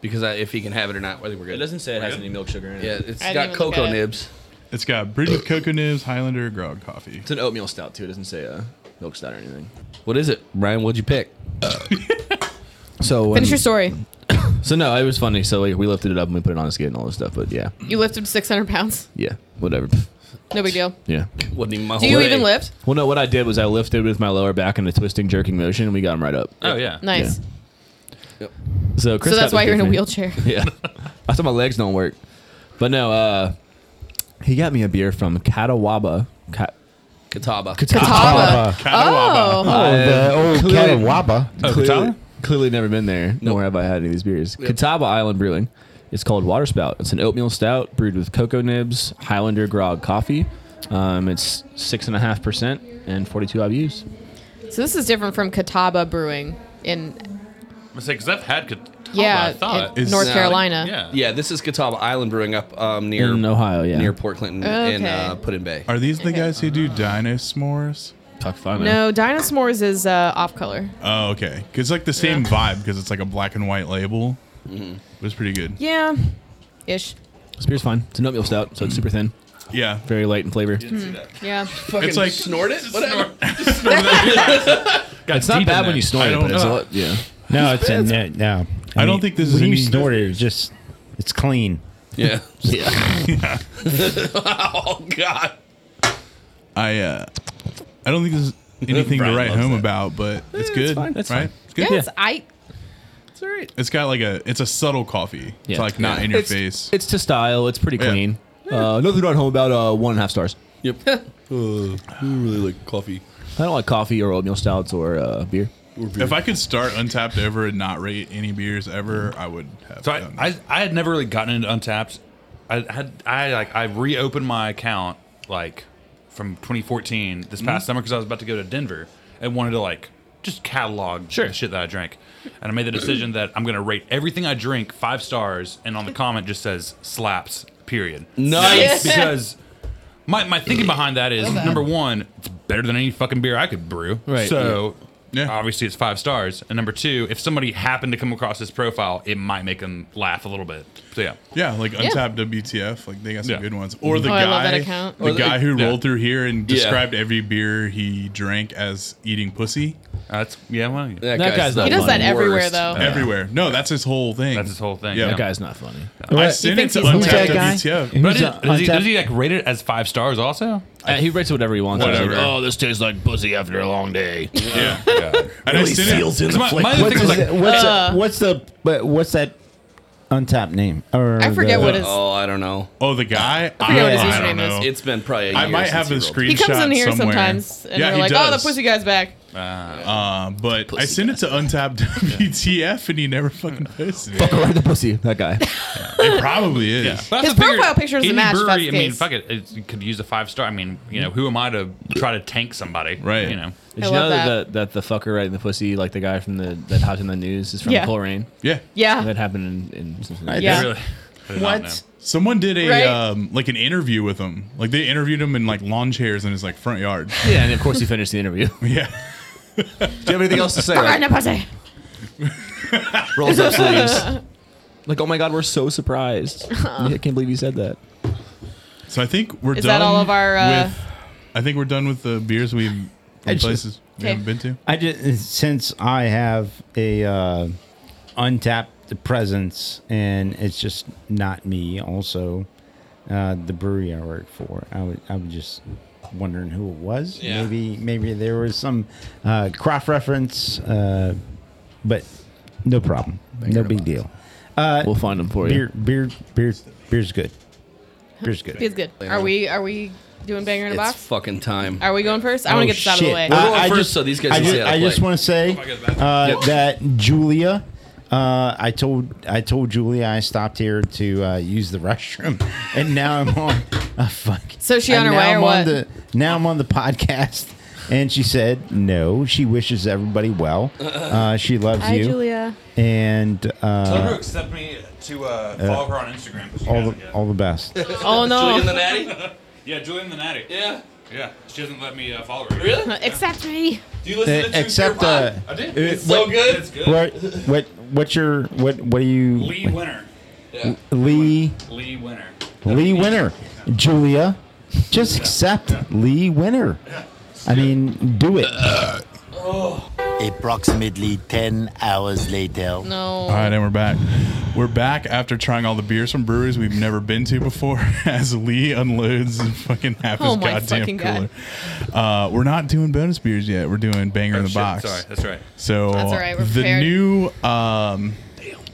[SPEAKER 2] because I, if he can have it or not. I think we're good.
[SPEAKER 4] It doesn't say it has any milk sugar in it.
[SPEAKER 2] Yeah, it's
[SPEAKER 3] I didn't
[SPEAKER 2] got
[SPEAKER 3] even look
[SPEAKER 2] cocoa
[SPEAKER 3] at it.
[SPEAKER 2] nibs.
[SPEAKER 1] It's got British Cocoa Nibs, Highlander, Grog Coffee.
[SPEAKER 4] It's an oatmeal stout too. It doesn't say a milk stout or anything.
[SPEAKER 2] What is it, Ryan? What'd
[SPEAKER 4] (laughs)
[SPEAKER 2] you pick?
[SPEAKER 4] So
[SPEAKER 3] Finish your story.
[SPEAKER 4] so no, it was funny. So like we lifted it up and we put it on a skid and all this stuff. But yeah,
[SPEAKER 3] You lifted 600 pounds.
[SPEAKER 4] yeah, whatever.
[SPEAKER 3] No big deal.
[SPEAKER 4] Yeah.
[SPEAKER 2] Wasn't even my
[SPEAKER 3] Do
[SPEAKER 2] whole
[SPEAKER 3] you
[SPEAKER 2] day.
[SPEAKER 3] even lift?
[SPEAKER 4] Well, no, what I did was I lifted with my lower back in a twisting, jerking motion, and we got him right up.
[SPEAKER 5] Oh yeah.
[SPEAKER 3] Nice.
[SPEAKER 4] So Chris
[SPEAKER 3] So that's
[SPEAKER 4] got
[SPEAKER 3] why
[SPEAKER 4] this
[SPEAKER 3] you're in a
[SPEAKER 4] gift for me.
[SPEAKER 3] wheelchair. (laughs)
[SPEAKER 4] Yeah. I thought my legs don't work. But no, uh, he got me a beer from Catawba. Cat-
[SPEAKER 2] Catawba.
[SPEAKER 3] (laughs) Catawba.
[SPEAKER 1] Catawaba.
[SPEAKER 3] Oh.
[SPEAKER 8] Oh, the old
[SPEAKER 4] clearly-
[SPEAKER 8] Catawaba.
[SPEAKER 4] clearly, clearly never been there, nor have I had any of these beers.
[SPEAKER 2] Yep.
[SPEAKER 4] Catawba Island Brewing. It's called Water Spout. It's an oatmeal stout brewed with cocoa nibs, Highlander grog coffee. Um, it's six and a half percent and forty-two IBUs.
[SPEAKER 3] So this is different from Catawba Brewing in
[SPEAKER 5] I'm gonna say because I've had Catawba.
[SPEAKER 3] yeah,
[SPEAKER 5] Oh, I thought.
[SPEAKER 3] in North
[SPEAKER 2] No,
[SPEAKER 3] Carolina.
[SPEAKER 5] yeah.
[SPEAKER 2] Yeah, this is Catawba Island Brewing up um, near
[SPEAKER 4] In Ohio, yeah.
[SPEAKER 2] near Port Clinton in
[SPEAKER 3] Okay.
[SPEAKER 2] uh, Put in Bay.
[SPEAKER 1] Are these the guys who do Dino S'mores?
[SPEAKER 4] Talk fun.
[SPEAKER 3] No, Dinosaurs is uh, off color.
[SPEAKER 1] Oh, okay. It's like the same vibe because it's like a black and white label. It was pretty good.
[SPEAKER 3] Yeah, ish.
[SPEAKER 4] This beer's fine. It's an oatmeal stout, so it's super thin,
[SPEAKER 1] Yeah.
[SPEAKER 4] very light in flavor.
[SPEAKER 3] Yeah.
[SPEAKER 1] It's like
[SPEAKER 2] snort it. Whatever.
[SPEAKER 4] It's not bad when you snort
[SPEAKER 1] I
[SPEAKER 4] it,
[SPEAKER 1] don't
[SPEAKER 4] but it's a
[SPEAKER 1] know.
[SPEAKER 4] lot. Yeah.
[SPEAKER 8] No, it's in no. no.
[SPEAKER 1] I don't think this is
[SPEAKER 8] when you
[SPEAKER 1] any
[SPEAKER 8] snort it. It's just it's clean.
[SPEAKER 2] (laughs) Yeah.
[SPEAKER 4] Yeah.
[SPEAKER 2] (laughs) Oh God.
[SPEAKER 1] I uh I don't think there's anything to
[SPEAKER 5] Brian
[SPEAKER 1] write
[SPEAKER 5] loves
[SPEAKER 1] home
[SPEAKER 5] that.
[SPEAKER 1] about, but it's good.
[SPEAKER 4] fine, that's
[SPEAKER 1] right?
[SPEAKER 4] fine.
[SPEAKER 1] It's good.
[SPEAKER 3] Yes, I. It's all right.
[SPEAKER 1] It's got like a it's a subtle coffee. It's
[SPEAKER 4] Yeah.
[SPEAKER 1] like not in your
[SPEAKER 4] It's,
[SPEAKER 1] face.
[SPEAKER 4] it's to style. It's pretty
[SPEAKER 1] Yeah.
[SPEAKER 4] clean. Uh, nothing at home about uh, one and a half stars.
[SPEAKER 2] Yep. uh, I don't really like coffee.
[SPEAKER 4] I don't like coffee or oatmeal stouts or uh, beer.
[SPEAKER 2] Or beer.
[SPEAKER 1] if I could start Untapped ever and not rate any beers ever, I would have.
[SPEAKER 5] So I,
[SPEAKER 1] done that.
[SPEAKER 5] I, I had never really gotten into Untapped. I had I like I reopened my account like from 2014 this past summer because I was about to go to Denver and wanted to like just catalog the shit that I drank. And I made the decision that I'm gonna rate everything I drink five stars, and on the comment just says slaps. Period.
[SPEAKER 2] Nice.
[SPEAKER 5] (laughs) because. My, my thinking behind that is number one, it's better than any fucking beer I could brew.
[SPEAKER 4] Right.
[SPEAKER 5] So
[SPEAKER 1] Yeah.
[SPEAKER 5] obviously it's five stars. And number two, if somebody happened to come across this profile, it might make them laugh a little bit. So yeah,
[SPEAKER 1] yeah, like Untapped WTF, like they got some
[SPEAKER 5] Yeah.
[SPEAKER 1] good ones. Or the
[SPEAKER 3] Oh,
[SPEAKER 1] guy,
[SPEAKER 3] I love that account.
[SPEAKER 1] the guy who
[SPEAKER 5] yeah.
[SPEAKER 1] rolled through here and
[SPEAKER 2] Yeah.
[SPEAKER 1] described every beer he drank as eating pussy
[SPEAKER 5] that's yeah. Well, yeah.
[SPEAKER 2] That,
[SPEAKER 4] guy's not
[SPEAKER 3] He does
[SPEAKER 4] funny.
[SPEAKER 3] that everywhere
[SPEAKER 2] Worst.
[SPEAKER 3] though.
[SPEAKER 1] everywhere. No, that's his whole thing.
[SPEAKER 5] that's his whole thing.
[SPEAKER 1] Yeah.
[SPEAKER 5] Yeah.
[SPEAKER 4] That guy's not funny.
[SPEAKER 1] I
[SPEAKER 8] What?
[SPEAKER 1] sent
[SPEAKER 3] He
[SPEAKER 1] it
[SPEAKER 3] thinks
[SPEAKER 1] to
[SPEAKER 3] he's
[SPEAKER 1] Untapped
[SPEAKER 3] that guy?
[SPEAKER 1] WTF.
[SPEAKER 5] But
[SPEAKER 8] Who's
[SPEAKER 5] is,
[SPEAKER 8] on-
[SPEAKER 5] is, he,
[SPEAKER 8] on
[SPEAKER 5] does he like rate it as five stars also?
[SPEAKER 4] Uh, he rates whatever he wants. He's like,
[SPEAKER 1] Whatever.
[SPEAKER 4] oh, this tastes like pussy after a long day.
[SPEAKER 1] Yeah. And I sent it.
[SPEAKER 5] So my, my other
[SPEAKER 8] What's,
[SPEAKER 5] thing was
[SPEAKER 8] his-
[SPEAKER 5] like,
[SPEAKER 8] what's,
[SPEAKER 3] Uh.
[SPEAKER 8] what's the but what's that untapped name? Or
[SPEAKER 3] I forget
[SPEAKER 8] the-
[SPEAKER 3] what his
[SPEAKER 2] Oh, I don't know.
[SPEAKER 1] Oh, the guy. I,
[SPEAKER 3] forget what his
[SPEAKER 1] I
[SPEAKER 3] username
[SPEAKER 1] don't
[SPEAKER 3] is.
[SPEAKER 1] know.
[SPEAKER 2] It's been probably. a
[SPEAKER 1] I
[SPEAKER 2] year
[SPEAKER 1] might
[SPEAKER 2] since
[SPEAKER 1] have
[SPEAKER 2] he
[SPEAKER 1] a
[SPEAKER 2] rolled.
[SPEAKER 1] screenshot.
[SPEAKER 3] He comes in here
[SPEAKER 1] somewhere.
[SPEAKER 3] sometimes, and
[SPEAKER 1] yeah,
[SPEAKER 3] we're
[SPEAKER 1] he
[SPEAKER 3] like, "Oh,
[SPEAKER 1] does.
[SPEAKER 3] the pussy guy's back."
[SPEAKER 1] Uh, but I sent it to Untapped (laughs) WTF, and he never fucking (laughs) posted it.
[SPEAKER 4] (laughs) Right in the pussy. That guy.
[SPEAKER 1] it probably is.
[SPEAKER 5] But I
[SPEAKER 3] His
[SPEAKER 5] also figured
[SPEAKER 3] profile picture doesn't
[SPEAKER 5] any
[SPEAKER 3] match, if that's
[SPEAKER 5] Brewery,
[SPEAKER 3] the
[SPEAKER 5] I mean,
[SPEAKER 3] case.
[SPEAKER 5] fuck it, it's- you could use a five star. I mean, you know, who am I to try to tank somebody?
[SPEAKER 1] Right.
[SPEAKER 5] You know,
[SPEAKER 4] Did
[SPEAKER 3] I love
[SPEAKER 4] you know
[SPEAKER 3] that.
[SPEAKER 4] that. The, that the fucker right in the pussy, like the guy from the that hopped in the news, is from
[SPEAKER 3] Yeah. Uh.
[SPEAKER 4] Coleraine?
[SPEAKER 1] Yeah.
[SPEAKER 4] That
[SPEAKER 3] Yeah,
[SPEAKER 4] happened in. in Cincinnati.
[SPEAKER 3] Yeah.
[SPEAKER 5] I really- (laughs) I did not know.
[SPEAKER 8] What?
[SPEAKER 1] Someone did a
[SPEAKER 3] Right?
[SPEAKER 1] um, like an interview with him. Like they interviewed him in like lawn chairs in his like front yard.
[SPEAKER 4] Yeah, and of course he finished the interview. Do
[SPEAKER 1] yeah.
[SPEAKER 4] you have anything
[SPEAKER 3] (laughs)
[SPEAKER 4] else to say?
[SPEAKER 3] right in the pussy.
[SPEAKER 4] rolls up sleeves. Like, oh my god, we're so surprised. I can't believe you said that.
[SPEAKER 1] So I think we're
[SPEAKER 3] Is
[SPEAKER 1] done.
[SPEAKER 3] that all of our, uh,
[SPEAKER 1] With, I think we're done with the beers we've and
[SPEAKER 8] just-
[SPEAKER 1] places we
[SPEAKER 3] Okay.
[SPEAKER 1] haven't been to.
[SPEAKER 8] I just since I have a uh, untapped presence and it's just not me. Also, uh, the brewery I work for, I would I was just wondering who it was. Maybe maybe there was some uh, craft reference, uh, but no problem, no big deal. Uh,
[SPEAKER 4] We'll find him for
[SPEAKER 8] Beer
[SPEAKER 4] you.
[SPEAKER 8] beer beer beer's good. Beer's good.
[SPEAKER 3] He's good. Are we? Are we doing banger in a
[SPEAKER 2] It's
[SPEAKER 3] box?
[SPEAKER 2] fucking time.
[SPEAKER 3] Are we going first? I want to
[SPEAKER 8] Oh,
[SPEAKER 3] get this out of the
[SPEAKER 8] shit.
[SPEAKER 3] way.
[SPEAKER 2] We're
[SPEAKER 8] Uh,
[SPEAKER 2] going
[SPEAKER 8] I
[SPEAKER 2] first,
[SPEAKER 8] just-
[SPEAKER 2] so these guys
[SPEAKER 8] I
[SPEAKER 2] can
[SPEAKER 8] just,
[SPEAKER 2] see how to
[SPEAKER 8] I just
[SPEAKER 2] play.
[SPEAKER 8] want to say uh, that Julia, uh, I told I told Julia I stopped here to uh, use the restroom, (laughs) and now I'm on. Oh, fuck.
[SPEAKER 3] So is she on
[SPEAKER 8] And
[SPEAKER 3] her way
[SPEAKER 8] now
[SPEAKER 3] or
[SPEAKER 8] I'm
[SPEAKER 3] what?
[SPEAKER 8] On the, now I'm on the podcast, and she said no. She wishes
[SPEAKER 2] (laughs)
[SPEAKER 8] everybody well. Uh, she loves
[SPEAKER 3] Hi,
[SPEAKER 8] you,
[SPEAKER 3] Julia.
[SPEAKER 8] and
[SPEAKER 5] Tell her to
[SPEAKER 8] uh,
[SPEAKER 5] accept me to uh, follow her on Instagram. 'cause she
[SPEAKER 8] all
[SPEAKER 5] hasn't
[SPEAKER 8] the
[SPEAKER 5] yet.
[SPEAKER 8] all the best.
[SPEAKER 3] Oh
[SPEAKER 2] Julian
[SPEAKER 3] no!
[SPEAKER 2] the Natty?
[SPEAKER 5] yeah, Julian the Natty.
[SPEAKER 2] Yeah.
[SPEAKER 5] Yeah, she doesn't let me uh, follow her.
[SPEAKER 2] Really?
[SPEAKER 3] Accept me.
[SPEAKER 2] Do you listen
[SPEAKER 8] Uh,
[SPEAKER 2] to Truth
[SPEAKER 8] except,
[SPEAKER 2] Your Pod?
[SPEAKER 8] uh,
[SPEAKER 5] I did.
[SPEAKER 8] uh,
[SPEAKER 5] It's
[SPEAKER 2] so good.
[SPEAKER 5] It's good.
[SPEAKER 8] What what what's your what what do you
[SPEAKER 5] Lee Winner.
[SPEAKER 2] Yeah.
[SPEAKER 8] Lee
[SPEAKER 5] Lee Winner.
[SPEAKER 8] Lee Winner, Julia, just accept Lee Winner. I mean, do it.
[SPEAKER 9] Approximately 10 hours later.
[SPEAKER 3] No.
[SPEAKER 1] All right, and we're back. We're back after trying all the beers from breweries we've never been to before. (laughs) As Lee unloads and fucking half his
[SPEAKER 3] Oh my
[SPEAKER 1] goddamn
[SPEAKER 3] fucking
[SPEAKER 1] cooler.
[SPEAKER 3] God.
[SPEAKER 1] Uh, we're not doing bonus beers yet. We're doing banger in the
[SPEAKER 5] Oh, Shit,
[SPEAKER 1] box.
[SPEAKER 5] Sorry, that's right.
[SPEAKER 1] So
[SPEAKER 3] That's all right, we're
[SPEAKER 1] the
[SPEAKER 3] prepared.
[SPEAKER 1] new um,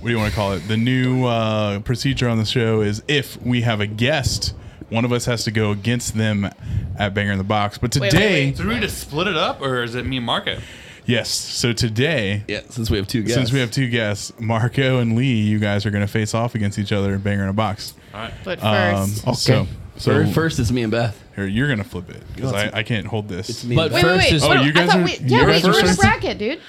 [SPEAKER 1] what do you want to call it? The new uh, procedure on the show is if we have a guest, one of us has to go against them at Banger in the Box. But
[SPEAKER 3] wait,
[SPEAKER 1] today,
[SPEAKER 3] wait.
[SPEAKER 5] So do we just split it up, or is it me and Marco?
[SPEAKER 1] yes, so today.
[SPEAKER 2] Yeah, since we have two guests.
[SPEAKER 1] Since we have two guests, Marco and Lee, you guys are going to face off against each other at Banger in a Box.
[SPEAKER 5] All right.
[SPEAKER 3] But
[SPEAKER 1] Um,
[SPEAKER 3] first,
[SPEAKER 1] So, so
[SPEAKER 2] First- First is me and Beth.
[SPEAKER 1] here, you're going to flip it because I, I can't hold this.
[SPEAKER 2] It's me
[SPEAKER 4] But
[SPEAKER 2] and
[SPEAKER 3] wait,
[SPEAKER 2] Beth.
[SPEAKER 3] wait,
[SPEAKER 4] first
[SPEAKER 3] wait.
[SPEAKER 4] is-
[SPEAKER 1] Oh,
[SPEAKER 3] What do-
[SPEAKER 1] you guys
[SPEAKER 3] I thought
[SPEAKER 1] are-
[SPEAKER 3] we,
[SPEAKER 1] you
[SPEAKER 3] yeah,
[SPEAKER 1] guys
[SPEAKER 3] we're
[SPEAKER 1] are
[SPEAKER 3] doing a
[SPEAKER 1] first?
[SPEAKER 3] bracket, dude.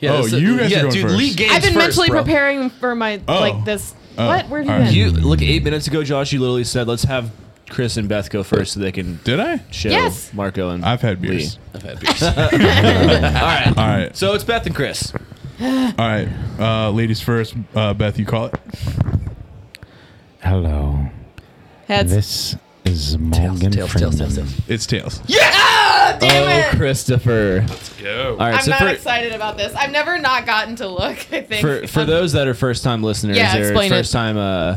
[SPEAKER 2] Yeah,
[SPEAKER 1] Oh,
[SPEAKER 2] this is-
[SPEAKER 1] you guys are
[SPEAKER 2] yeah,
[SPEAKER 1] going
[SPEAKER 2] dude,
[SPEAKER 1] first.
[SPEAKER 2] Lee Gaines
[SPEAKER 3] I've been
[SPEAKER 2] first,
[SPEAKER 3] mentally
[SPEAKER 2] bro.
[SPEAKER 3] preparing for my
[SPEAKER 1] Oh.
[SPEAKER 3] like this.
[SPEAKER 1] Oh,
[SPEAKER 3] what? Where have you
[SPEAKER 1] all right.
[SPEAKER 3] been?
[SPEAKER 4] You look eight minutes ago, Josh. You literally said, "Let's have Chris and Beth go first, so they can
[SPEAKER 1] Did I?
[SPEAKER 4] show
[SPEAKER 3] Yes.
[SPEAKER 4] Marco and."
[SPEAKER 1] I've had
[SPEAKER 4] Lee."
[SPEAKER 1] beers.
[SPEAKER 2] I've had beers. All right.
[SPEAKER 1] All right.
[SPEAKER 2] So it's Beth and Chris.
[SPEAKER 1] All right. Uh, ladies first. Uh, Beth, you call it.
[SPEAKER 8] Hello,
[SPEAKER 3] Heads.
[SPEAKER 8] this is Morgan Freeman.
[SPEAKER 1] It's tails.
[SPEAKER 4] Oh, Christopher!
[SPEAKER 5] Go.
[SPEAKER 4] All right,
[SPEAKER 3] I'm
[SPEAKER 4] so
[SPEAKER 3] not
[SPEAKER 4] for,
[SPEAKER 3] excited about this. I've never not gotten to look. I think
[SPEAKER 4] for for
[SPEAKER 3] Um,
[SPEAKER 4] those that are first time listeners,
[SPEAKER 3] Yeah,
[SPEAKER 4] or
[SPEAKER 3] explain it.
[SPEAKER 4] first time uh,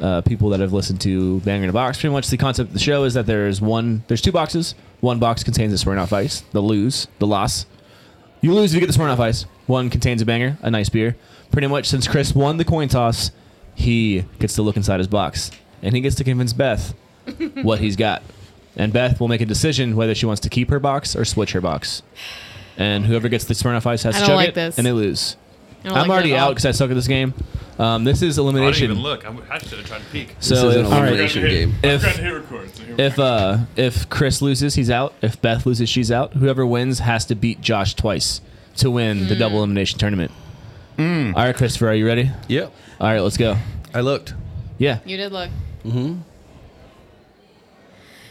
[SPEAKER 4] uh, people that have listened to Banger in a Box, pretty much the concept of the show is that there's one, there's two boxes. One box contains a Smirnoff Ice, the lose, the loss. You lose if you get the Smirnoff Ice. One contains a banger, a nice beer. Pretty much since Chris won the coin toss, he gets to look inside his box. And he gets to convince Beth
[SPEAKER 3] (laughs)
[SPEAKER 4] what he's got. And Beth will make a decision whether she wants to keep her box or switch her box. And whoever gets the Smirnoff Ice has
[SPEAKER 3] I
[SPEAKER 4] to
[SPEAKER 3] don't
[SPEAKER 4] chug
[SPEAKER 3] like
[SPEAKER 4] it,
[SPEAKER 3] this.
[SPEAKER 4] and they lose.
[SPEAKER 3] I don't
[SPEAKER 4] I'm
[SPEAKER 3] like that
[SPEAKER 4] already
[SPEAKER 3] at all.
[SPEAKER 4] out because I suck at this game. Um, this is
[SPEAKER 5] I didn't
[SPEAKER 4] elimination.
[SPEAKER 5] even look. I, w- I should have tried to peek.
[SPEAKER 4] So
[SPEAKER 2] This is an
[SPEAKER 4] if- All right.
[SPEAKER 2] elimination game.
[SPEAKER 4] if if uh if Chris loses, he's out. If Beth loses, she's out. Whoever wins has to beat Josh twice to win
[SPEAKER 3] Hmm.
[SPEAKER 4] the double elimination tournament.
[SPEAKER 5] Hmm.
[SPEAKER 4] All right, Christopher, are you ready?
[SPEAKER 2] Yep.
[SPEAKER 4] All right, let's go.
[SPEAKER 2] I looked.
[SPEAKER 4] Yeah.
[SPEAKER 3] You did look. Mm-hmm.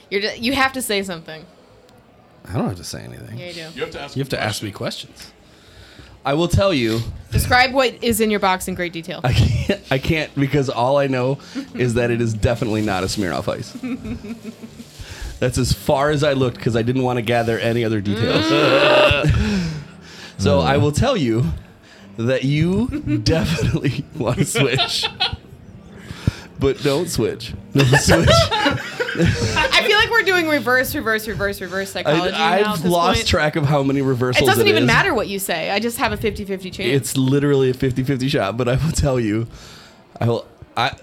[SPEAKER 3] You're d- you have to say something.
[SPEAKER 2] I don't have to say anything.
[SPEAKER 3] Yeah, you do.
[SPEAKER 1] You have to ask.
[SPEAKER 2] You have to ask me questions. I will tell you.
[SPEAKER 3] Describe what is in your box in great
[SPEAKER 2] (laughs)
[SPEAKER 3] detail.
[SPEAKER 2] I can't. I can't because all I know is that it is definitely not a Smirnoff Ice. That's as far as I looked because I didn't want to gather any other details. (laughs) so I will tell you that you definitely (laughs) want to switch, but
[SPEAKER 3] (laughs)
[SPEAKER 2] don't switch. Don't switch.
[SPEAKER 3] I feel like we're doing reverse, reverse, reverse, reverse psychology.
[SPEAKER 2] I,
[SPEAKER 3] now at
[SPEAKER 2] I've
[SPEAKER 3] this
[SPEAKER 2] lost
[SPEAKER 3] point.
[SPEAKER 2] track of how many reversals.
[SPEAKER 3] It doesn't even
[SPEAKER 2] is.
[SPEAKER 3] matter what you say. I just have a 50 50 chance.
[SPEAKER 2] It's literally a 50-50 shot, but I will tell you, I will. I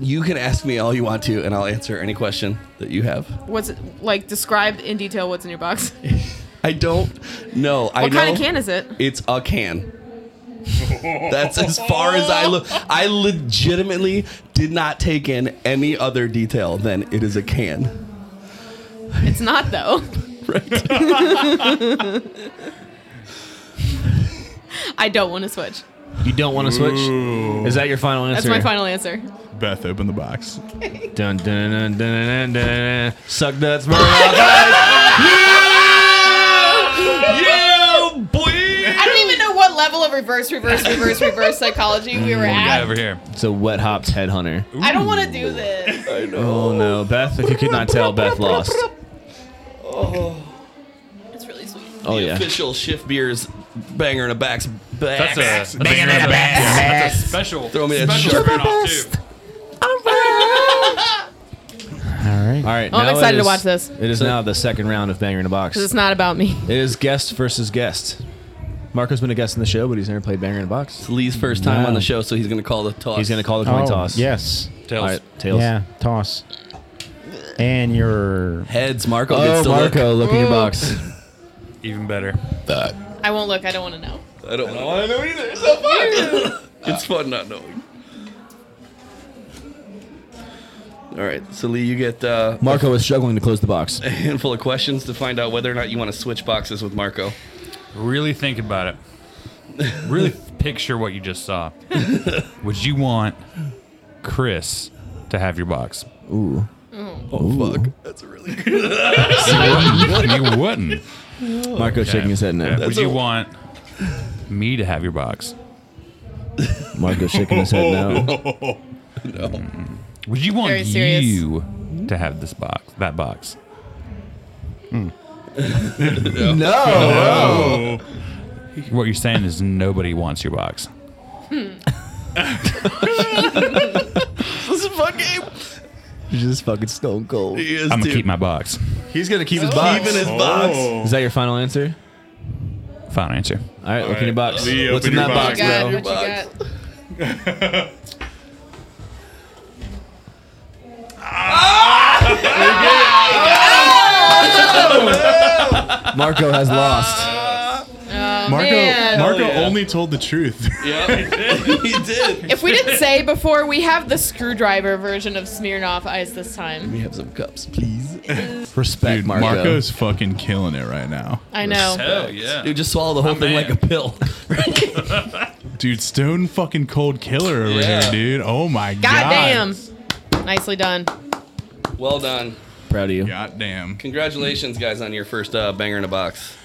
[SPEAKER 2] you can ask me all you want to, and I'll answer any question that you have.
[SPEAKER 3] what's it, like describe in detail what's in your box.
[SPEAKER 2] I don't know. (laughs) I
[SPEAKER 3] What
[SPEAKER 2] know
[SPEAKER 3] kind of can is it?
[SPEAKER 2] It's a can. That's as far as I look. I legitimately did not take in any other detail than it is a can.
[SPEAKER 3] It's not though.
[SPEAKER 2] (laughs) Right?
[SPEAKER 3] (laughs) I don't want to switch.
[SPEAKER 4] You don't want to switch. Is that your final
[SPEAKER 3] That's
[SPEAKER 4] answer?
[SPEAKER 3] my final answer.
[SPEAKER 1] Beth, open the box.
[SPEAKER 4] Dun, dun, dun, dun, dun, dun, dun. Suck that Smirnoff.
[SPEAKER 5] Yeah, boy.
[SPEAKER 3] I don't even know what level of reverse, reverse, reverse, reverse psychology we were
[SPEAKER 5] Guy
[SPEAKER 3] at.
[SPEAKER 5] over here.
[SPEAKER 4] it's a wet hops headhunter.
[SPEAKER 3] I don't want to do this.
[SPEAKER 4] Oh no, Beth! If you could not tell, Beth lost.
[SPEAKER 3] It's really sweet.
[SPEAKER 4] Oh
[SPEAKER 2] the
[SPEAKER 4] yeah.
[SPEAKER 2] official shift beers banger in a back's back.
[SPEAKER 5] That's a, that's a, that's a, that's a special.
[SPEAKER 2] Throw me that
[SPEAKER 5] special
[SPEAKER 2] sharp-
[SPEAKER 5] turn off too.
[SPEAKER 4] All right.
[SPEAKER 3] Oh, I'm
[SPEAKER 4] now it
[SPEAKER 3] excited to
[SPEAKER 4] is-
[SPEAKER 3] watch this.
[SPEAKER 4] It is now the second round of Banger in a Box.
[SPEAKER 3] Because it's not about me.
[SPEAKER 4] It is guest versus guest. Marco's been a guest in the show, but he's never played Banger in a Box.
[SPEAKER 2] Lee's first time on
[SPEAKER 8] Wow.
[SPEAKER 2] the show, so he's gonna call the toss.
[SPEAKER 4] He's going to call the coin
[SPEAKER 8] oh,
[SPEAKER 4] toss.
[SPEAKER 8] Yes.
[SPEAKER 5] Tails.
[SPEAKER 4] All right, tails.
[SPEAKER 8] Yeah. Toss. And your
[SPEAKER 2] heads. Marco
[SPEAKER 4] Oh,
[SPEAKER 2] gets to look.
[SPEAKER 4] Marco, Oh. look, in your box.
[SPEAKER 5] Even better.
[SPEAKER 3] I won't look. I don't want to know.
[SPEAKER 2] I don't want to know either. It's not (laughs) fun. it's fun not knowing. All right, so Lee, you get uh, (laughs)
[SPEAKER 4] Marco is struggling to close the box. (laughs)
[SPEAKER 2] a handful of questions to find out whether or not you want to switch boxes with Marco.
[SPEAKER 5] Really think about it.
[SPEAKER 4] (laughs)
[SPEAKER 5] Really picture what you just saw. Would you want Chris to have your box?
[SPEAKER 2] Fuck, that's a really good. (laughs)
[SPEAKER 4] (laughs)
[SPEAKER 5] You wouldn't.
[SPEAKER 4] Marco shaking his head no.
[SPEAKER 5] Would you want me to have your box?
[SPEAKER 4] Marco shaking his head (laughs) no.
[SPEAKER 5] Would you want
[SPEAKER 3] Very serious.
[SPEAKER 5] you to have this box? That box? (laughs)
[SPEAKER 2] No, no.
[SPEAKER 5] What you're saying is nobody wants your box.
[SPEAKER 2] this is a fun game.
[SPEAKER 4] He's just fucking stone cold.
[SPEAKER 2] He is,
[SPEAKER 5] I'm gonna
[SPEAKER 2] dude.
[SPEAKER 5] keep my box.
[SPEAKER 4] He's going to keep his
[SPEAKER 2] Even his box.
[SPEAKER 4] Is that your final answer?
[SPEAKER 5] Final answer.
[SPEAKER 4] All right, look in your box.
[SPEAKER 1] Lee,
[SPEAKER 4] What's in
[SPEAKER 1] open
[SPEAKER 4] that
[SPEAKER 1] your
[SPEAKER 3] God,
[SPEAKER 4] box, bro?
[SPEAKER 3] what you
[SPEAKER 2] box.
[SPEAKER 3] got?
[SPEAKER 4] Marco has lost.
[SPEAKER 3] Oh,
[SPEAKER 1] Marco,
[SPEAKER 3] man.
[SPEAKER 1] Marco
[SPEAKER 2] Hell yeah.
[SPEAKER 1] only told the truth.
[SPEAKER 2] he (laughs) did.
[SPEAKER 3] If we didn't say before, we have the screwdriver version of Smirnoff Ice this time.
[SPEAKER 2] We have some cups, please. (laughs)
[SPEAKER 4] Respect,
[SPEAKER 1] Dude,
[SPEAKER 4] Marco.
[SPEAKER 1] Marco's fucking killing it right now.
[SPEAKER 3] I know.
[SPEAKER 5] Oh yeah.
[SPEAKER 2] Dude, just swallow the whole thing
[SPEAKER 5] man.
[SPEAKER 2] like a pill.
[SPEAKER 1] Dude, stone fucking cold killer over
[SPEAKER 2] Yeah.
[SPEAKER 1] here, dude. Oh my god.
[SPEAKER 3] God damn. Nicely done.
[SPEAKER 2] well done.
[SPEAKER 4] Proud of you.
[SPEAKER 1] God damn.
[SPEAKER 2] Congratulations, guys, on your first uh, banger in a box.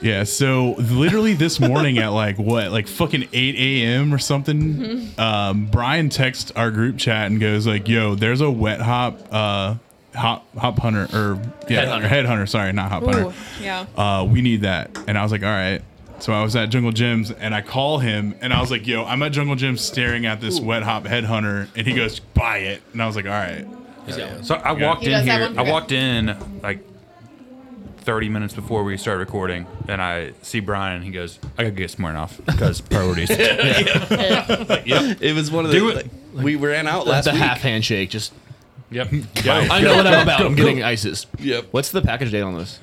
[SPEAKER 1] Yeah, so literally this morning at like what, like fucking 8 a.m. or something,
[SPEAKER 3] Mm-hmm.
[SPEAKER 1] um, Brian texts our group chat and goes like, "Yo, there's a wet hop, uh, hop hop hunter or yeah, headhunter, headhunter sorry, not hop
[SPEAKER 3] Ooh,
[SPEAKER 1] hunter.
[SPEAKER 3] yeah.
[SPEAKER 1] uh, we need that. And I was like, all right. So I was at Jungle Jim's and I call him and I was like, yo, I'm at Jungle Jim staring at this wet hop headhunter and he goes, buy it. And I and I was like, all right.
[SPEAKER 5] So I walked
[SPEAKER 3] He
[SPEAKER 5] in
[SPEAKER 3] does have
[SPEAKER 5] here.
[SPEAKER 3] one?
[SPEAKER 5] I
[SPEAKER 3] Okay.
[SPEAKER 5] walked in like 30 minutes before we started recording, and I see Brian, and he goes, "I gotta get Smirnoff because (laughs) priorities." Like, yep.
[SPEAKER 2] It was one of the.
[SPEAKER 5] Do it.
[SPEAKER 2] like, we ran out
[SPEAKER 4] That's
[SPEAKER 2] last
[SPEAKER 4] the
[SPEAKER 2] week.
[SPEAKER 4] half handshake. Just
[SPEAKER 5] Yep.
[SPEAKER 4] I know what I'm about. I'm getting ISIS.
[SPEAKER 2] Yep.
[SPEAKER 4] What's the package date on this?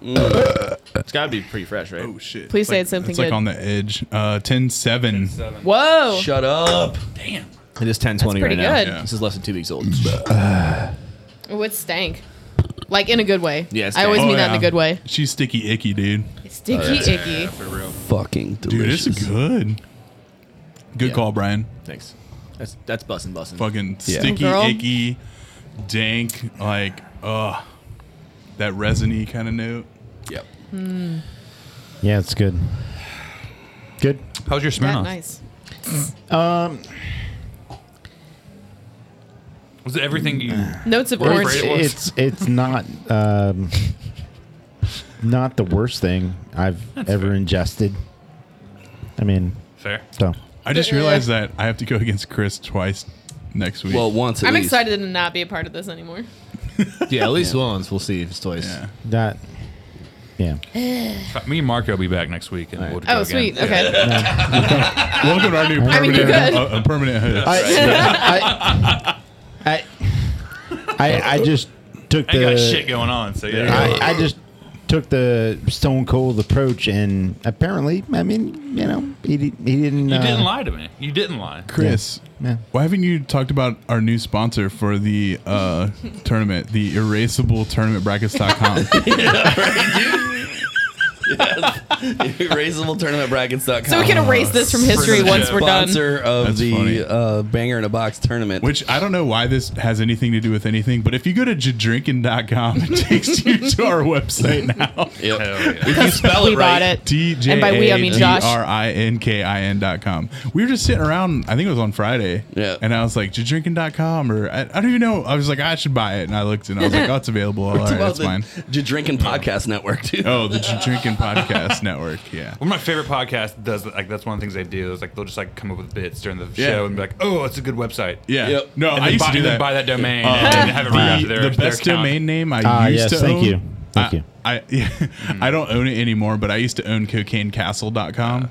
[SPEAKER 4] it's got to be pretty fresh, right?
[SPEAKER 1] Oh shit! It's
[SPEAKER 3] Please say
[SPEAKER 1] like-
[SPEAKER 3] it's something
[SPEAKER 1] It's like
[SPEAKER 3] good.
[SPEAKER 1] on the edge. Uh, 10 7.
[SPEAKER 3] Whoa.
[SPEAKER 2] Shut up.
[SPEAKER 5] Damn.
[SPEAKER 4] It is 10:20
[SPEAKER 3] That's
[SPEAKER 4] right
[SPEAKER 3] pretty
[SPEAKER 4] now.
[SPEAKER 3] good.
[SPEAKER 4] This is less than two weeks old.
[SPEAKER 3] Oh, it's stank. Like in a good way.
[SPEAKER 4] Yeah, it's
[SPEAKER 3] I always
[SPEAKER 1] Oh,
[SPEAKER 3] mean that in
[SPEAKER 1] yeah.
[SPEAKER 3] a good way.
[SPEAKER 1] She's sticky icky, dude.
[SPEAKER 3] Sticky icky.
[SPEAKER 2] Fucking
[SPEAKER 1] Dude,
[SPEAKER 2] delicious.
[SPEAKER 1] this is good. Good
[SPEAKER 4] Yeah.
[SPEAKER 1] call, Brian.
[SPEAKER 4] Thanks. That's that's bussin' bussin'.
[SPEAKER 1] Fucking
[SPEAKER 2] Yeah.
[SPEAKER 1] sticky
[SPEAKER 3] Girl.
[SPEAKER 1] icky, dank, like ugh, that resiny kind of note.
[SPEAKER 2] Yep.
[SPEAKER 8] Yeah, it's good. Good.
[SPEAKER 5] How's your
[SPEAKER 3] Yeah,
[SPEAKER 5] Smirnoff?
[SPEAKER 3] nice.
[SPEAKER 5] Was it everything you? (sighs)
[SPEAKER 3] Notes of
[SPEAKER 5] We're
[SPEAKER 3] orange.
[SPEAKER 5] afraid it was.
[SPEAKER 8] It's it's not um, not the worst thing I've ever ingested. I mean,
[SPEAKER 5] Fair.
[SPEAKER 8] so
[SPEAKER 1] I just realized that I have to go against Chris twice next week.
[SPEAKER 2] Well, once at
[SPEAKER 3] I'm
[SPEAKER 2] least. (laughs)
[SPEAKER 3] excited to not be a part of this anymore.
[SPEAKER 4] Yeah, at least once. We'll see if it's twice.
[SPEAKER 1] yeah.
[SPEAKER 8] that yeah.
[SPEAKER 5] Me and Marco will be back next week, and we'll go
[SPEAKER 3] Oh,
[SPEAKER 5] again.
[SPEAKER 3] sweet. Okay.
[SPEAKER 1] Welcome to our new
[SPEAKER 8] I
[SPEAKER 3] mean, you
[SPEAKER 1] permanent,
[SPEAKER 3] could.
[SPEAKER 1] uh, uh, permanent host.
[SPEAKER 8] I, I, I, I, I just took
[SPEAKER 5] I ain't
[SPEAKER 8] the
[SPEAKER 5] got shit going on, so yeah.
[SPEAKER 8] I, I just took the stone cold approach, and apparently, I mean, you know, he, di- he didn't.
[SPEAKER 5] you
[SPEAKER 8] uh,
[SPEAKER 5] didn't lie to me. You didn't lie.
[SPEAKER 1] Chris,
[SPEAKER 8] Yeah.
[SPEAKER 1] why haven't you talked about our new sponsor for the uh, tournament, the erasable tournament (laughs) brackets.com?
[SPEAKER 2] RaisableTournamentBrackets.com.
[SPEAKER 3] So we can erase this from history once we're done.
[SPEAKER 2] Sponsor of
[SPEAKER 1] That's funny.
[SPEAKER 2] the uh, Banger in a Box tournament.
[SPEAKER 1] Which I don't know why this has anything to do with anything, but if you go to jdrinking.com, it takes you to our website (laughs) now.
[SPEAKER 2] Yep.
[SPEAKER 5] Hell yeah.
[SPEAKER 2] If you
[SPEAKER 3] (laughs)
[SPEAKER 2] spell
[SPEAKER 3] We
[SPEAKER 2] it right,
[SPEAKER 3] bought it.
[SPEAKER 1] D J
[SPEAKER 3] And by we, I
[SPEAKER 1] A
[SPEAKER 3] mean
[SPEAKER 1] G
[SPEAKER 3] Josh.
[SPEAKER 1] R I N K I N dot com. We were just sitting around, I think it was on Friday.
[SPEAKER 2] Yeah.
[SPEAKER 1] And I was like, jdrinking.com or I, I don't even know. I was like, I should buy it. And I looked and I was like, oh, (laughs) it's available. All right,
[SPEAKER 2] Well,
[SPEAKER 1] that's
[SPEAKER 2] the
[SPEAKER 1] fine.
[SPEAKER 2] J- Drinking Podcast Network, too.
[SPEAKER 1] Oh, the J- Drinking Podcast Network. Yeah.
[SPEAKER 5] One of my favorite podcasts does like that's one of the things they do is like they'll just like come up with bits during the show and be like, oh, it's a good website.
[SPEAKER 1] Yeah.
[SPEAKER 2] Yep.
[SPEAKER 1] No,
[SPEAKER 5] and
[SPEAKER 1] I
[SPEAKER 5] then
[SPEAKER 1] used
[SPEAKER 5] buy,
[SPEAKER 1] to do
[SPEAKER 5] and then
[SPEAKER 1] that. Uh,
[SPEAKER 5] buy that domain and have it right
[SPEAKER 1] the,
[SPEAKER 5] after their,
[SPEAKER 1] the
[SPEAKER 5] their
[SPEAKER 1] best
[SPEAKER 5] account.
[SPEAKER 1] domain name I
[SPEAKER 8] Ah,
[SPEAKER 1] used
[SPEAKER 8] yes,
[SPEAKER 1] to
[SPEAKER 8] thank
[SPEAKER 1] own.
[SPEAKER 8] you. Thank
[SPEAKER 1] I,
[SPEAKER 8] you.
[SPEAKER 1] I (laughs) yeah, I don't own it anymore, but I used to own CocaineCastle.com.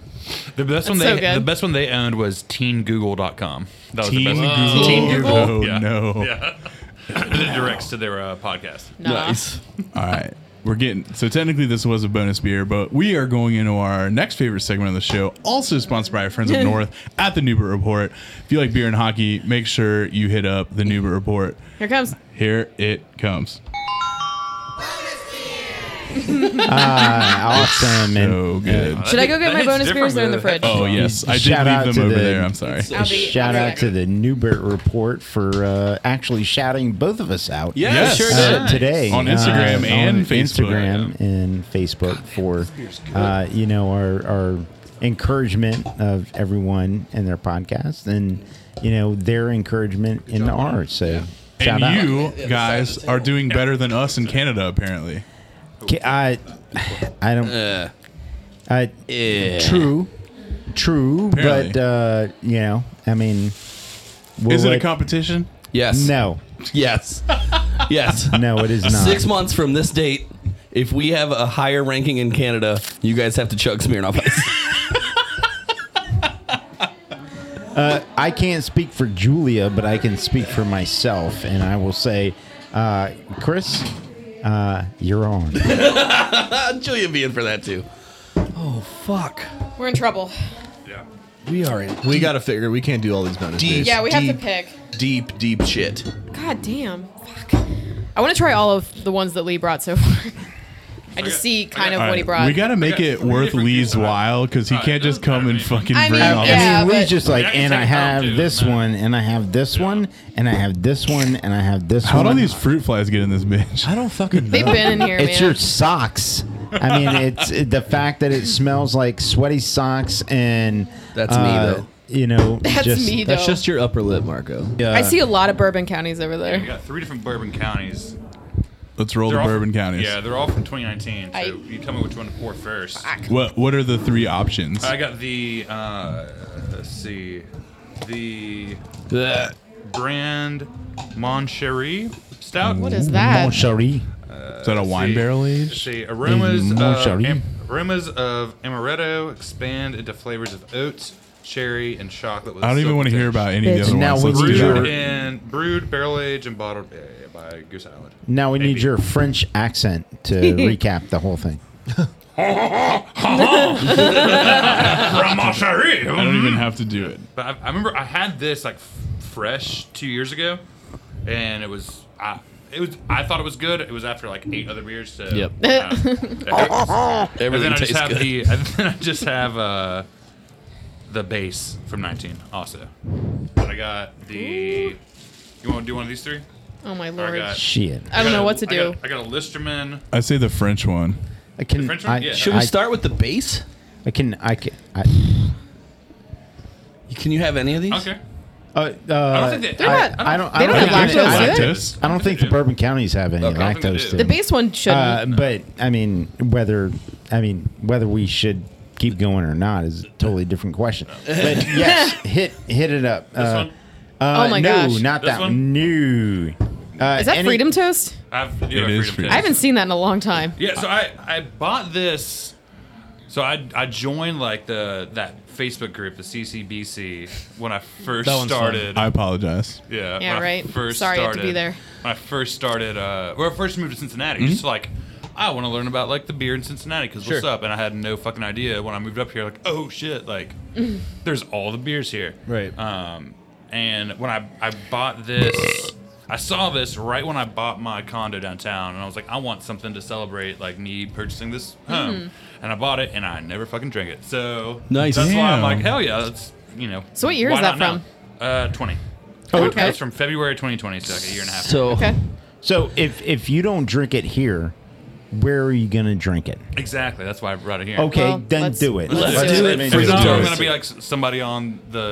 [SPEAKER 5] The best one
[SPEAKER 3] That's
[SPEAKER 5] they
[SPEAKER 3] so good.
[SPEAKER 5] the best one they owned was teengoogle.com. That was the
[SPEAKER 1] Teen
[SPEAKER 5] best one.
[SPEAKER 1] Google.
[SPEAKER 5] Teen Google.
[SPEAKER 1] Oh
[SPEAKER 5] Yeah.
[SPEAKER 1] no!
[SPEAKER 5] Yeah. and it directs to their uh, podcast.
[SPEAKER 3] Nah.
[SPEAKER 2] Nice.
[SPEAKER 1] All right, we're getting so technically this was a bonus beer, but we are going into our next favorite segment of the show, also sponsored by our friends up north at the Newbert Report. If you like beer and hockey, make sure you hit up the Newbert Report.
[SPEAKER 3] Here comes.
[SPEAKER 1] Here it comes.
[SPEAKER 8] awesome. uh, And
[SPEAKER 1] So good.
[SPEAKER 3] Should I go get my
[SPEAKER 5] It's
[SPEAKER 3] bonus
[SPEAKER 5] different
[SPEAKER 3] beers? They're in the
[SPEAKER 5] with
[SPEAKER 3] fridge.
[SPEAKER 5] that.
[SPEAKER 1] Oh yes, I did
[SPEAKER 8] Shout out
[SPEAKER 1] leave
[SPEAKER 8] to
[SPEAKER 1] them over
[SPEAKER 8] the-
[SPEAKER 1] there. I'm sorry.
[SPEAKER 3] I'll be- I'll
[SPEAKER 8] shout
[SPEAKER 3] be
[SPEAKER 8] out
[SPEAKER 3] back.
[SPEAKER 8] to the Newbert Report for uh, actually shouting both of us out.
[SPEAKER 2] Yeah,
[SPEAKER 1] Yes.
[SPEAKER 2] sure
[SPEAKER 8] uh,
[SPEAKER 2] did.
[SPEAKER 8] today
[SPEAKER 1] On
[SPEAKER 8] uh,
[SPEAKER 1] Instagram
[SPEAKER 8] on
[SPEAKER 1] and Facebook.
[SPEAKER 8] Instagram and Facebook for uh, you know our our encouragement of everyone and their podcast and you know their encouragement in ours. So shout out.
[SPEAKER 1] and you guys are doing better than us in Canada, apparently.
[SPEAKER 8] Ca- I I don't.
[SPEAKER 2] Uh,
[SPEAKER 8] I,
[SPEAKER 2] yeah.
[SPEAKER 8] True, true,
[SPEAKER 1] Apparently.
[SPEAKER 8] but uh, you know, I mean, we'll
[SPEAKER 1] Is it a
[SPEAKER 8] let-
[SPEAKER 1] competition?
[SPEAKER 2] Yes.
[SPEAKER 8] No,
[SPEAKER 2] Yes. Yes.
[SPEAKER 8] no, it
[SPEAKER 1] (laughs)
[SPEAKER 8] is not.
[SPEAKER 2] Six months from this date, if we have a higher ranking in Canada, you guys have to chug Smirnoff Ice. (laughs)
[SPEAKER 8] I can't speak for Julia, but I can speak for myself, and I will say, uh, Chris, uh,
[SPEAKER 5] (laughs)
[SPEAKER 8] you're on.
[SPEAKER 2] Julia be in for that too. Oh fuck.
[SPEAKER 3] We're in trouble.
[SPEAKER 5] Yeah.
[SPEAKER 4] We are in. We got to figure. We can't do all these bonus
[SPEAKER 2] Deep,
[SPEAKER 4] days.
[SPEAKER 3] Yeah, we have to
[SPEAKER 2] deep,
[SPEAKER 3] pick.
[SPEAKER 2] Deep, deep shit.
[SPEAKER 3] God damn. Fuck. I want to try all of the ones that Lee brought so far. I just see kind of
[SPEAKER 1] All
[SPEAKER 3] what
[SPEAKER 1] right,
[SPEAKER 3] he brought.
[SPEAKER 1] We got to make
[SPEAKER 5] Okay,
[SPEAKER 1] it
[SPEAKER 5] three
[SPEAKER 1] worth
[SPEAKER 5] different
[SPEAKER 1] Lee's
[SPEAKER 5] people.
[SPEAKER 1] while because he
[SPEAKER 5] All right,
[SPEAKER 1] can't just
[SPEAKER 5] doesn't matter
[SPEAKER 1] come and
[SPEAKER 5] to me.
[SPEAKER 1] fucking
[SPEAKER 3] I
[SPEAKER 1] bring
[SPEAKER 3] mean,
[SPEAKER 1] all
[SPEAKER 3] yeah.
[SPEAKER 1] this.
[SPEAKER 8] I mean,
[SPEAKER 3] but-
[SPEAKER 8] Lee's just like,
[SPEAKER 5] Yeah, I can
[SPEAKER 8] and I
[SPEAKER 5] take it out,
[SPEAKER 8] have
[SPEAKER 5] dude,
[SPEAKER 8] this
[SPEAKER 5] man.
[SPEAKER 8] one, and I have this one, and I have this one, and I have this
[SPEAKER 1] How
[SPEAKER 8] one.
[SPEAKER 1] do these fruit flies get in this bitch?
[SPEAKER 6] I don't fucking
[SPEAKER 3] They've
[SPEAKER 6] know.
[SPEAKER 3] been in here,
[SPEAKER 8] It's
[SPEAKER 3] man.
[SPEAKER 8] your socks. I mean, it's it- the fact that it smells like sweaty socks, and
[SPEAKER 2] That's me,
[SPEAKER 8] uh,
[SPEAKER 2] though.
[SPEAKER 8] You know,
[SPEAKER 3] (laughs) (laughs) That's
[SPEAKER 8] just,
[SPEAKER 3] me, though.
[SPEAKER 4] That's just your upper lip, Marco.
[SPEAKER 8] uh,
[SPEAKER 3] I see a lot of bourbon counties over
[SPEAKER 5] We
[SPEAKER 3] there.
[SPEAKER 5] got three different bourbon counties.
[SPEAKER 1] Let's roll the
[SPEAKER 5] all
[SPEAKER 1] bourbon
[SPEAKER 5] from,
[SPEAKER 1] counties.
[SPEAKER 5] Yeah, they're all from 2019. So
[SPEAKER 3] I-
[SPEAKER 5] you tell me which one to pour first.
[SPEAKER 1] What What are the three options?
[SPEAKER 5] I got the uh, let's see, the brand Moncherie Stout.
[SPEAKER 3] What is that?
[SPEAKER 8] Mon Cherie.
[SPEAKER 1] Is that a wine
[SPEAKER 5] see.
[SPEAKER 1] barrel
[SPEAKER 5] Let's
[SPEAKER 1] age?
[SPEAKER 5] See, aromas of,
[SPEAKER 8] Moncherie.
[SPEAKER 5] am, aromas of amaretto expand into flavors of oats, cherry, and chocolate. With
[SPEAKER 1] I don't even want to hear about any of the
[SPEAKER 8] Bitch,
[SPEAKER 1] other
[SPEAKER 8] now
[SPEAKER 1] ones.
[SPEAKER 8] we
[SPEAKER 1] Let's
[SPEAKER 8] need
[SPEAKER 1] do
[SPEAKER 8] your-
[SPEAKER 1] that.
[SPEAKER 5] Brewed and brewed, barrel aged, and bottled eh, by Goose Island.
[SPEAKER 8] Now we need
[SPEAKER 5] Maybe.
[SPEAKER 8] your French
[SPEAKER 3] (laughs)
[SPEAKER 8] accent to recap the whole thing.
[SPEAKER 1] I don't even have to do it.
[SPEAKER 5] But I, I remember I had this like f- fresh two years ago, and it was I it was I thought it was good. It was after like eight other beers. So
[SPEAKER 2] Yep.
[SPEAKER 5] I don't know. and
[SPEAKER 2] Everything
[SPEAKER 5] then I just
[SPEAKER 2] tastes
[SPEAKER 5] have
[SPEAKER 2] good.
[SPEAKER 5] the (laughs) and then I just have uh, the base from 19 also. But I got the. You want to do one of these three?
[SPEAKER 3] Oh my
[SPEAKER 5] Or I
[SPEAKER 3] lord.
[SPEAKER 5] got.
[SPEAKER 8] Shit.
[SPEAKER 3] I don't
[SPEAKER 5] got
[SPEAKER 3] know
[SPEAKER 5] a-
[SPEAKER 3] what to
[SPEAKER 5] I
[SPEAKER 3] do.
[SPEAKER 5] got- I got a Listerman.
[SPEAKER 3] (laughs)
[SPEAKER 1] I say the French one.
[SPEAKER 8] I can.
[SPEAKER 5] French one?
[SPEAKER 8] I,
[SPEAKER 5] Yeah.
[SPEAKER 2] Should we
[SPEAKER 8] I-
[SPEAKER 2] start with the base?
[SPEAKER 8] I can. I can. I,
[SPEAKER 2] Can you have any of these?
[SPEAKER 5] Okay. I
[SPEAKER 8] uh, uh,
[SPEAKER 5] don't think they.
[SPEAKER 3] They're not.
[SPEAKER 8] I don't.
[SPEAKER 3] They
[SPEAKER 8] I don't,
[SPEAKER 3] don't have
[SPEAKER 8] think they-
[SPEAKER 3] lactose,
[SPEAKER 8] I-
[SPEAKER 3] do they?
[SPEAKER 1] Lactose?
[SPEAKER 8] I don't think the bourbon counties have any
[SPEAKER 5] I don't think
[SPEAKER 8] lactose.
[SPEAKER 5] they do.
[SPEAKER 8] to
[SPEAKER 3] The base one shouldn't.
[SPEAKER 8] Uh, but I mean, whether I mean whether we should keep going or not is a totally different question.
[SPEAKER 3] (laughs)
[SPEAKER 8] But yes, hit hit it up.
[SPEAKER 5] This
[SPEAKER 8] Uh,
[SPEAKER 5] one.
[SPEAKER 8] uh,
[SPEAKER 3] Oh my
[SPEAKER 8] no,
[SPEAKER 3] gosh.
[SPEAKER 8] not
[SPEAKER 5] This
[SPEAKER 8] that
[SPEAKER 5] one?
[SPEAKER 8] new. Uh,
[SPEAKER 3] Is that
[SPEAKER 8] any-
[SPEAKER 3] Freedom Toast?
[SPEAKER 5] I've, you
[SPEAKER 1] It
[SPEAKER 5] know,
[SPEAKER 1] is
[SPEAKER 5] freedom
[SPEAKER 1] free.
[SPEAKER 5] to-
[SPEAKER 3] I haven't seen that in a long time.
[SPEAKER 5] Yeah, so I, I bought this. So I I joined like the that Facebook group, the CCBC, when I first
[SPEAKER 4] That one's fun.
[SPEAKER 5] started.
[SPEAKER 1] I apologize.
[SPEAKER 5] yeah,
[SPEAKER 3] Yeah,
[SPEAKER 5] when I
[SPEAKER 3] right. Sorry I had to be there.
[SPEAKER 5] When I first started, uh, when I first moved to Cincinnati,
[SPEAKER 4] Mm-hmm.
[SPEAKER 5] just like I want to learn about like the beer in Cincinnati because what's up? And I had no fucking idea when I moved up here. Like, oh shit, like
[SPEAKER 3] Mm-hmm.
[SPEAKER 5] there's all the beers here.
[SPEAKER 4] (laughs) Right.
[SPEAKER 3] Uh,
[SPEAKER 5] Um, and when I I bought this, I saw this right when I bought my condo downtown, and I was like, I want something to celebrate like me purchasing this home,
[SPEAKER 3] Hmm.
[SPEAKER 5] and I bought it, and I never fucking drank it. So
[SPEAKER 4] Nice.
[SPEAKER 5] That's why I'm
[SPEAKER 1] Damn.
[SPEAKER 5] like, hell yeah, that's you know.
[SPEAKER 3] So what year is
[SPEAKER 5] why
[SPEAKER 3] that
[SPEAKER 5] not now? Uh, twenty.
[SPEAKER 3] Oh,
[SPEAKER 5] That's It's from February 2020, so like a year and a half.
[SPEAKER 2] So
[SPEAKER 3] Okay.
[SPEAKER 8] So if if you don't drink it here, where are you gonna drink it?
[SPEAKER 5] exactly, that's why I brought it here.
[SPEAKER 8] Okay,
[SPEAKER 3] Well,
[SPEAKER 8] then
[SPEAKER 3] let's-
[SPEAKER 8] do it.
[SPEAKER 3] let's Let's
[SPEAKER 2] do do it. it.
[SPEAKER 5] For
[SPEAKER 2] Let's
[SPEAKER 5] example,
[SPEAKER 2] do
[SPEAKER 5] I'm
[SPEAKER 2] it.
[SPEAKER 5] gonna be like s- somebody on the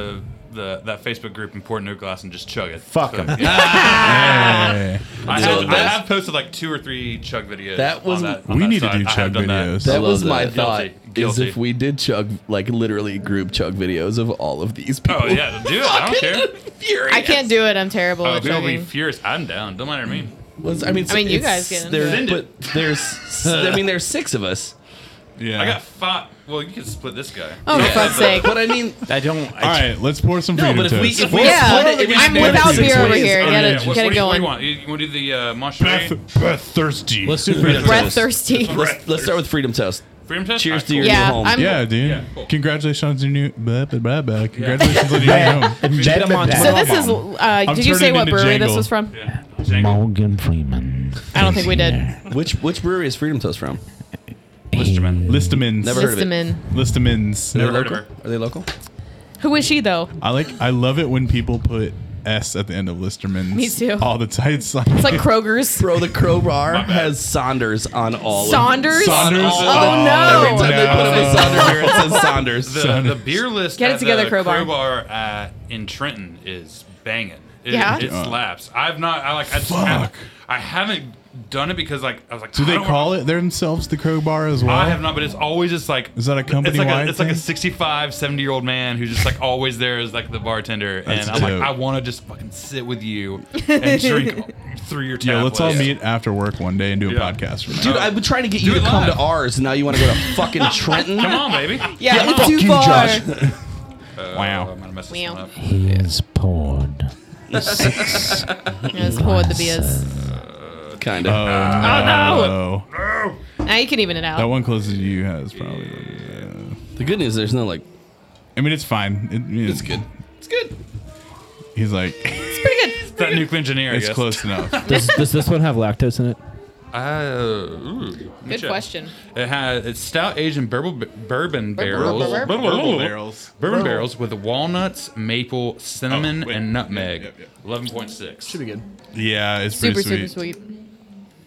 [SPEAKER 5] the that Facebook group in Port New Glass and just chug it.
[SPEAKER 8] Fuck
[SPEAKER 5] So,
[SPEAKER 8] 'em.
[SPEAKER 5] yeah.
[SPEAKER 1] Hey.
[SPEAKER 5] I,
[SPEAKER 2] So
[SPEAKER 5] have, I
[SPEAKER 2] that's-
[SPEAKER 5] have posted like two or three chug videos.
[SPEAKER 2] That was-
[SPEAKER 5] on that, on
[SPEAKER 1] We
[SPEAKER 5] that
[SPEAKER 1] need to
[SPEAKER 5] side.
[SPEAKER 1] do
[SPEAKER 5] I have
[SPEAKER 1] chug
[SPEAKER 5] done that.
[SPEAKER 1] videos.
[SPEAKER 2] That
[SPEAKER 1] I
[SPEAKER 2] was
[SPEAKER 5] love
[SPEAKER 2] my
[SPEAKER 5] that.
[SPEAKER 2] thought.
[SPEAKER 5] Guilty.
[SPEAKER 2] Is
[SPEAKER 5] Guilty.
[SPEAKER 2] if we did chug like literally group chug videos of all of these people.
[SPEAKER 5] Oh yeah, do it.
[SPEAKER 2] (laughs)
[SPEAKER 5] I don't care.
[SPEAKER 2] Furious.
[SPEAKER 3] I can't do it. I'm terrible
[SPEAKER 5] Oh,
[SPEAKER 3] at
[SPEAKER 5] people be
[SPEAKER 3] chugging.
[SPEAKER 5] furious. I'm down. Don't matter me.
[SPEAKER 2] Was- I mean,
[SPEAKER 3] I mean, you guys
[SPEAKER 2] it's-
[SPEAKER 3] get into it.
[SPEAKER 2] There's, but there's, I mean, there's six of us.
[SPEAKER 1] Yeah.
[SPEAKER 5] I got five. Well, you can split this guy.
[SPEAKER 3] Oh, for fuck's sake.
[SPEAKER 2] But
[SPEAKER 4] (laughs)
[SPEAKER 2] I mean,
[SPEAKER 8] I don't.
[SPEAKER 1] All right, let's pour some
[SPEAKER 2] no.
[SPEAKER 1] freedom
[SPEAKER 2] But if we,
[SPEAKER 1] toast.
[SPEAKER 2] if we
[SPEAKER 3] Yeah,
[SPEAKER 2] split it, if we
[SPEAKER 3] I'm
[SPEAKER 2] split it
[SPEAKER 3] without
[SPEAKER 2] six
[SPEAKER 3] beer over
[SPEAKER 2] ways-
[SPEAKER 3] here. Get
[SPEAKER 2] I mean,
[SPEAKER 3] it,
[SPEAKER 5] what,
[SPEAKER 3] get
[SPEAKER 5] what
[SPEAKER 3] it
[SPEAKER 5] do you- what do
[SPEAKER 3] going.
[SPEAKER 5] you want? You, you want to do the uh,
[SPEAKER 1] breath,
[SPEAKER 5] Moncherie?
[SPEAKER 1] breath thirsty.
[SPEAKER 4] Let's do freedom
[SPEAKER 3] Breath
[SPEAKER 4] toast.
[SPEAKER 3] thirsty.
[SPEAKER 2] Let's, let's start with freedom toast.
[SPEAKER 5] Freedom test.
[SPEAKER 2] Cheers
[SPEAKER 5] Alright,
[SPEAKER 2] to your (laughs)
[SPEAKER 5] cool.
[SPEAKER 2] new
[SPEAKER 3] Yeah,
[SPEAKER 2] home.
[SPEAKER 3] I'm-
[SPEAKER 1] Yeah, dude.
[SPEAKER 5] Yeah, cool.
[SPEAKER 1] Congratulations on your new. Blah, blah, blah, blah. Congratulations
[SPEAKER 2] (laughs)
[SPEAKER 1] on your new home.
[SPEAKER 3] So this is. Uh, did you say
[SPEAKER 1] turning
[SPEAKER 3] what
[SPEAKER 1] into
[SPEAKER 3] brewery
[SPEAKER 1] Jangle.
[SPEAKER 3] this was from?
[SPEAKER 5] Yeah. Jangle.
[SPEAKER 8] Morgan Freeman.
[SPEAKER 3] I don't think we did.
[SPEAKER 2] Which which brewery is freedom toast from?
[SPEAKER 5] Listerman.
[SPEAKER 1] Listamins.
[SPEAKER 2] Never heard of
[SPEAKER 3] List
[SPEAKER 2] it.
[SPEAKER 3] them in.
[SPEAKER 1] Listamins.
[SPEAKER 5] Never
[SPEAKER 2] Are they
[SPEAKER 5] heard of
[SPEAKER 2] local?
[SPEAKER 5] her.
[SPEAKER 2] Are they local?
[SPEAKER 3] Who is she though?
[SPEAKER 1] I like. I love it when people put S at the end of Listermans.
[SPEAKER 3] Me too.
[SPEAKER 1] All the time. It's like,
[SPEAKER 3] It's like Kroger's.
[SPEAKER 2] Bro, the crowbar has Saunders on all.
[SPEAKER 3] Saunders.
[SPEAKER 1] Saunders.
[SPEAKER 3] Oh,
[SPEAKER 1] Oh,
[SPEAKER 3] no.
[SPEAKER 2] Of them. Every time they put up a Saunders beer, it says Saunders.
[SPEAKER 5] (laughs) The, the beer list
[SPEAKER 3] Get it
[SPEAKER 5] at
[SPEAKER 3] together,
[SPEAKER 5] the
[SPEAKER 3] Crowbar.
[SPEAKER 5] crowbar at, in Trenton is banging. It,
[SPEAKER 3] Yeah?
[SPEAKER 5] It slaps. I've not. I like. I just
[SPEAKER 1] Uh. Fuck.
[SPEAKER 5] haven't, I haven't done it because like I was like.
[SPEAKER 1] do they call
[SPEAKER 5] it?
[SPEAKER 1] it themselves the crowbar as well?
[SPEAKER 5] I have not, but it's always just like.
[SPEAKER 1] Is that a
[SPEAKER 5] It's like
[SPEAKER 1] company-wide
[SPEAKER 5] a, it's like a
[SPEAKER 1] thing?
[SPEAKER 5] 65, 70 year old man who's just like always there as like the bartender.
[SPEAKER 1] That's
[SPEAKER 5] and I'm
[SPEAKER 1] dope.
[SPEAKER 5] like, I want to just fucking sit
[SPEAKER 3] (laughs)
[SPEAKER 5] with you and drink through your tap
[SPEAKER 1] Yeah, let's all
[SPEAKER 5] list.
[SPEAKER 1] meet after work one day and do a
[SPEAKER 5] Yeah.
[SPEAKER 1] podcast for
[SPEAKER 2] Dude,
[SPEAKER 1] that.
[SPEAKER 2] I've been trying to get you
[SPEAKER 5] Do
[SPEAKER 2] to
[SPEAKER 5] it
[SPEAKER 2] come
[SPEAKER 5] live.
[SPEAKER 2] to ours, and now you want to go to
[SPEAKER 5] (laughs)
[SPEAKER 2] fucking Trenton?
[SPEAKER 5] Come
[SPEAKER 3] (laughs)
[SPEAKER 5] on, baby.
[SPEAKER 3] Yeah,
[SPEAKER 2] Yeah,
[SPEAKER 3] it's
[SPEAKER 2] fuck
[SPEAKER 3] too
[SPEAKER 2] you,
[SPEAKER 3] far.
[SPEAKER 2] Josh.
[SPEAKER 5] Uh,
[SPEAKER 1] Wow.
[SPEAKER 5] I'm gonna mess this
[SPEAKER 3] Meow.
[SPEAKER 5] one up.
[SPEAKER 8] Is poured. Six.
[SPEAKER 3] Yeah, Let's pour the beers.
[SPEAKER 2] Kind of.
[SPEAKER 4] Uh,
[SPEAKER 1] Oh, no.
[SPEAKER 3] Now you can even it
[SPEAKER 1] That
[SPEAKER 3] out.
[SPEAKER 1] one closest to you has probably. The,
[SPEAKER 2] the good news, there's no like.
[SPEAKER 1] I mean, it's fine. It-
[SPEAKER 2] It's good. It's good.
[SPEAKER 1] He's like,
[SPEAKER 3] It's pretty good.
[SPEAKER 5] That nuclear engineer. I
[SPEAKER 1] it's
[SPEAKER 5] guess.
[SPEAKER 1] close enough.
[SPEAKER 4] Does,
[SPEAKER 3] (laughs)
[SPEAKER 4] does this one have lactose in it?
[SPEAKER 5] Uh, ooh, let me
[SPEAKER 3] Good
[SPEAKER 5] check.
[SPEAKER 3] question.
[SPEAKER 5] It has it's stout aged in bourbon, bourbon barrels,
[SPEAKER 3] bourbon-
[SPEAKER 1] Bourbon barrels.
[SPEAKER 5] bourbon barrels with walnuts, maple, cinnamon,
[SPEAKER 1] Oh, wait.
[SPEAKER 5] and nutmeg.
[SPEAKER 1] Yep, yep, yep.
[SPEAKER 5] Eleven point six.
[SPEAKER 2] Should be good.
[SPEAKER 1] Yeah, it's
[SPEAKER 3] Super,
[SPEAKER 1] pretty
[SPEAKER 3] super
[SPEAKER 1] sweet.
[SPEAKER 3] sweet.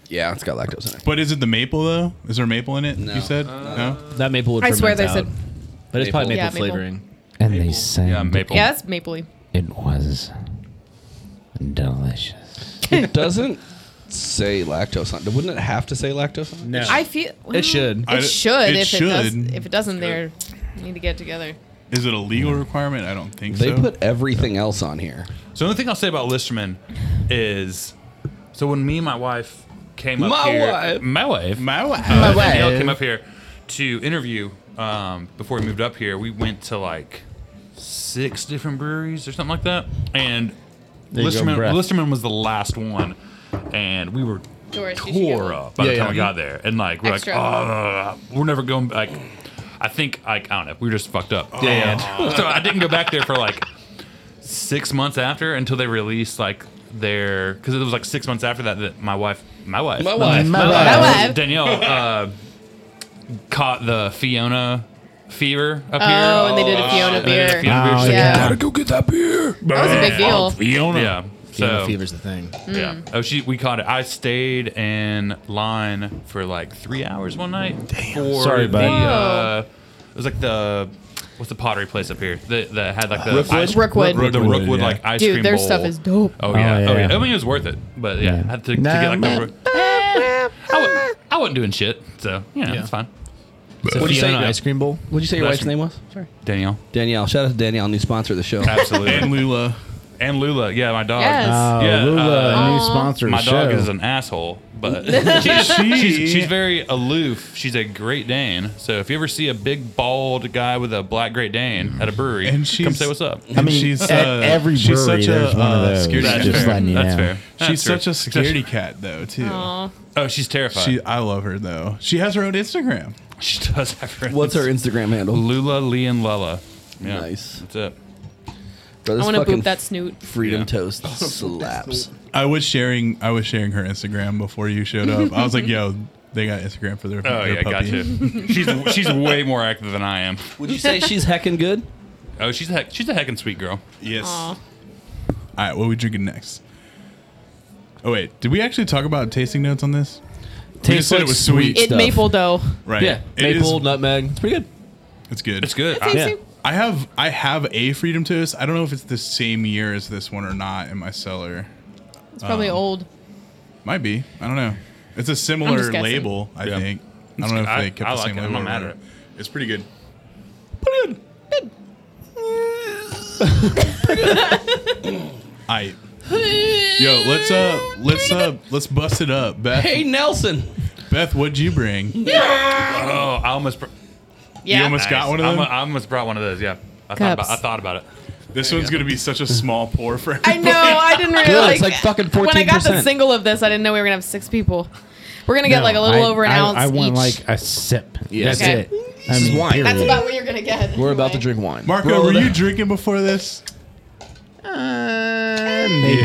[SPEAKER 2] Yeah, it's got lactose in it.
[SPEAKER 1] But is it the maple though? Is there maple in it?
[SPEAKER 2] No.
[SPEAKER 1] You said no.
[SPEAKER 4] That maple would
[SPEAKER 3] I swear
[SPEAKER 4] ferment
[SPEAKER 3] they said.
[SPEAKER 4] out. But it's probably maple
[SPEAKER 3] Maple. Yeah, maple.
[SPEAKER 4] flavoring.
[SPEAKER 8] And they sang.
[SPEAKER 5] Yeah, maple.
[SPEAKER 3] Yeah, that's mapley.
[SPEAKER 8] It was delicious.
[SPEAKER 2] (laughs) It doesn't say lactose on. Wouldn't it have to say lactose on? it?
[SPEAKER 4] No.
[SPEAKER 3] I feel well,
[SPEAKER 4] It should.
[SPEAKER 1] I-
[SPEAKER 3] It should.
[SPEAKER 1] it
[SPEAKER 3] if It does,
[SPEAKER 1] should.
[SPEAKER 3] if it doesn't, there we need to get together.
[SPEAKER 1] Is it a legal requirement? I don't think
[SPEAKER 2] They
[SPEAKER 1] so.
[SPEAKER 2] put everything else on here.
[SPEAKER 5] So the only thing I'll say about Listerman is, so when me and my wife came up
[SPEAKER 2] My
[SPEAKER 5] here.
[SPEAKER 2] wife.
[SPEAKER 5] My wife. My
[SPEAKER 2] wife.
[SPEAKER 5] Uh,
[SPEAKER 2] My
[SPEAKER 5] Danielle
[SPEAKER 2] wife.
[SPEAKER 5] came up here to interview um, before we moved up here. We went to like six different breweries or something like that, and
[SPEAKER 4] There you go,
[SPEAKER 5] Listerman,
[SPEAKER 4] breath.
[SPEAKER 5] Listerman was the last one, and we were
[SPEAKER 3] Doris, you should
[SPEAKER 5] tore
[SPEAKER 3] go.
[SPEAKER 5] up by
[SPEAKER 4] Yeah,
[SPEAKER 5] the time
[SPEAKER 4] yeah.
[SPEAKER 5] we got there, and like we're
[SPEAKER 3] Extra.
[SPEAKER 5] like, oh, we're never going like. I think like I don't know. We were just fucked up.
[SPEAKER 4] Yeah,
[SPEAKER 5] And (laughs) so I didn't go back there for like six months after until they released like their because it was like six months after that that my wife my wife
[SPEAKER 2] My wife. My
[SPEAKER 10] wife.
[SPEAKER 3] My wife.
[SPEAKER 5] Danielle uh, caught the Fiona fever up here.
[SPEAKER 3] Oh, and they did a Fiona
[SPEAKER 5] and they did a
[SPEAKER 3] beer.
[SPEAKER 5] Fiona beer.
[SPEAKER 8] Oh,
[SPEAKER 5] She's like,
[SPEAKER 3] yeah.
[SPEAKER 5] Gotta go get that beer.
[SPEAKER 3] That was a big deal.
[SPEAKER 5] Fiona. Yeah. So
[SPEAKER 4] fever's the thing.
[SPEAKER 5] yeah.
[SPEAKER 3] Mm.
[SPEAKER 5] Oh, she we caught it. I stayed in line for like three hours one night. Damn. For
[SPEAKER 4] Sorry,
[SPEAKER 5] the,
[SPEAKER 4] bud.
[SPEAKER 5] uh, it was like the what's the pottery place up here that, that had like the
[SPEAKER 2] Rookwood?
[SPEAKER 5] ice-
[SPEAKER 3] Rookwood.
[SPEAKER 5] the
[SPEAKER 1] Rookwood,
[SPEAKER 5] Rookwood
[SPEAKER 1] yeah.
[SPEAKER 5] like ice
[SPEAKER 3] Dude,
[SPEAKER 5] cream
[SPEAKER 3] their
[SPEAKER 5] bowl.
[SPEAKER 3] stuff is dope.
[SPEAKER 5] Oh
[SPEAKER 11] Oh,
[SPEAKER 5] yeah. oh
[SPEAKER 11] yeah.
[SPEAKER 5] yeah, I mean it was worth it, but yeah,
[SPEAKER 11] Yeah.
[SPEAKER 5] I had to, to get like the. Rook- I, was, I wasn't doing shit, so you know,
[SPEAKER 4] Yeah.
[SPEAKER 5] it's fine.
[SPEAKER 2] What'd you say?
[SPEAKER 4] ice cream bowl.
[SPEAKER 2] What'd you say your
[SPEAKER 5] That's-
[SPEAKER 2] wife's name was? Sorry.
[SPEAKER 5] Danielle,
[SPEAKER 2] Danielle. Shout out to Danielle, new sponsor of the show.
[SPEAKER 5] (laughs) absolutely,
[SPEAKER 1] (laughs) And Lula.
[SPEAKER 5] and Lula, yeah, my dog.
[SPEAKER 3] Yes.
[SPEAKER 8] Oh,
[SPEAKER 5] Yeah,
[SPEAKER 8] Lula,
[SPEAKER 5] uh,
[SPEAKER 8] new sponsor. of
[SPEAKER 5] My
[SPEAKER 8] the
[SPEAKER 5] dog
[SPEAKER 8] show.
[SPEAKER 5] is an asshole, but (laughs) she's, she's, she's very aloof. She's a Great Dane. So if you ever see a big bald guy with a black Great Dane at a brewery,
[SPEAKER 1] And
[SPEAKER 5] come
[SPEAKER 1] she's-
[SPEAKER 5] say what's up.
[SPEAKER 1] I mean, she's
[SPEAKER 8] at
[SPEAKER 1] uh,
[SPEAKER 8] e- every
[SPEAKER 1] she's
[SPEAKER 8] brewery,
[SPEAKER 1] such a
[SPEAKER 8] there's one of
[SPEAKER 1] uh,
[SPEAKER 8] those.
[SPEAKER 1] security.
[SPEAKER 8] That's
[SPEAKER 1] cat.
[SPEAKER 8] just letting you
[SPEAKER 5] That's
[SPEAKER 8] know.
[SPEAKER 5] fair. That's
[SPEAKER 1] She's
[SPEAKER 5] fair.
[SPEAKER 1] such a security cat, though. Too.
[SPEAKER 3] Aw.
[SPEAKER 5] Oh, she's terrified. (laughs)
[SPEAKER 1] She,
[SPEAKER 5] She,
[SPEAKER 1] I love her though. She has her own Instagram.
[SPEAKER 5] does have her.
[SPEAKER 2] What's her Instagram handle?
[SPEAKER 5] Lula Lee and Lula. Yeah,
[SPEAKER 2] Nice.
[SPEAKER 5] That's it.
[SPEAKER 3] I
[SPEAKER 2] Bro, this
[SPEAKER 3] want to
[SPEAKER 2] fucking
[SPEAKER 3] boop that snoot.
[SPEAKER 2] Freedom
[SPEAKER 5] Yeah.
[SPEAKER 2] toast slaps.
[SPEAKER 1] I was sharing. I was sharing her Instagram before you showed up. I was
[SPEAKER 3] (laughs)
[SPEAKER 1] like, "Yo, they got Instagram for their,
[SPEAKER 5] Oh
[SPEAKER 1] their
[SPEAKER 5] yeah,
[SPEAKER 1] puppy."
[SPEAKER 5] gotcha. (laughs) she's she's way more active than I am.
[SPEAKER 2] Would you say she's heckin' good?
[SPEAKER 5] Oh, she's a heck, she's a heckin' sweet girl.
[SPEAKER 1] Yes.
[SPEAKER 3] Aw.
[SPEAKER 1] All right, what are we drinking next? Oh wait, did we actually talk about tasting notes on this? we just said it was sweet.
[SPEAKER 3] It
[SPEAKER 2] stuff.
[SPEAKER 3] maple dough.
[SPEAKER 1] Right.
[SPEAKER 4] Yeah,
[SPEAKER 1] It
[SPEAKER 4] maple,
[SPEAKER 1] is-
[SPEAKER 4] nutmeg. It's pretty good.
[SPEAKER 1] it's good.
[SPEAKER 5] It's good.
[SPEAKER 3] Tasty.
[SPEAKER 4] Yeah.
[SPEAKER 1] I have I have a freedom toast. I don't know if it's the same year as this one or not in my cellar.
[SPEAKER 3] It's probably old.
[SPEAKER 1] Might be. I don't know. It's a
[SPEAKER 3] I'm
[SPEAKER 1] similar
[SPEAKER 3] just guessing.
[SPEAKER 1] label, I
[SPEAKER 5] Yeah.
[SPEAKER 1] think. I don't know if
[SPEAKER 5] I-
[SPEAKER 1] they kept
[SPEAKER 5] I
[SPEAKER 1] the
[SPEAKER 5] like
[SPEAKER 1] same
[SPEAKER 5] it. I'm
[SPEAKER 1] label.
[SPEAKER 5] not mad
[SPEAKER 1] or
[SPEAKER 5] at
[SPEAKER 1] not. It's pretty good. (laughs) I Yo, let's uh let's uh let's bust it up. Beth
[SPEAKER 2] (laughs) Hey Nelson.
[SPEAKER 1] Beth, what'd you
[SPEAKER 3] (laughs)
[SPEAKER 1] bring?
[SPEAKER 5] Oh, I almost br-
[SPEAKER 1] You
[SPEAKER 3] Yeah.
[SPEAKER 1] almost got one of
[SPEAKER 5] I'm-
[SPEAKER 1] them?
[SPEAKER 5] I almost brought one of those. Yeah, I thought, about,
[SPEAKER 3] Cups.
[SPEAKER 5] I thought about it.
[SPEAKER 1] this one's gonna be such a small pour for
[SPEAKER 3] I know. I didn't realize.
[SPEAKER 2] it's like fucking
[SPEAKER 3] When I got the
[SPEAKER 2] 14%.
[SPEAKER 3] single of this, I didn't know we were gonna have six people. We're gonna get like a little
[SPEAKER 8] I-
[SPEAKER 3] over an
[SPEAKER 8] I,
[SPEAKER 3] ounce
[SPEAKER 8] I want
[SPEAKER 3] each.
[SPEAKER 8] like a sip.
[SPEAKER 4] Yeah.
[SPEAKER 8] That's
[SPEAKER 3] Okay.
[SPEAKER 8] it. I mean,
[SPEAKER 2] wine.
[SPEAKER 8] period.
[SPEAKER 3] That's about what you're gonna get.
[SPEAKER 2] We're about to
[SPEAKER 3] anyway.
[SPEAKER 2] drink wine.
[SPEAKER 1] Marco,
[SPEAKER 2] Bro,
[SPEAKER 1] were
[SPEAKER 2] that-
[SPEAKER 1] you drinking before this?
[SPEAKER 8] Uh, maybe.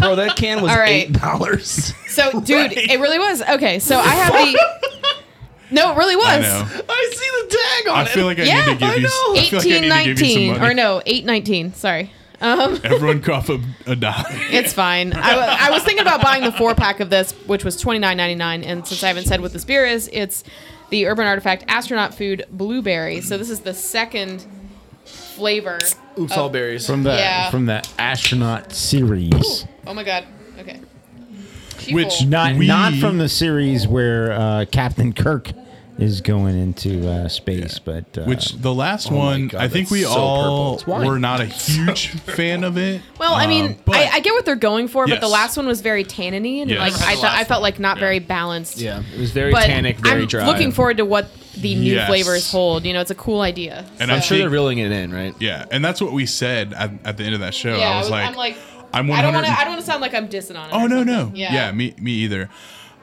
[SPEAKER 2] Bro, that can
[SPEAKER 3] (laughs)
[SPEAKER 2] was
[SPEAKER 3] All right.
[SPEAKER 2] eight dollars.
[SPEAKER 3] (laughs) So, dude, it really was okay. So I
[SPEAKER 1] (laughs)
[SPEAKER 3] have the. No, it really was.
[SPEAKER 1] I know.
[SPEAKER 2] I see the tag on
[SPEAKER 1] I feel like I
[SPEAKER 3] Yeah,
[SPEAKER 1] need to give
[SPEAKER 3] I
[SPEAKER 1] you
[SPEAKER 3] know.
[SPEAKER 1] I feel like I need to give you some
[SPEAKER 3] 1819
[SPEAKER 1] money.
[SPEAKER 3] or no 819 sorry um
[SPEAKER 1] Everyone cough a, a dollar.
[SPEAKER 3] it's fine I wa- I was thinking about buying the four pack of this which was 29.99 and since i haven't said what this beer is it's the urban artifact astronaut food blueberry so this is the second flavor
[SPEAKER 2] Oops, all berries.
[SPEAKER 8] From the
[SPEAKER 3] Yeah.
[SPEAKER 8] from the astronaut series,
[SPEAKER 3] oh my god okay She
[SPEAKER 1] Which-
[SPEAKER 3] full.
[SPEAKER 8] not
[SPEAKER 1] We-
[SPEAKER 8] not from the series where uh, Captain Kirk is going into uh, space, but uh,
[SPEAKER 1] Which the last
[SPEAKER 3] Oh
[SPEAKER 2] my
[SPEAKER 1] one,
[SPEAKER 2] God,
[SPEAKER 1] I think
[SPEAKER 2] that's
[SPEAKER 1] we
[SPEAKER 2] so purple.
[SPEAKER 1] all
[SPEAKER 2] It's wine.
[SPEAKER 1] were not a huge (laughs) fan of it.
[SPEAKER 3] well i mean
[SPEAKER 1] Um, but
[SPEAKER 3] I, I get what they're going for but the
[SPEAKER 1] Yes.
[SPEAKER 3] last one was very tanniny and
[SPEAKER 1] Yes.
[SPEAKER 3] like
[SPEAKER 1] Never
[SPEAKER 3] i
[SPEAKER 1] had
[SPEAKER 3] thought i felt like not very balanced
[SPEAKER 4] Yeah, it was very
[SPEAKER 3] but
[SPEAKER 4] tannic, very
[SPEAKER 3] i'm
[SPEAKER 4] dry.
[SPEAKER 3] looking forward to what the new
[SPEAKER 1] Yes.
[SPEAKER 3] flavors hold you know it's a cool idea
[SPEAKER 1] And
[SPEAKER 3] So-
[SPEAKER 1] I'm
[SPEAKER 4] I'm sure
[SPEAKER 1] sure
[SPEAKER 4] they're reeling it in, right?
[SPEAKER 1] yeah, and that's what we said at, at the end of that show.
[SPEAKER 3] Yeah,
[SPEAKER 1] I was like,
[SPEAKER 3] I'm like,
[SPEAKER 1] I'm
[SPEAKER 3] I don't
[SPEAKER 1] 100
[SPEAKER 3] want to. I don't want to sound like I'm dissing on it.
[SPEAKER 1] Oh
[SPEAKER 3] or
[SPEAKER 1] no,
[SPEAKER 3] something.
[SPEAKER 1] no,
[SPEAKER 3] Yeah.
[SPEAKER 1] yeah, me, me either.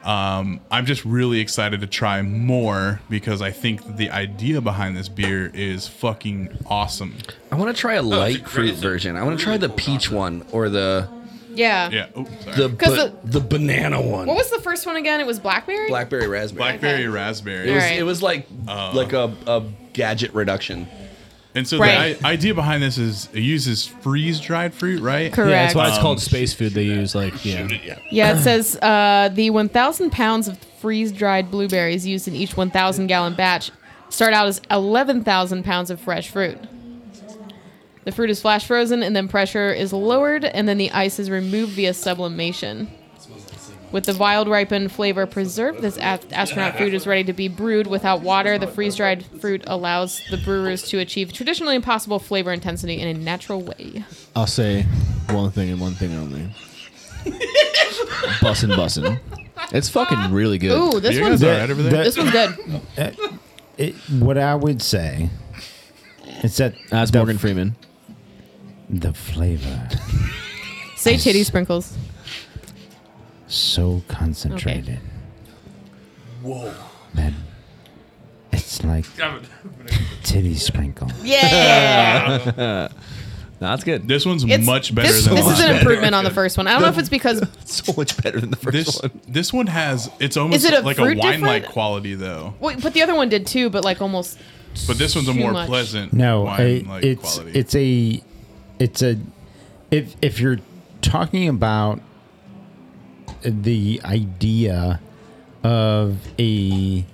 [SPEAKER 1] Um, I'm just really excited to try more because I think the idea behind this beer is fucking awesome.
[SPEAKER 2] I want to try a light fruit version. I want to try the peach one or the
[SPEAKER 3] yeah.
[SPEAKER 1] Yeah. Oh, sorry.
[SPEAKER 2] the
[SPEAKER 3] Because
[SPEAKER 2] ba- the, banana one.
[SPEAKER 3] What was the first one again? It was blackberry.
[SPEAKER 2] blackberry raspberry?
[SPEAKER 1] blackberry
[SPEAKER 3] Okay.
[SPEAKER 1] raspberry.
[SPEAKER 2] It was,
[SPEAKER 3] Alright.
[SPEAKER 2] it was like like a, a gadget reduction. (laughs)
[SPEAKER 1] And so
[SPEAKER 3] Right.
[SPEAKER 1] the I- idea behind this is it uses freeze dried fruit, right?
[SPEAKER 3] Correct.
[SPEAKER 4] Yeah, that's why it's
[SPEAKER 1] Um,
[SPEAKER 4] called space food. They use like yeah.
[SPEAKER 3] Yeah, it says uh, the 1,000 pounds of freeze-dried blueberries used in each 1,000-gallon batch start out as 11,000 pounds of fresh fruit. The fruit is flash frozen, and then pressure is lowered, and then the ice is removed via sublimation. With the wild ripened flavor preserved, this a- astronaut food is ready to be brewed without water. The freeze-dried fruit allows the brewers to achieve traditionally impossible flavor intensity in a natural way.
[SPEAKER 4] I'll say one thing and one thing only. bussin' bussin'. It's fucking really good.
[SPEAKER 3] Ooh, this
[SPEAKER 8] Beer
[SPEAKER 3] one's
[SPEAKER 8] guys all right over there?
[SPEAKER 3] This one's good.
[SPEAKER 8] It, what I would say is that that's Morgan
[SPEAKER 4] Freeman.
[SPEAKER 8] The flavor
[SPEAKER 3] Say titty sprinkles.
[SPEAKER 8] so concentrated
[SPEAKER 5] Whoa.
[SPEAKER 8] that it's like titty sprinkle.
[SPEAKER 3] Yeah.
[SPEAKER 4] that's good.
[SPEAKER 1] This one's
[SPEAKER 3] It's-
[SPEAKER 1] much better
[SPEAKER 3] this,
[SPEAKER 1] than
[SPEAKER 3] this
[SPEAKER 1] the
[SPEAKER 3] is an
[SPEAKER 1] last
[SPEAKER 3] improvement on the first one. I don't know if it's because
[SPEAKER 2] so much better than the first
[SPEAKER 1] this, one. This one has it's almost
[SPEAKER 3] it a
[SPEAKER 1] like a
[SPEAKER 3] fruit
[SPEAKER 1] wine like
[SPEAKER 3] different?
[SPEAKER 1] quality though.
[SPEAKER 3] well, but the other one did too, but like almost.
[SPEAKER 1] But this one's a
[SPEAKER 3] too
[SPEAKER 1] more
[SPEAKER 3] much.
[SPEAKER 1] pleasant
[SPEAKER 8] No, I,
[SPEAKER 1] wine like
[SPEAKER 8] it's
[SPEAKER 1] quality.
[SPEAKER 8] it's a it's a if if you're talking about the idea of a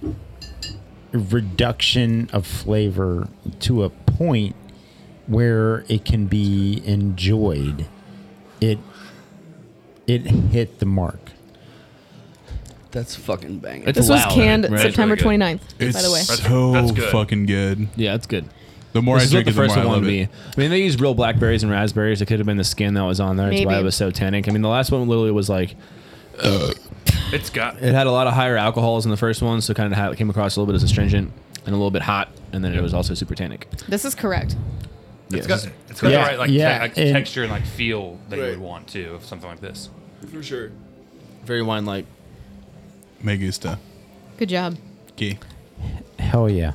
[SPEAKER 8] reduction of flavor to a point where it can be enjoyed, it it hit the mark.
[SPEAKER 2] That's fucking banging.
[SPEAKER 3] This was canned September 29th, by the way.
[SPEAKER 1] It's so
[SPEAKER 4] That's good.
[SPEAKER 1] fucking good.
[SPEAKER 4] Yeah, it's good.
[SPEAKER 1] The more I
[SPEAKER 4] this is what
[SPEAKER 1] drink it,
[SPEAKER 4] the
[SPEAKER 1] the
[SPEAKER 4] first
[SPEAKER 1] more I
[SPEAKER 4] one
[SPEAKER 1] love
[SPEAKER 4] would be.
[SPEAKER 1] it.
[SPEAKER 4] I mean, they used real blackberries and raspberries. It could have been the skin that was on there. That's why
[SPEAKER 3] Maybe.
[SPEAKER 4] it was so tannic. I mean, the last one literally was like.
[SPEAKER 12] It's got.
[SPEAKER 4] It had a lot of higher alcohols in the first one, so kind of had, came across a little bit as astringent and a little bit hot, and then it was also super tannic.
[SPEAKER 3] This is correct.
[SPEAKER 12] It's
[SPEAKER 4] Yes.
[SPEAKER 12] got, it's got
[SPEAKER 4] Yeah,
[SPEAKER 12] the right like,
[SPEAKER 4] yeah,
[SPEAKER 12] te- like,
[SPEAKER 4] and-
[SPEAKER 12] texture and like feel that you would want too, of something like this.
[SPEAKER 2] For sure. Very wine like.
[SPEAKER 1] Me gusta.
[SPEAKER 3] Good job.
[SPEAKER 1] Key.
[SPEAKER 8] Hell yeah.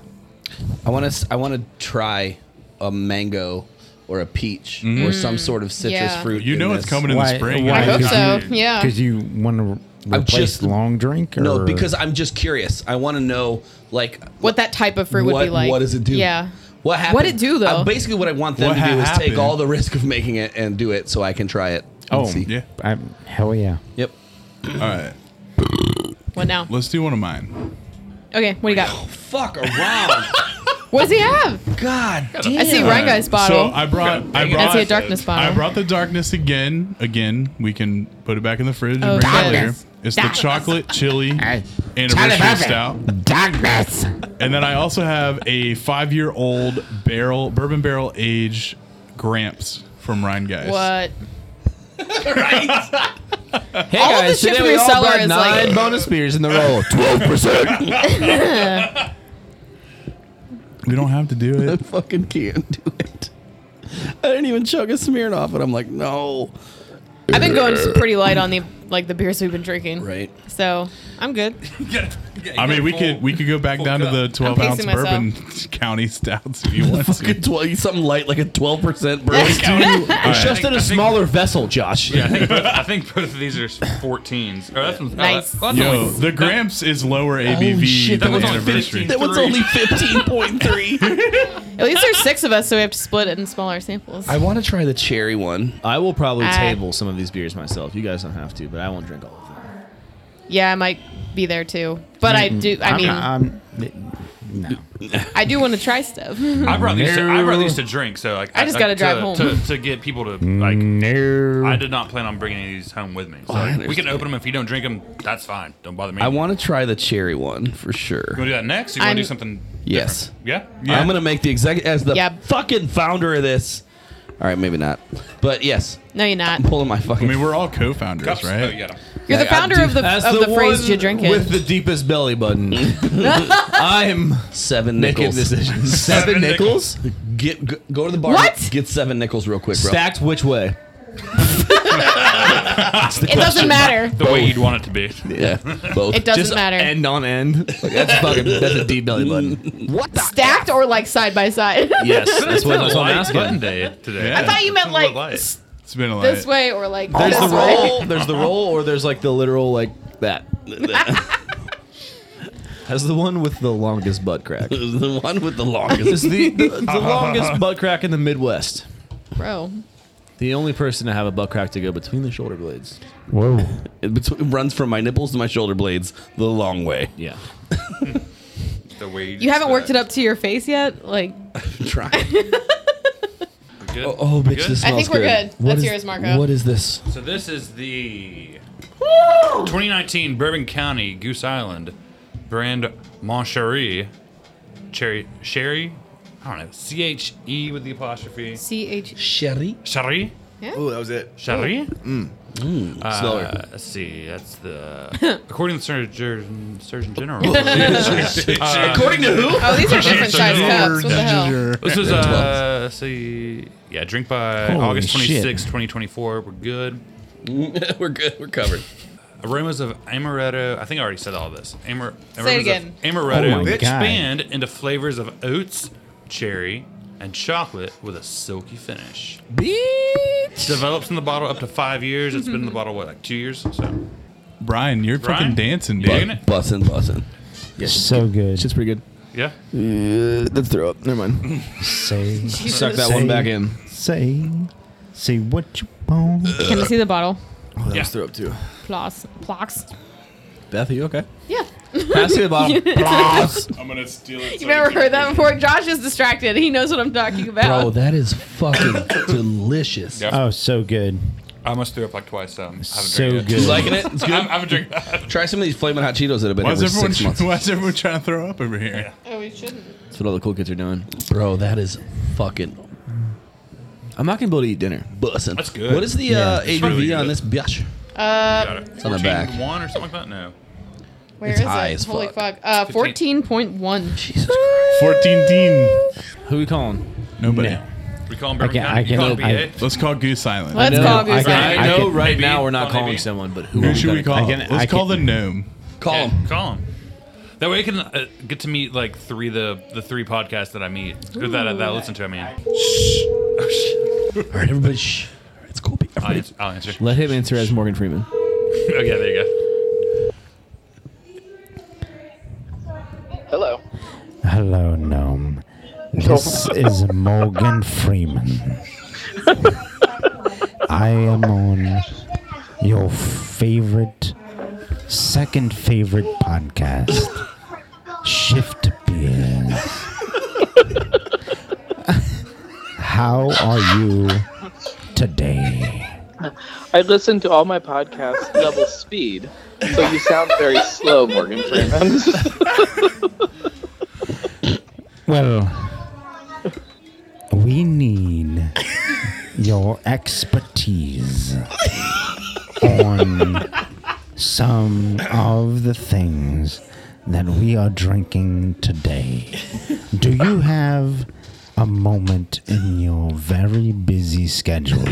[SPEAKER 2] I want to. I want to try a mango or a peach
[SPEAKER 8] Mhm.
[SPEAKER 2] or some sort of citrus
[SPEAKER 3] Mm. Yeah.
[SPEAKER 2] fruit.
[SPEAKER 1] You know it's coming in the Why- spring.
[SPEAKER 3] I hope so. Yeah.
[SPEAKER 8] Because you want to replace
[SPEAKER 2] just-
[SPEAKER 8] long drink? Or?
[SPEAKER 2] No, because I'm just curious. I want to know like
[SPEAKER 3] What that type of fruit would
[SPEAKER 2] What-
[SPEAKER 3] be like.
[SPEAKER 2] what does it do?
[SPEAKER 3] Yeah.
[SPEAKER 2] what happened.
[SPEAKER 3] What'd it do, though?
[SPEAKER 2] Uh, basically, what I want them
[SPEAKER 3] What
[SPEAKER 2] to do
[SPEAKER 3] ha-
[SPEAKER 2] is
[SPEAKER 3] happened?
[SPEAKER 2] take all the risk of making it and do it, so I can try it. and
[SPEAKER 8] Oh,
[SPEAKER 2] see.
[SPEAKER 1] yeah.
[SPEAKER 8] I'm, hell yeah.
[SPEAKER 2] Yep.
[SPEAKER 1] All right.
[SPEAKER 3] What now?
[SPEAKER 1] Let's do one of mine.
[SPEAKER 3] Okay, what do you got?
[SPEAKER 2] Fuck around. (laughs)
[SPEAKER 3] What does he have?
[SPEAKER 2] God
[SPEAKER 3] I see Ryan Guy's bottle.
[SPEAKER 1] So I brought. I brought.
[SPEAKER 3] I see a darkness bottle.
[SPEAKER 1] I brought the darkness again. Again, we can put it back in the fridge and bring
[SPEAKER 3] Oh,
[SPEAKER 1] it later.
[SPEAKER 3] darkness.
[SPEAKER 1] It's the
[SPEAKER 3] Darkness.
[SPEAKER 1] chocolate chili
[SPEAKER 7] Charlie
[SPEAKER 1] anniversary
[SPEAKER 7] Buffett.
[SPEAKER 1] stout.
[SPEAKER 7] Darkness.
[SPEAKER 1] And then I also have a five-year-old barrel bourbon barrel aged Gramps from Ryan Guys.
[SPEAKER 3] What?
[SPEAKER 4] Hey
[SPEAKER 3] All of
[SPEAKER 4] guys,
[SPEAKER 3] this shit
[SPEAKER 4] today
[SPEAKER 3] from
[SPEAKER 4] we
[SPEAKER 3] your
[SPEAKER 4] all
[SPEAKER 3] cellar
[SPEAKER 4] brought
[SPEAKER 3] is
[SPEAKER 4] nine
[SPEAKER 3] like.
[SPEAKER 4] bonus beers in the (laughs) row. Twelve percent.
[SPEAKER 1] We don't have to do it.
[SPEAKER 2] I (laughs) fucking can't do it. I didn't even chug a Smirnoff, and I'm like, no.
[SPEAKER 3] I've been going s- pretty light on the like the beers we've been drinking.
[SPEAKER 2] Right.
[SPEAKER 3] So I'm good.
[SPEAKER 1] I mean, we could (laughs) we could go back down to the twelve
[SPEAKER 3] I'm
[SPEAKER 1] ounce
[SPEAKER 3] pacing
[SPEAKER 1] bourbon (laughs) county stouts if you want to.
[SPEAKER 2] Fucking 12, something light like a 12% bourbon.
[SPEAKER 1] It's
[SPEAKER 4] just in a smaller vessel, Josh.
[SPEAKER 12] Yeah, I think, both, I think both of these are 14s. Oh, that's one's- oh,
[SPEAKER 4] Nice.
[SPEAKER 2] (laughs)
[SPEAKER 12] that- well, that's
[SPEAKER 1] Yo,
[SPEAKER 12] only-
[SPEAKER 1] the Gramps is lower
[SPEAKER 3] Oh,
[SPEAKER 1] ABV
[SPEAKER 12] shit, that
[SPEAKER 1] than
[SPEAKER 12] was
[SPEAKER 1] the
[SPEAKER 12] only
[SPEAKER 1] anniversary.
[SPEAKER 12] 15. That was only
[SPEAKER 2] 15.3.
[SPEAKER 3] At least there's six of us, so we have to split it in smaller samples.
[SPEAKER 2] (laughs) I want to try the cherry one.
[SPEAKER 4] I will probably
[SPEAKER 3] I-
[SPEAKER 4] table some of these beers myself. You guys don't have to, but I won't drink all of them.
[SPEAKER 3] Yeah, I might be there too. But I do. I
[SPEAKER 8] I'm
[SPEAKER 3] mean,
[SPEAKER 8] not- I'm- no.
[SPEAKER 3] I do want to try stuff.
[SPEAKER 12] I brought these. To, I brought these to drink, so like
[SPEAKER 3] I just gotta
[SPEAKER 12] to,
[SPEAKER 3] drive home.
[SPEAKER 12] to, to get people to like.
[SPEAKER 1] Mm.
[SPEAKER 12] I did not plan on bringing any of these home with me, so
[SPEAKER 2] Oh, I
[SPEAKER 12] like, we can
[SPEAKER 2] understand.
[SPEAKER 12] open them. If you don't drink them, that's fine. Don't bother me.
[SPEAKER 2] I want to try the cherry one for sure.
[SPEAKER 12] You want to do that next? You want
[SPEAKER 3] I'm-
[SPEAKER 12] to do something?
[SPEAKER 2] Yes.
[SPEAKER 12] Yeah?
[SPEAKER 2] I'm going to make the exec as the
[SPEAKER 3] Yeah.
[SPEAKER 2] fucking founder of this. All right, maybe not. But yes,
[SPEAKER 3] No, you're not.
[SPEAKER 2] I'm pulling my fucking.
[SPEAKER 1] I mean, we're all co-founders,
[SPEAKER 2] Cups?
[SPEAKER 1] right?
[SPEAKER 2] Oh, you got 'em.
[SPEAKER 3] You're the
[SPEAKER 2] Like, I'm
[SPEAKER 3] founder
[SPEAKER 2] deep-
[SPEAKER 3] of the
[SPEAKER 4] As
[SPEAKER 3] of the,
[SPEAKER 4] one
[SPEAKER 3] phrase you drink
[SPEAKER 4] with
[SPEAKER 3] it.
[SPEAKER 4] the deepest belly (laughs) button. I'm
[SPEAKER 2] seven
[SPEAKER 4] making
[SPEAKER 2] nickels.
[SPEAKER 4] decisions.
[SPEAKER 2] Seven nickels. Get g- go to the bar.
[SPEAKER 3] What?
[SPEAKER 2] Get seven nickels real quick, bro.
[SPEAKER 4] Stacked which way?
[SPEAKER 3] It doesn't matter.
[SPEAKER 12] The way you'd want it to be.
[SPEAKER 2] Yeah, both.
[SPEAKER 3] It doesn't matter.
[SPEAKER 4] End on end. Like, that's fucking. That's a deep belly button.
[SPEAKER 2] What the?
[SPEAKER 3] Stacked or like side by side. (laughs)
[SPEAKER 4] Yes, that's what, that's what I'm
[SPEAKER 12] Light
[SPEAKER 4] asking.
[SPEAKER 12] button
[SPEAKER 1] (laughs)
[SPEAKER 12] day today.
[SPEAKER 1] Yeah.
[SPEAKER 3] I thought you meant like s-
[SPEAKER 1] It's been a lot.
[SPEAKER 3] this way or like
[SPEAKER 4] There's
[SPEAKER 3] this
[SPEAKER 4] the
[SPEAKER 3] way.
[SPEAKER 4] roll. There's the roll, or there's like the literal like that. That's the one with the longest butt crack.
[SPEAKER 2] (laughs) the one with the
[SPEAKER 4] It's
[SPEAKER 2] longest.
[SPEAKER 4] the, the, the longest butt crack in the Midwest.
[SPEAKER 3] Bro,
[SPEAKER 4] The only person to have a butt crack to go between the shoulder blades.
[SPEAKER 8] Whoa.
[SPEAKER 2] it bet- runs from my nipples to my shoulder blades the long way.
[SPEAKER 4] Yeah.
[SPEAKER 12] The way you,
[SPEAKER 3] you haven't worked it up to your face yet. Like
[SPEAKER 2] Try.
[SPEAKER 12] Good?
[SPEAKER 2] (laughs) Oh, oh, bitch,
[SPEAKER 12] Good?
[SPEAKER 2] this smells
[SPEAKER 3] I think we're good.
[SPEAKER 2] What
[SPEAKER 3] That's
[SPEAKER 2] is-
[SPEAKER 3] yours, Marco.
[SPEAKER 2] What is this?
[SPEAKER 12] So this is the 2019 Bourbon County Goose Island brand Moncherie cherry sherry. I don't know. C H E with the apostrophe.
[SPEAKER 3] C H.
[SPEAKER 2] Sherry.
[SPEAKER 12] Sherry.
[SPEAKER 3] Yeah.
[SPEAKER 2] Oh, that was it.
[SPEAKER 12] Sherry. Uh,
[SPEAKER 2] Mm,
[SPEAKER 5] Uh,
[SPEAKER 2] slower.
[SPEAKER 5] Let's see.
[SPEAKER 2] (laughs)
[SPEAKER 5] That's the according to the Surgeon, Surgeon General. Uh,
[SPEAKER 2] According to who?
[SPEAKER 3] Oh, these are different sized cups. What the hell?
[SPEAKER 5] This is uh, let's see, yeah, drink by
[SPEAKER 2] Holy
[SPEAKER 5] August
[SPEAKER 2] shit.
[SPEAKER 5] 26, 2024. We're good.
[SPEAKER 2] (laughs) we're good. We're covered.
[SPEAKER 5] Aromas of amaretto. I think I already said all this. Amar-
[SPEAKER 3] Say it
[SPEAKER 5] aromas of
[SPEAKER 3] again.
[SPEAKER 5] Amaretto
[SPEAKER 8] Oh my
[SPEAKER 5] expand into flavors of oats, cherry, and chocolate with a silky finish.
[SPEAKER 4] Bitch.
[SPEAKER 5] Develops in the bottle up to five years. It's been in the bottle what, like two years? So
[SPEAKER 1] Brian, you're
[SPEAKER 5] Brian?
[SPEAKER 1] fucking dancing,
[SPEAKER 5] You digging
[SPEAKER 1] dude.
[SPEAKER 5] it?
[SPEAKER 2] Bussin', bussin'.
[SPEAKER 8] so good.
[SPEAKER 4] Shit's pretty good.
[SPEAKER 5] yeah.
[SPEAKER 2] Yeah, that's throw up.
[SPEAKER 3] Uh,
[SPEAKER 2] Never mind.
[SPEAKER 8] Say,
[SPEAKER 4] (laughs) Suck that one back in.
[SPEAKER 8] say, say what you want.
[SPEAKER 3] Can I see the bottle?
[SPEAKER 2] Oh, that
[SPEAKER 5] Yeah.
[SPEAKER 2] was throw up too.
[SPEAKER 3] Ploss. Plox.
[SPEAKER 4] Beth, are you okay?
[SPEAKER 3] Yeah.
[SPEAKER 4] Pass me
[SPEAKER 3] (laughs)
[SPEAKER 4] the bottle.
[SPEAKER 1] I'm gonna steal it.
[SPEAKER 3] You've never heard that before. Josh is distracted. He knows what I'm talking about.
[SPEAKER 2] Oh,
[SPEAKER 13] Bro, that is
[SPEAKER 3] (coughs)
[SPEAKER 13] fucking delicious.
[SPEAKER 5] Yeah.
[SPEAKER 8] Oh, so good.
[SPEAKER 5] I almost threw up like twice. So I haven't
[SPEAKER 8] So
[SPEAKER 5] drank
[SPEAKER 8] good.
[SPEAKER 2] You liking it? It's
[SPEAKER 5] It. (laughs) I'm,
[SPEAKER 2] good.
[SPEAKER 5] I'm a drink.
[SPEAKER 2] Try some of these flaming hot Cheetos that have been
[SPEAKER 1] Why
[SPEAKER 2] here
[SPEAKER 1] is
[SPEAKER 2] for
[SPEAKER 1] everyone?
[SPEAKER 2] six
[SPEAKER 1] (laughs)
[SPEAKER 2] months.
[SPEAKER 1] Why is everyone trying to throw up over here?
[SPEAKER 3] oh, we shouldn't.
[SPEAKER 4] That's what all the cool kids are doing.
[SPEAKER 2] Bro, that is fucking
[SPEAKER 4] I'm not gonna be able to eat dinner.
[SPEAKER 2] bussin'.
[SPEAKER 5] That's good.
[SPEAKER 2] What is the uh, ABV
[SPEAKER 5] really good.
[SPEAKER 2] on this bitch?
[SPEAKER 3] Uh,
[SPEAKER 5] Got it.
[SPEAKER 2] on the
[SPEAKER 5] 14
[SPEAKER 2] back.
[SPEAKER 5] One or something like that. No.
[SPEAKER 3] where
[SPEAKER 2] It's
[SPEAKER 3] is
[SPEAKER 2] high
[SPEAKER 3] it?
[SPEAKER 2] as
[SPEAKER 3] Holy
[SPEAKER 2] fuck.
[SPEAKER 3] fuck. Uh,
[SPEAKER 5] Fifteen.
[SPEAKER 3] fourteen point one.
[SPEAKER 2] Jesus Christ.
[SPEAKER 1] Fourteen teen.
[SPEAKER 4] Who we calling?
[SPEAKER 1] Nobody.
[SPEAKER 5] We call him Bourbon
[SPEAKER 8] I
[SPEAKER 5] County.
[SPEAKER 8] can-
[SPEAKER 5] You call
[SPEAKER 8] I-
[SPEAKER 5] him BA.
[SPEAKER 1] Let's call Goose Island.
[SPEAKER 3] Let's call
[SPEAKER 8] I
[SPEAKER 3] Goose
[SPEAKER 8] can-
[SPEAKER 3] Island.
[SPEAKER 4] I know
[SPEAKER 8] can-
[SPEAKER 4] right
[SPEAKER 5] Maybe.
[SPEAKER 4] now we're not
[SPEAKER 5] Well,
[SPEAKER 4] calling
[SPEAKER 5] maybe.
[SPEAKER 4] someone, but who,
[SPEAKER 1] Who should we call?
[SPEAKER 8] can-
[SPEAKER 1] Let's
[SPEAKER 8] I
[SPEAKER 1] call the
[SPEAKER 8] can-
[SPEAKER 1] gnome.
[SPEAKER 2] Call
[SPEAKER 5] Yeah,
[SPEAKER 2] him.
[SPEAKER 5] Call him. That way I can uh, get to meet like three the the three podcasts that I meet or that that I listen to. I mean, Oh, shit.
[SPEAKER 13] All right, everybody, shh.
[SPEAKER 2] It's cool.
[SPEAKER 5] I'll answer. I'll answer.
[SPEAKER 4] Let him answer as Morgan Freeman.
[SPEAKER 5] okay, there you go.
[SPEAKER 14] Hello.
[SPEAKER 8] Hello, gnome. This is Morgan Freeman. I am on your favorite, second favorite podcast, Shift Beers. How are you today?
[SPEAKER 14] I listen to all my podcasts (laughs) double speed, so you sound very slow, Morgan Freeman. (laughs)
[SPEAKER 8] Well, we need your expertise on some of the things that we are drinking today. Do you have a moment in your very busy schedule?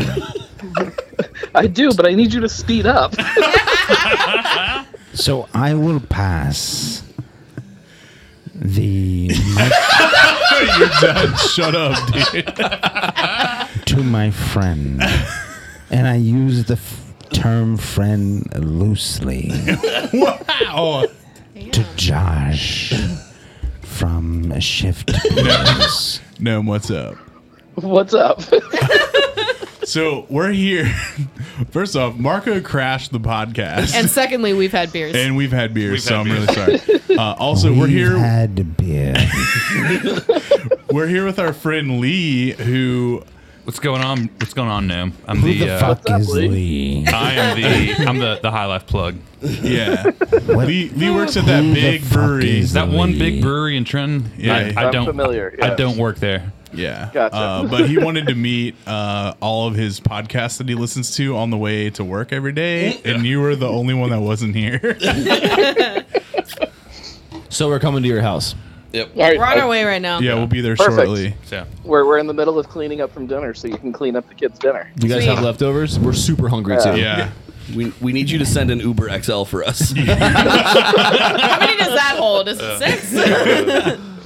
[SPEAKER 14] I do, but I need you to speed up. (laughs)
[SPEAKER 8] So I will pass the
[SPEAKER 1] (laughs) You're done. Shut up, dude.
[SPEAKER 8] to my friend, and I use the f- term "friend" loosely
[SPEAKER 1] Wow.
[SPEAKER 8] to Josh from Shift
[SPEAKER 1] (laughs)
[SPEAKER 8] News.
[SPEAKER 1] Gnome, what's up?
[SPEAKER 14] What's up?
[SPEAKER 1] So we're here. (laughs) First off, Marco crashed the podcast, (laughs)
[SPEAKER 3] And
[SPEAKER 1] and,
[SPEAKER 3] secondly, we've had beers.
[SPEAKER 1] we've had beers.
[SPEAKER 5] We've
[SPEAKER 1] so
[SPEAKER 5] had
[SPEAKER 1] I'm really sorry. Uh, also, we're
[SPEAKER 8] We've
[SPEAKER 1] here.
[SPEAKER 8] had beer.
[SPEAKER 1] we're here with our friend Lee, who
[SPEAKER 5] What's going on? What's going on, Noom? I'm
[SPEAKER 8] Who
[SPEAKER 5] the,
[SPEAKER 8] the
[SPEAKER 5] uh,
[SPEAKER 8] fuck is
[SPEAKER 1] (laughs)
[SPEAKER 8] Lee?
[SPEAKER 5] I am the I'm the the High Life plug.
[SPEAKER 1] yeah,
[SPEAKER 8] (laughs) What-
[SPEAKER 1] Lee, Lee works at
[SPEAKER 8] Who
[SPEAKER 1] that
[SPEAKER 8] the
[SPEAKER 1] big
[SPEAKER 8] fuck
[SPEAKER 1] brewery.
[SPEAKER 8] is
[SPEAKER 5] That one big brewery in Trenton.
[SPEAKER 1] Yeah.
[SPEAKER 5] I, I
[SPEAKER 1] I'm
[SPEAKER 5] don't.
[SPEAKER 14] familiar,
[SPEAKER 5] I
[SPEAKER 14] yes.
[SPEAKER 5] don't work there.
[SPEAKER 1] Yeah.
[SPEAKER 14] Gotcha.
[SPEAKER 1] Uh, but he wanted to meet uh, all of his podcasts that he listens to on the way to work every day, and you were the only one that wasn't here. (laughs)
[SPEAKER 4] So we're coming to your house.
[SPEAKER 14] All right,
[SPEAKER 3] We're on
[SPEAKER 14] I-
[SPEAKER 3] our way right now.
[SPEAKER 1] yeah, we'll be there
[SPEAKER 14] Perfect.
[SPEAKER 1] shortly.
[SPEAKER 5] So
[SPEAKER 14] we're, we're in the middle of cleaning up from dinner, so you can clean up the kids' dinner.
[SPEAKER 4] You guys
[SPEAKER 3] Sweet.
[SPEAKER 4] have leftovers? We're super hungry
[SPEAKER 14] Yeah.
[SPEAKER 4] too.
[SPEAKER 1] Yeah.
[SPEAKER 2] We, we need you to send an Uber XL for (laughs) us.
[SPEAKER 3] How many does that hold? Is it six?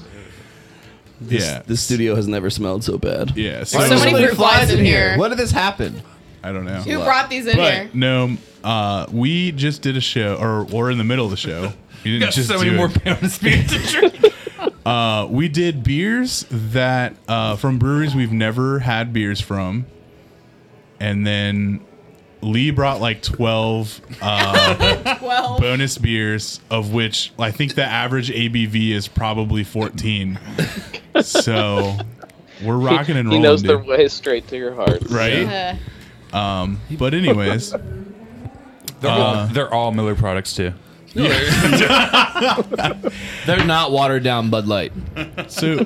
[SPEAKER 1] Yeah.
[SPEAKER 2] This studio has never smelled so bad.
[SPEAKER 1] Yeah. So,
[SPEAKER 3] So many fruit flies in here.
[SPEAKER 4] did this happen?
[SPEAKER 1] I don't know.
[SPEAKER 3] Who brought these in here?
[SPEAKER 1] But no, uh, we just did a show, or we're in the middle of the
[SPEAKER 5] (laughs)
[SPEAKER 1] show. You didn't
[SPEAKER 5] got
[SPEAKER 1] just
[SPEAKER 5] so
[SPEAKER 1] do
[SPEAKER 5] many more
[SPEAKER 1] (laughs) it.
[SPEAKER 5] pounds of spirits to drink.
[SPEAKER 1] Uh, we did beers that uh, from breweries we've never had beers from, and then Lee brought like twelve
[SPEAKER 3] Well,
[SPEAKER 1] bonus beers, of which I think the average ABV is probably
[SPEAKER 5] (laughs)
[SPEAKER 1] fourteen. so we're rocking and
[SPEAKER 14] He
[SPEAKER 1] rolling,
[SPEAKER 14] knows their
[SPEAKER 1] Oh, dude.
[SPEAKER 14] way straight to your heart.
[SPEAKER 1] right?
[SPEAKER 3] uh,
[SPEAKER 1] But anyways,
[SPEAKER 5] Uh, They're, all, they're all Miller products too.
[SPEAKER 4] They're not watered down Bud Light.
[SPEAKER 1] so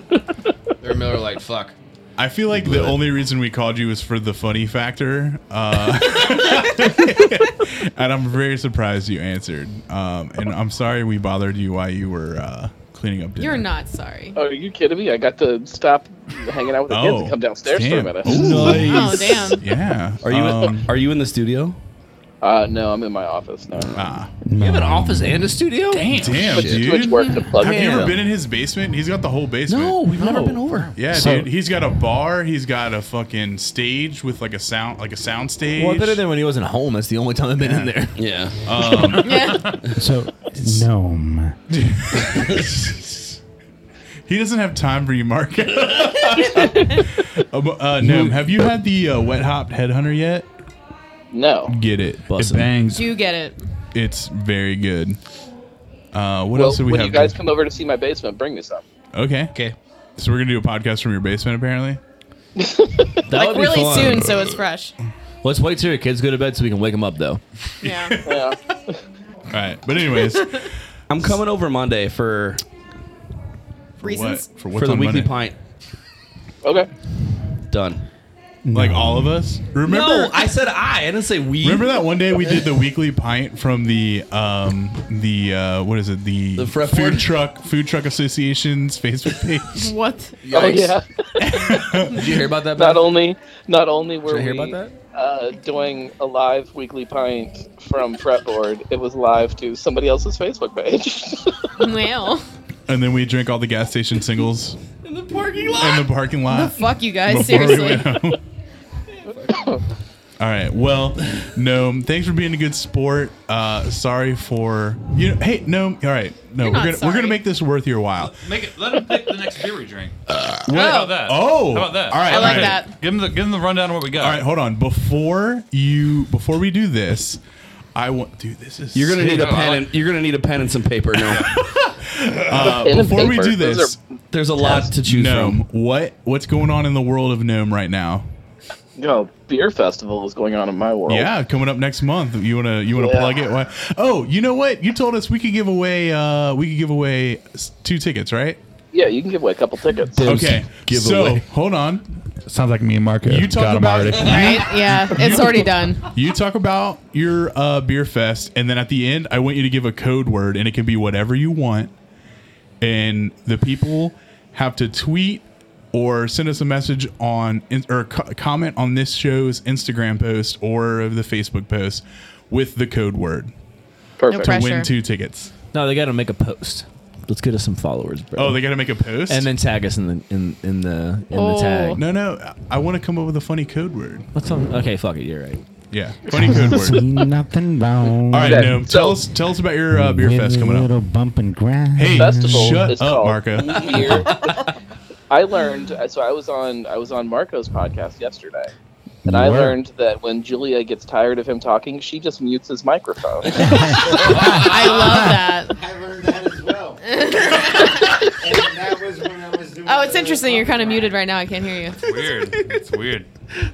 [SPEAKER 4] They're Miller Light. Fuck.
[SPEAKER 1] I feel like the only reason we called you is for the funny factor, uh, (laughs) and I'm very surprised you answered. Um, and I'm sorry we bothered you while you were uh, cleaning up dinner.
[SPEAKER 3] You're not sorry.
[SPEAKER 14] Oh, are you kidding me? I got to stop hanging out with the kids and come
[SPEAKER 1] Oh,
[SPEAKER 14] downstairs
[SPEAKER 1] damn.
[SPEAKER 14] for a minute.
[SPEAKER 3] Oh, damn.
[SPEAKER 1] (laughs) Yeah. Um,
[SPEAKER 2] Are you
[SPEAKER 4] (laughs)
[SPEAKER 2] are you in the studio?
[SPEAKER 14] Uh, no, I'm in my office now.
[SPEAKER 1] Ah,
[SPEAKER 4] You have an office and a studio?
[SPEAKER 5] Damn.
[SPEAKER 1] Damn,
[SPEAKER 14] But it's too much
[SPEAKER 1] dude.
[SPEAKER 14] work to plug
[SPEAKER 1] Have you
[SPEAKER 14] in.
[SPEAKER 1] ever been in his basement? He's got the whole basement.
[SPEAKER 4] No, we've never been over.
[SPEAKER 1] Yeah,
[SPEAKER 8] So-
[SPEAKER 1] dude. He's got a bar. He's got a fucking stage with like a sound, like a sound stage.
[SPEAKER 4] Well, better than when he wasn't home. That's the only time I've been in there.
[SPEAKER 2] Yeah.
[SPEAKER 8] So gnome.
[SPEAKER 1] he doesn't have time for you, Mark. (laughs) um, uh, Nim, have you had the uh, wet hopped headhunter yet?
[SPEAKER 14] No.
[SPEAKER 1] Get it.
[SPEAKER 4] Bussin'.
[SPEAKER 5] bangs.
[SPEAKER 3] Do get it.
[SPEAKER 1] It's very good. Uh, what
[SPEAKER 14] Well,
[SPEAKER 1] else do we
[SPEAKER 14] when
[SPEAKER 1] have?
[SPEAKER 14] you guys come over to see my basement, bring this up.
[SPEAKER 1] okay.
[SPEAKER 5] Okay.
[SPEAKER 1] So we're gonna do a podcast from your basement, apparently.
[SPEAKER 4] That
[SPEAKER 3] Like
[SPEAKER 4] would be
[SPEAKER 3] really
[SPEAKER 4] fun.
[SPEAKER 3] soon, so it's fresh.
[SPEAKER 4] Let's wait till your kids go to bed so we can wake them up, though.
[SPEAKER 3] Yeah.
[SPEAKER 14] Yeah.
[SPEAKER 1] All right. But anyways,
[SPEAKER 2] I'm coming over Monday for
[SPEAKER 1] what?
[SPEAKER 3] Reasons?
[SPEAKER 1] For what's
[SPEAKER 2] for the
[SPEAKER 1] on
[SPEAKER 2] weekly
[SPEAKER 1] Monday?
[SPEAKER 4] (laughs)
[SPEAKER 2] pint.
[SPEAKER 14] okay.
[SPEAKER 2] Done.
[SPEAKER 1] Like all of us. Remember?
[SPEAKER 2] No, I said I. I didn't say we.
[SPEAKER 1] Remember that one day we did the weekly pint from the um the uh what is it the,
[SPEAKER 2] The fret
[SPEAKER 1] food
[SPEAKER 2] board?
[SPEAKER 1] truck food truck association's Facebook page.
[SPEAKER 3] What?
[SPEAKER 14] Oh yeah.
[SPEAKER 2] (laughs) Did you hear about that?
[SPEAKER 14] Not only, not only were
[SPEAKER 2] I hear
[SPEAKER 14] we
[SPEAKER 2] about
[SPEAKER 14] Uh, doing a live weekly pint from fretboard, it was live to somebody else's Facebook page.
[SPEAKER 3] Well,
[SPEAKER 1] and then we drank all the gas station singles
[SPEAKER 2] in the parking
[SPEAKER 1] in the parking lot.
[SPEAKER 3] fuck you
[SPEAKER 1] (laughs)
[SPEAKER 3] guys.
[SPEAKER 1] before we went
[SPEAKER 3] Seriously.
[SPEAKER 1] home. All right. Well, Gnome, thanks for being a good sport. Uh, sorry for you. Know, hey, Gnome. All right, no,
[SPEAKER 3] You're
[SPEAKER 1] we're
[SPEAKER 3] not
[SPEAKER 1] gonna we're
[SPEAKER 3] sorry.
[SPEAKER 1] gonna make this worth your while.
[SPEAKER 12] Make it. Let him pick the next beer we drink. How
[SPEAKER 3] Oh,
[SPEAKER 12] about that?
[SPEAKER 1] Oh,
[SPEAKER 12] How about that?
[SPEAKER 1] All right.
[SPEAKER 3] I
[SPEAKER 1] all
[SPEAKER 3] like
[SPEAKER 1] right.
[SPEAKER 3] that.
[SPEAKER 12] Give him the give him the rundown of what we got.
[SPEAKER 1] All right, hold on. Before you, before we do this, I want, dude. This is
[SPEAKER 2] You're gonna
[SPEAKER 1] sick.
[SPEAKER 2] need a
[SPEAKER 12] No, I
[SPEAKER 2] pen.
[SPEAKER 12] like-
[SPEAKER 2] And, you're gonna need a pen and some paper. No,
[SPEAKER 4] (laughs)
[SPEAKER 1] Uh,
[SPEAKER 14] (laughs) In a
[SPEAKER 1] before we
[SPEAKER 14] paper.
[SPEAKER 1] do
[SPEAKER 14] Those
[SPEAKER 1] this,
[SPEAKER 2] there's a lot to choose
[SPEAKER 1] Gnome,
[SPEAKER 2] from.
[SPEAKER 1] what what's going on in the world of Gnome right now?
[SPEAKER 14] Yo, beer festival is going on in my world.
[SPEAKER 1] Yeah, coming up next month. You wanna you wanna
[SPEAKER 14] Yeah.
[SPEAKER 1] plug it? Why? Oh, you know what? You told us we could give away uh we could give away s- two tickets, right?
[SPEAKER 14] Yeah, you can give away a couple tickets.
[SPEAKER 1] Okay.
[SPEAKER 2] give
[SPEAKER 1] so
[SPEAKER 2] away.
[SPEAKER 1] hold on.
[SPEAKER 5] Sounds like me and Marco.
[SPEAKER 1] You talk about
[SPEAKER 3] Right? Yeah. It's already done.
[SPEAKER 1] you talk about your uh, beer fest, and then at the end, I want you to give a code word, and it can be whatever you want. And the people have to tweet or send us a message on in- or co- comment on this show's Instagram post or the Facebook post with the code word
[SPEAKER 14] Perfect.
[SPEAKER 1] to
[SPEAKER 3] Pressure.
[SPEAKER 1] win two tickets.
[SPEAKER 4] No, they got to make a post. Let's get us some followers, bro.
[SPEAKER 1] Oh, they got to make a post.
[SPEAKER 4] and then tag us in the in in the in
[SPEAKER 3] Oh.
[SPEAKER 4] the tag.
[SPEAKER 1] no, no, I- I want to come up with a funny code word.
[SPEAKER 4] What's on? Okay, fuck it. You're right.
[SPEAKER 1] Yeah, funny
[SPEAKER 8] (laughs)
[SPEAKER 1] code word.
[SPEAKER 8] See nothing wrong.
[SPEAKER 1] All right,
[SPEAKER 14] Okay,
[SPEAKER 1] Noam, tell us tell us about your uh, beer
[SPEAKER 8] With
[SPEAKER 1] fest
[SPEAKER 8] a
[SPEAKER 1] coming up.
[SPEAKER 8] Little bump and grind.
[SPEAKER 1] Hey,
[SPEAKER 14] festival
[SPEAKER 1] shut
[SPEAKER 14] is
[SPEAKER 1] up,
[SPEAKER 14] called
[SPEAKER 1] Marco.
[SPEAKER 14] Beer. (laughs) I learned so I was on I was on Marco's podcast yesterday. And I
[SPEAKER 8] You were.
[SPEAKER 14] learned that when Julia gets tired of him talking, she just mutes his
[SPEAKER 1] (laughs)
[SPEAKER 14] microphone.
[SPEAKER 3] I love that.
[SPEAKER 9] I learned that as well.
[SPEAKER 3] Oh, it's interesting. You're kind of muted right now. I can't hear you.
[SPEAKER 12] Weird. It's weird.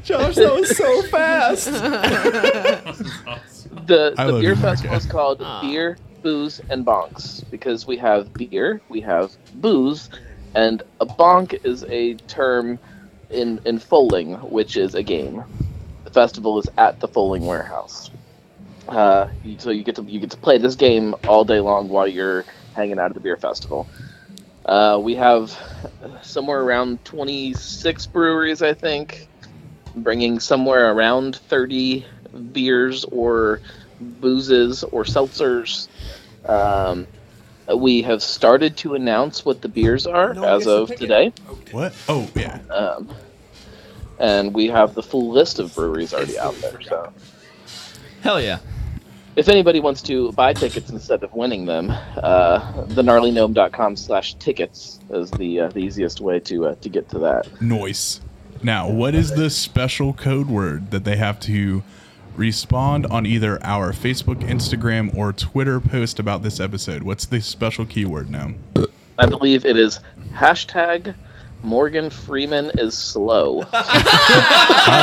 [SPEAKER 2] Josh, that was so fast.
[SPEAKER 14] the
[SPEAKER 1] I
[SPEAKER 14] the
[SPEAKER 1] love
[SPEAKER 14] beer
[SPEAKER 1] you, Mark.
[SPEAKER 14] festival is called Beer, Booze, and Bonks because we have beer, we have booze, and a bonk is a term in in foaling, which is a game. The festival is at the foaling warehouse, uh, you- so you get to you get to play this game all day long while you're hanging out at the beer festival. Uh, we have somewhere around 26 breweries, I think, bringing somewhere around 30 beers or boozes or seltzers. Um, we have started to announce what the beers are as of today,
[SPEAKER 1] What? Oh yeah.
[SPEAKER 14] um, and we have the full list of breweries already out there. So,
[SPEAKER 4] Hell yeah.
[SPEAKER 14] if anybody wants to buy tickets instead of winning them, uh, the slash tickets is the uh, the easiest way to uh, to get to that.
[SPEAKER 1] Noise. Now, what is the special code word that they have to respond on either our Facebook, Instagram, or Twitter post about this episode? What's the special keyword now?
[SPEAKER 14] I believe it is hashtag Morgan Freeman is slow.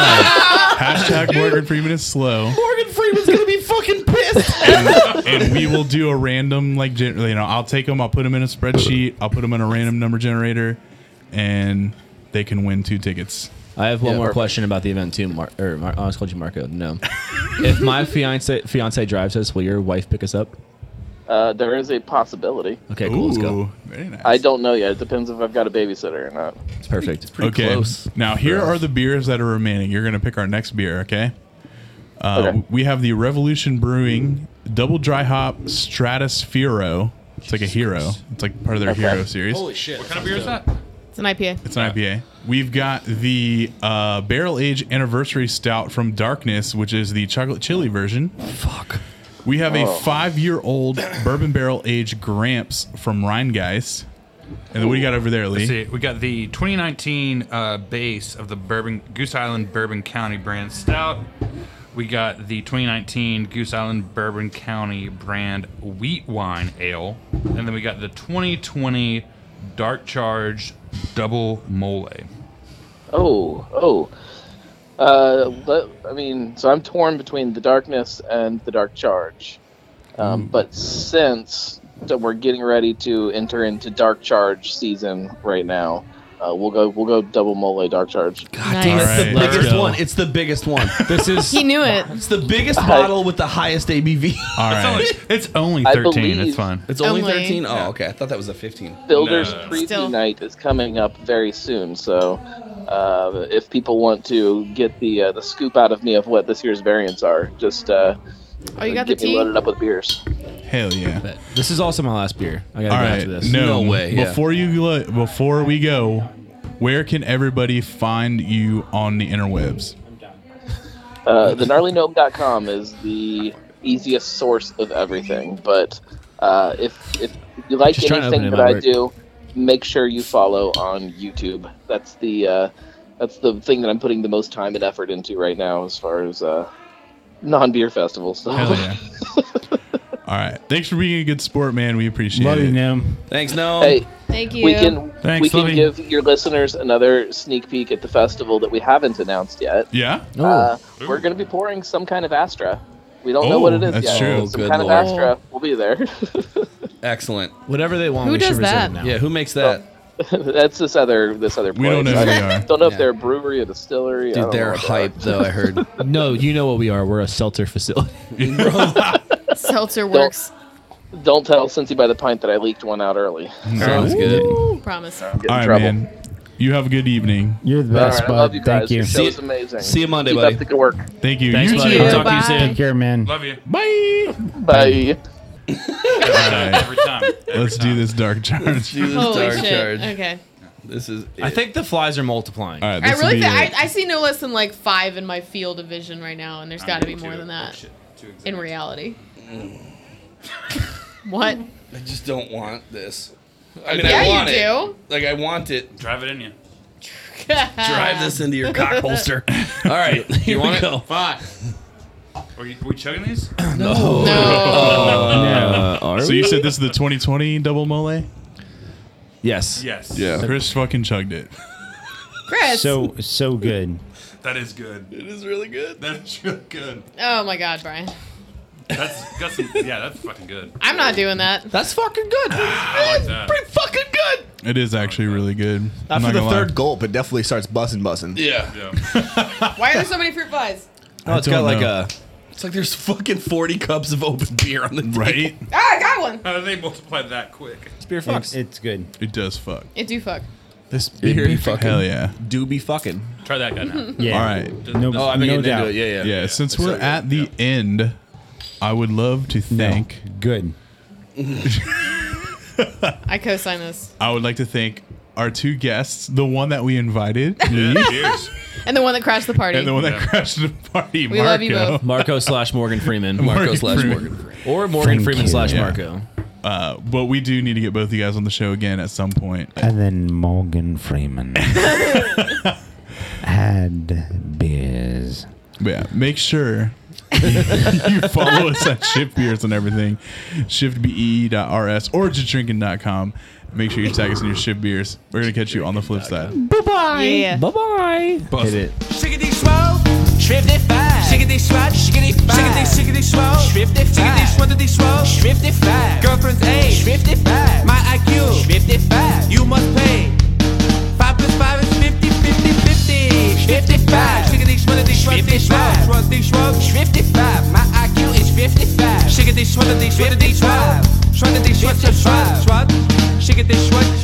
[SPEAKER 1] Hashtag Morgan Freeman is slow,
[SPEAKER 2] Morgan Freeman's gonna be fucking pissed.
[SPEAKER 1] and, and we will do a random like gen- you know I'll take them, I'll put them in a spreadsheet, I'll put them in a random number generator, and they can win two tickets.
[SPEAKER 4] (laughs) I have one
[SPEAKER 1] Yeah,
[SPEAKER 4] more
[SPEAKER 1] perfect.
[SPEAKER 4] question about the event too, Mar- or Mar- oh, I almost called you Marco. No, if my fiance fiance drives us, will your wife pick us up?
[SPEAKER 14] Uh, there is a possibility.
[SPEAKER 4] Okay, cool. let's go.
[SPEAKER 1] Very nice.
[SPEAKER 14] I don't know yet. It depends if I've got a babysitter or not.
[SPEAKER 4] It's perfect.
[SPEAKER 1] okay. Now here are the beers that are remaining. You're gonna pick our next beer. Okay. Uh,
[SPEAKER 14] Okay.
[SPEAKER 1] We have the Revolution Brewing Double Dry Hop Stratus Firo. It's like a hero. It's like part of their
[SPEAKER 14] Okay.
[SPEAKER 1] hero series.
[SPEAKER 12] shit! What kind of beer is that?
[SPEAKER 3] It's an IPA.
[SPEAKER 1] It's an IPA. We've got the uh, Barrel Age Anniversary Stout from Darkness, which is the chocolate chili version. Fuck. We have
[SPEAKER 12] Oh.
[SPEAKER 1] a five year old
[SPEAKER 14] (clears throat)
[SPEAKER 1] bourbon barrel aged Gramps from Rheingeist. And then what do you got over there,
[SPEAKER 12] Let's
[SPEAKER 1] Lee?
[SPEAKER 12] see. We got the 2019 uh, base of the Bourbon Goose Island Bourbon County brand stout. We got the 2019 Goose Island Bourbon County brand wheat wine ale, and then we got the 2020 dark charged double mole.
[SPEAKER 14] Oh, oh. Uh, let, I mean, so I'm torn between the darkness and the dark charge. Um, but since that we're getting ready to enter into dark charge season right now, uh, we'll go we'll go double mole dark charge.
[SPEAKER 2] God damn, it's the
[SPEAKER 1] let's
[SPEAKER 2] biggest
[SPEAKER 1] go.
[SPEAKER 2] one. It's the biggest one. This is
[SPEAKER 3] He knew it.
[SPEAKER 2] It's the biggest bottle with the highest ABV.
[SPEAKER 1] All
[SPEAKER 12] right. It's only
[SPEAKER 14] I
[SPEAKER 12] 13. It's
[SPEAKER 14] believe-
[SPEAKER 12] fine.
[SPEAKER 2] It's only
[SPEAKER 14] Only.
[SPEAKER 2] 13. Oh, okay. I thought that was a 15.
[SPEAKER 14] Builders preview night is coming up very soon, so uh, if people want to get the uh, the scoop out of me of what this year's variants are, just uh,
[SPEAKER 3] Oh, you got the
[SPEAKER 14] get me
[SPEAKER 3] tea?
[SPEAKER 14] loaded up with beers.
[SPEAKER 1] Hell yeah.
[SPEAKER 4] (laughs) This is also my last beer. I gotta
[SPEAKER 1] All
[SPEAKER 4] go
[SPEAKER 1] right.
[SPEAKER 4] after this.
[SPEAKER 1] No, Before you glo- before we go, where can everybody find you on the interwebs?
[SPEAKER 14] Uh, the gnarlygnome.com is the easiest source of everything, but uh, if if you like
[SPEAKER 4] Just trying to
[SPEAKER 14] anything
[SPEAKER 4] open
[SPEAKER 14] that
[SPEAKER 4] it,
[SPEAKER 14] I
[SPEAKER 4] my work.
[SPEAKER 14] do, make sure you follow on YouTube. That's the uh, that's the thing that I'm putting the most time and effort into right now, as far as uh, non-beer festivals. So.
[SPEAKER 1] Hell yeah. All right. Thanks for being a good sport, man. We appreciate
[SPEAKER 8] Love
[SPEAKER 1] it.
[SPEAKER 8] you, Nim.
[SPEAKER 2] Thanks, no.
[SPEAKER 14] (laughs) Hey,
[SPEAKER 3] Thank
[SPEAKER 14] We
[SPEAKER 3] you.
[SPEAKER 14] can
[SPEAKER 1] Thanks,
[SPEAKER 14] we can
[SPEAKER 1] Lovey.
[SPEAKER 14] give your listeners another sneak peek at the festival that we haven't announced yet.
[SPEAKER 1] Yeah.
[SPEAKER 4] Oh,
[SPEAKER 14] Uh, we're going to be pouring some kind of Astra. We don't know what
[SPEAKER 2] Oh,
[SPEAKER 14] it is
[SPEAKER 2] that's
[SPEAKER 14] yet.
[SPEAKER 2] true.
[SPEAKER 14] Some
[SPEAKER 2] Good
[SPEAKER 14] kind
[SPEAKER 2] lord.
[SPEAKER 14] of Astra. We'll be there. (laughs)
[SPEAKER 2] Excellent.
[SPEAKER 4] Whatever they want,
[SPEAKER 14] Who we should does reserve that? now.
[SPEAKER 2] Yeah, who makes that?
[SPEAKER 14] That's this other this other. Place.
[SPEAKER 2] We don't know who they are.
[SPEAKER 14] Don't know
[SPEAKER 2] Yeah.
[SPEAKER 14] if they're a brewery or distillery.
[SPEAKER 2] Dude,
[SPEAKER 14] I don't know
[SPEAKER 2] they're
[SPEAKER 14] what they
[SPEAKER 2] hype,
[SPEAKER 14] are.
[SPEAKER 2] though, I heard.
[SPEAKER 4] no, you know what we are. We're a seltzer facility.
[SPEAKER 3] Seltzer works.
[SPEAKER 14] Don't tell Cincy by the pint that I leaked one out early.
[SPEAKER 1] Sounds
[SPEAKER 2] good.
[SPEAKER 3] Promise.
[SPEAKER 14] Get in
[SPEAKER 1] All right,
[SPEAKER 14] trouble.
[SPEAKER 1] man. You have a good evening.
[SPEAKER 8] You're the best,
[SPEAKER 14] All right,
[SPEAKER 8] bud.
[SPEAKER 14] I love you
[SPEAKER 8] Thank
[SPEAKER 14] guys.
[SPEAKER 8] you.
[SPEAKER 14] The show is amazing.
[SPEAKER 2] see you Monday,
[SPEAKER 14] Keep
[SPEAKER 2] buddy.
[SPEAKER 14] up the good work.
[SPEAKER 1] Thank you.
[SPEAKER 4] Thanks,
[SPEAKER 1] you
[SPEAKER 4] buddy.
[SPEAKER 1] too.
[SPEAKER 4] Talk to you
[SPEAKER 3] Bye.
[SPEAKER 4] soon.
[SPEAKER 8] Take care, man.
[SPEAKER 12] Love you.
[SPEAKER 1] Bye.
[SPEAKER 14] Bye.
[SPEAKER 12] Every time.
[SPEAKER 1] Let's do this dark charge.
[SPEAKER 2] Jesus,
[SPEAKER 3] Holy
[SPEAKER 2] dark
[SPEAKER 3] shit.
[SPEAKER 2] charge.
[SPEAKER 3] Okay.
[SPEAKER 2] This is.
[SPEAKER 4] I think the flies are multiplying.
[SPEAKER 1] All right.
[SPEAKER 3] I
[SPEAKER 1] This
[SPEAKER 3] really
[SPEAKER 1] will be
[SPEAKER 3] think I,
[SPEAKER 1] it.
[SPEAKER 3] I see no less than like five in my field of vision right now, and there's got to be more than
[SPEAKER 5] Oh,
[SPEAKER 3] that in reality. what?
[SPEAKER 2] I just don't want this. I mean,
[SPEAKER 3] Yeah,
[SPEAKER 2] I
[SPEAKER 3] you
[SPEAKER 2] want
[SPEAKER 3] do. Um.
[SPEAKER 2] it. Like, I want it.
[SPEAKER 12] Drive it in you.
[SPEAKER 2] Drive this
[SPEAKER 3] (laughs)
[SPEAKER 2] into your cock holster. All right, (laughs) here we go.
[SPEAKER 12] Are, you, are we chugging these?
[SPEAKER 2] No.
[SPEAKER 1] so you said this is the 2020 double mole?
[SPEAKER 4] Yes.
[SPEAKER 12] Yes.
[SPEAKER 1] Chris fucking chugged it.
[SPEAKER 3] Chris.
[SPEAKER 8] So so good.
[SPEAKER 12] That is good.
[SPEAKER 2] It is really good.
[SPEAKER 12] That is really good.
[SPEAKER 3] oh my God, Brian.
[SPEAKER 12] That's, that's yeah. That's fucking good.
[SPEAKER 3] I'm not doing that.
[SPEAKER 2] That's fucking good.
[SPEAKER 12] I like that.
[SPEAKER 2] Pretty fucking good.
[SPEAKER 1] It is actually really good. I'm
[SPEAKER 15] After
[SPEAKER 1] not
[SPEAKER 15] the
[SPEAKER 1] gonna lie.
[SPEAKER 15] third gulp, it definitely starts buzzing, buzzing.
[SPEAKER 2] Yeah.
[SPEAKER 3] Why are there so many fruit flies?
[SPEAKER 2] No, it's
[SPEAKER 1] I
[SPEAKER 2] got
[SPEAKER 1] don't
[SPEAKER 2] like
[SPEAKER 1] know.
[SPEAKER 2] a. It's like there's fucking 40 cups of open beer on the
[SPEAKER 1] Right?
[SPEAKER 3] Ah, I got one.
[SPEAKER 12] How do they multiply that quick?
[SPEAKER 2] beer
[SPEAKER 8] It's, it's good.
[SPEAKER 1] It does fuck.
[SPEAKER 3] It do fuck.
[SPEAKER 2] This beer
[SPEAKER 15] be
[SPEAKER 2] fucking
[SPEAKER 1] Hell yeah.
[SPEAKER 2] do be fucking.
[SPEAKER 12] Try that guy (laughs) now.
[SPEAKER 8] Yeah.
[SPEAKER 1] All right.
[SPEAKER 8] No,
[SPEAKER 2] Oh, I've been getting
[SPEAKER 8] no doubt.
[SPEAKER 2] into it. Yeah, yeah.
[SPEAKER 1] Yeah, since we're at the end, I would love to thank.
[SPEAKER 8] Good.
[SPEAKER 3] I co-sign this.
[SPEAKER 1] I would like to thank our two guests, the one that we invited, me,
[SPEAKER 12] Cheers.
[SPEAKER 3] And the one that crashed the party.
[SPEAKER 1] and the one that crashed the party,
[SPEAKER 3] We
[SPEAKER 1] Marco.
[SPEAKER 3] love you both.
[SPEAKER 4] Marco slash Morgan Freeman.
[SPEAKER 2] Marco
[SPEAKER 1] Morgan
[SPEAKER 2] slash
[SPEAKER 1] Freeman.
[SPEAKER 2] Morgan. Freeman.
[SPEAKER 4] Or Morgan
[SPEAKER 8] Thank
[SPEAKER 4] Freeman
[SPEAKER 8] you.
[SPEAKER 4] slash
[SPEAKER 1] Yeah.
[SPEAKER 4] Marco.
[SPEAKER 1] Uh, but we do need to get both of you guys on the show again at some point.
[SPEAKER 8] And then Morgan Freeman had beers.
[SPEAKER 1] But yeah, make sure you follow us at Shift Beers and everything. E ShiftBE.rs or justdrinking.com. Make sure you tag us in your Shift Beers. We're going to catch you on the flip side.
[SPEAKER 3] Yeah.
[SPEAKER 8] Hit it.
[SPEAKER 16] Shiggity swole, shrimpty five. Shiggity swat, shiggity five. Shiggity shiggity swole, shrimpty five. Shiggity swattity swole, shrimpty five. Girlfriend's age, shrimpty five. My IQ, shrimpty five. You must pay. Five plus five is fifty
[SPEAKER 8] schwat, schwat, schwat, schwat, schwat, schwat, schwat, schwat, schwat, schwat, schwat, schwat,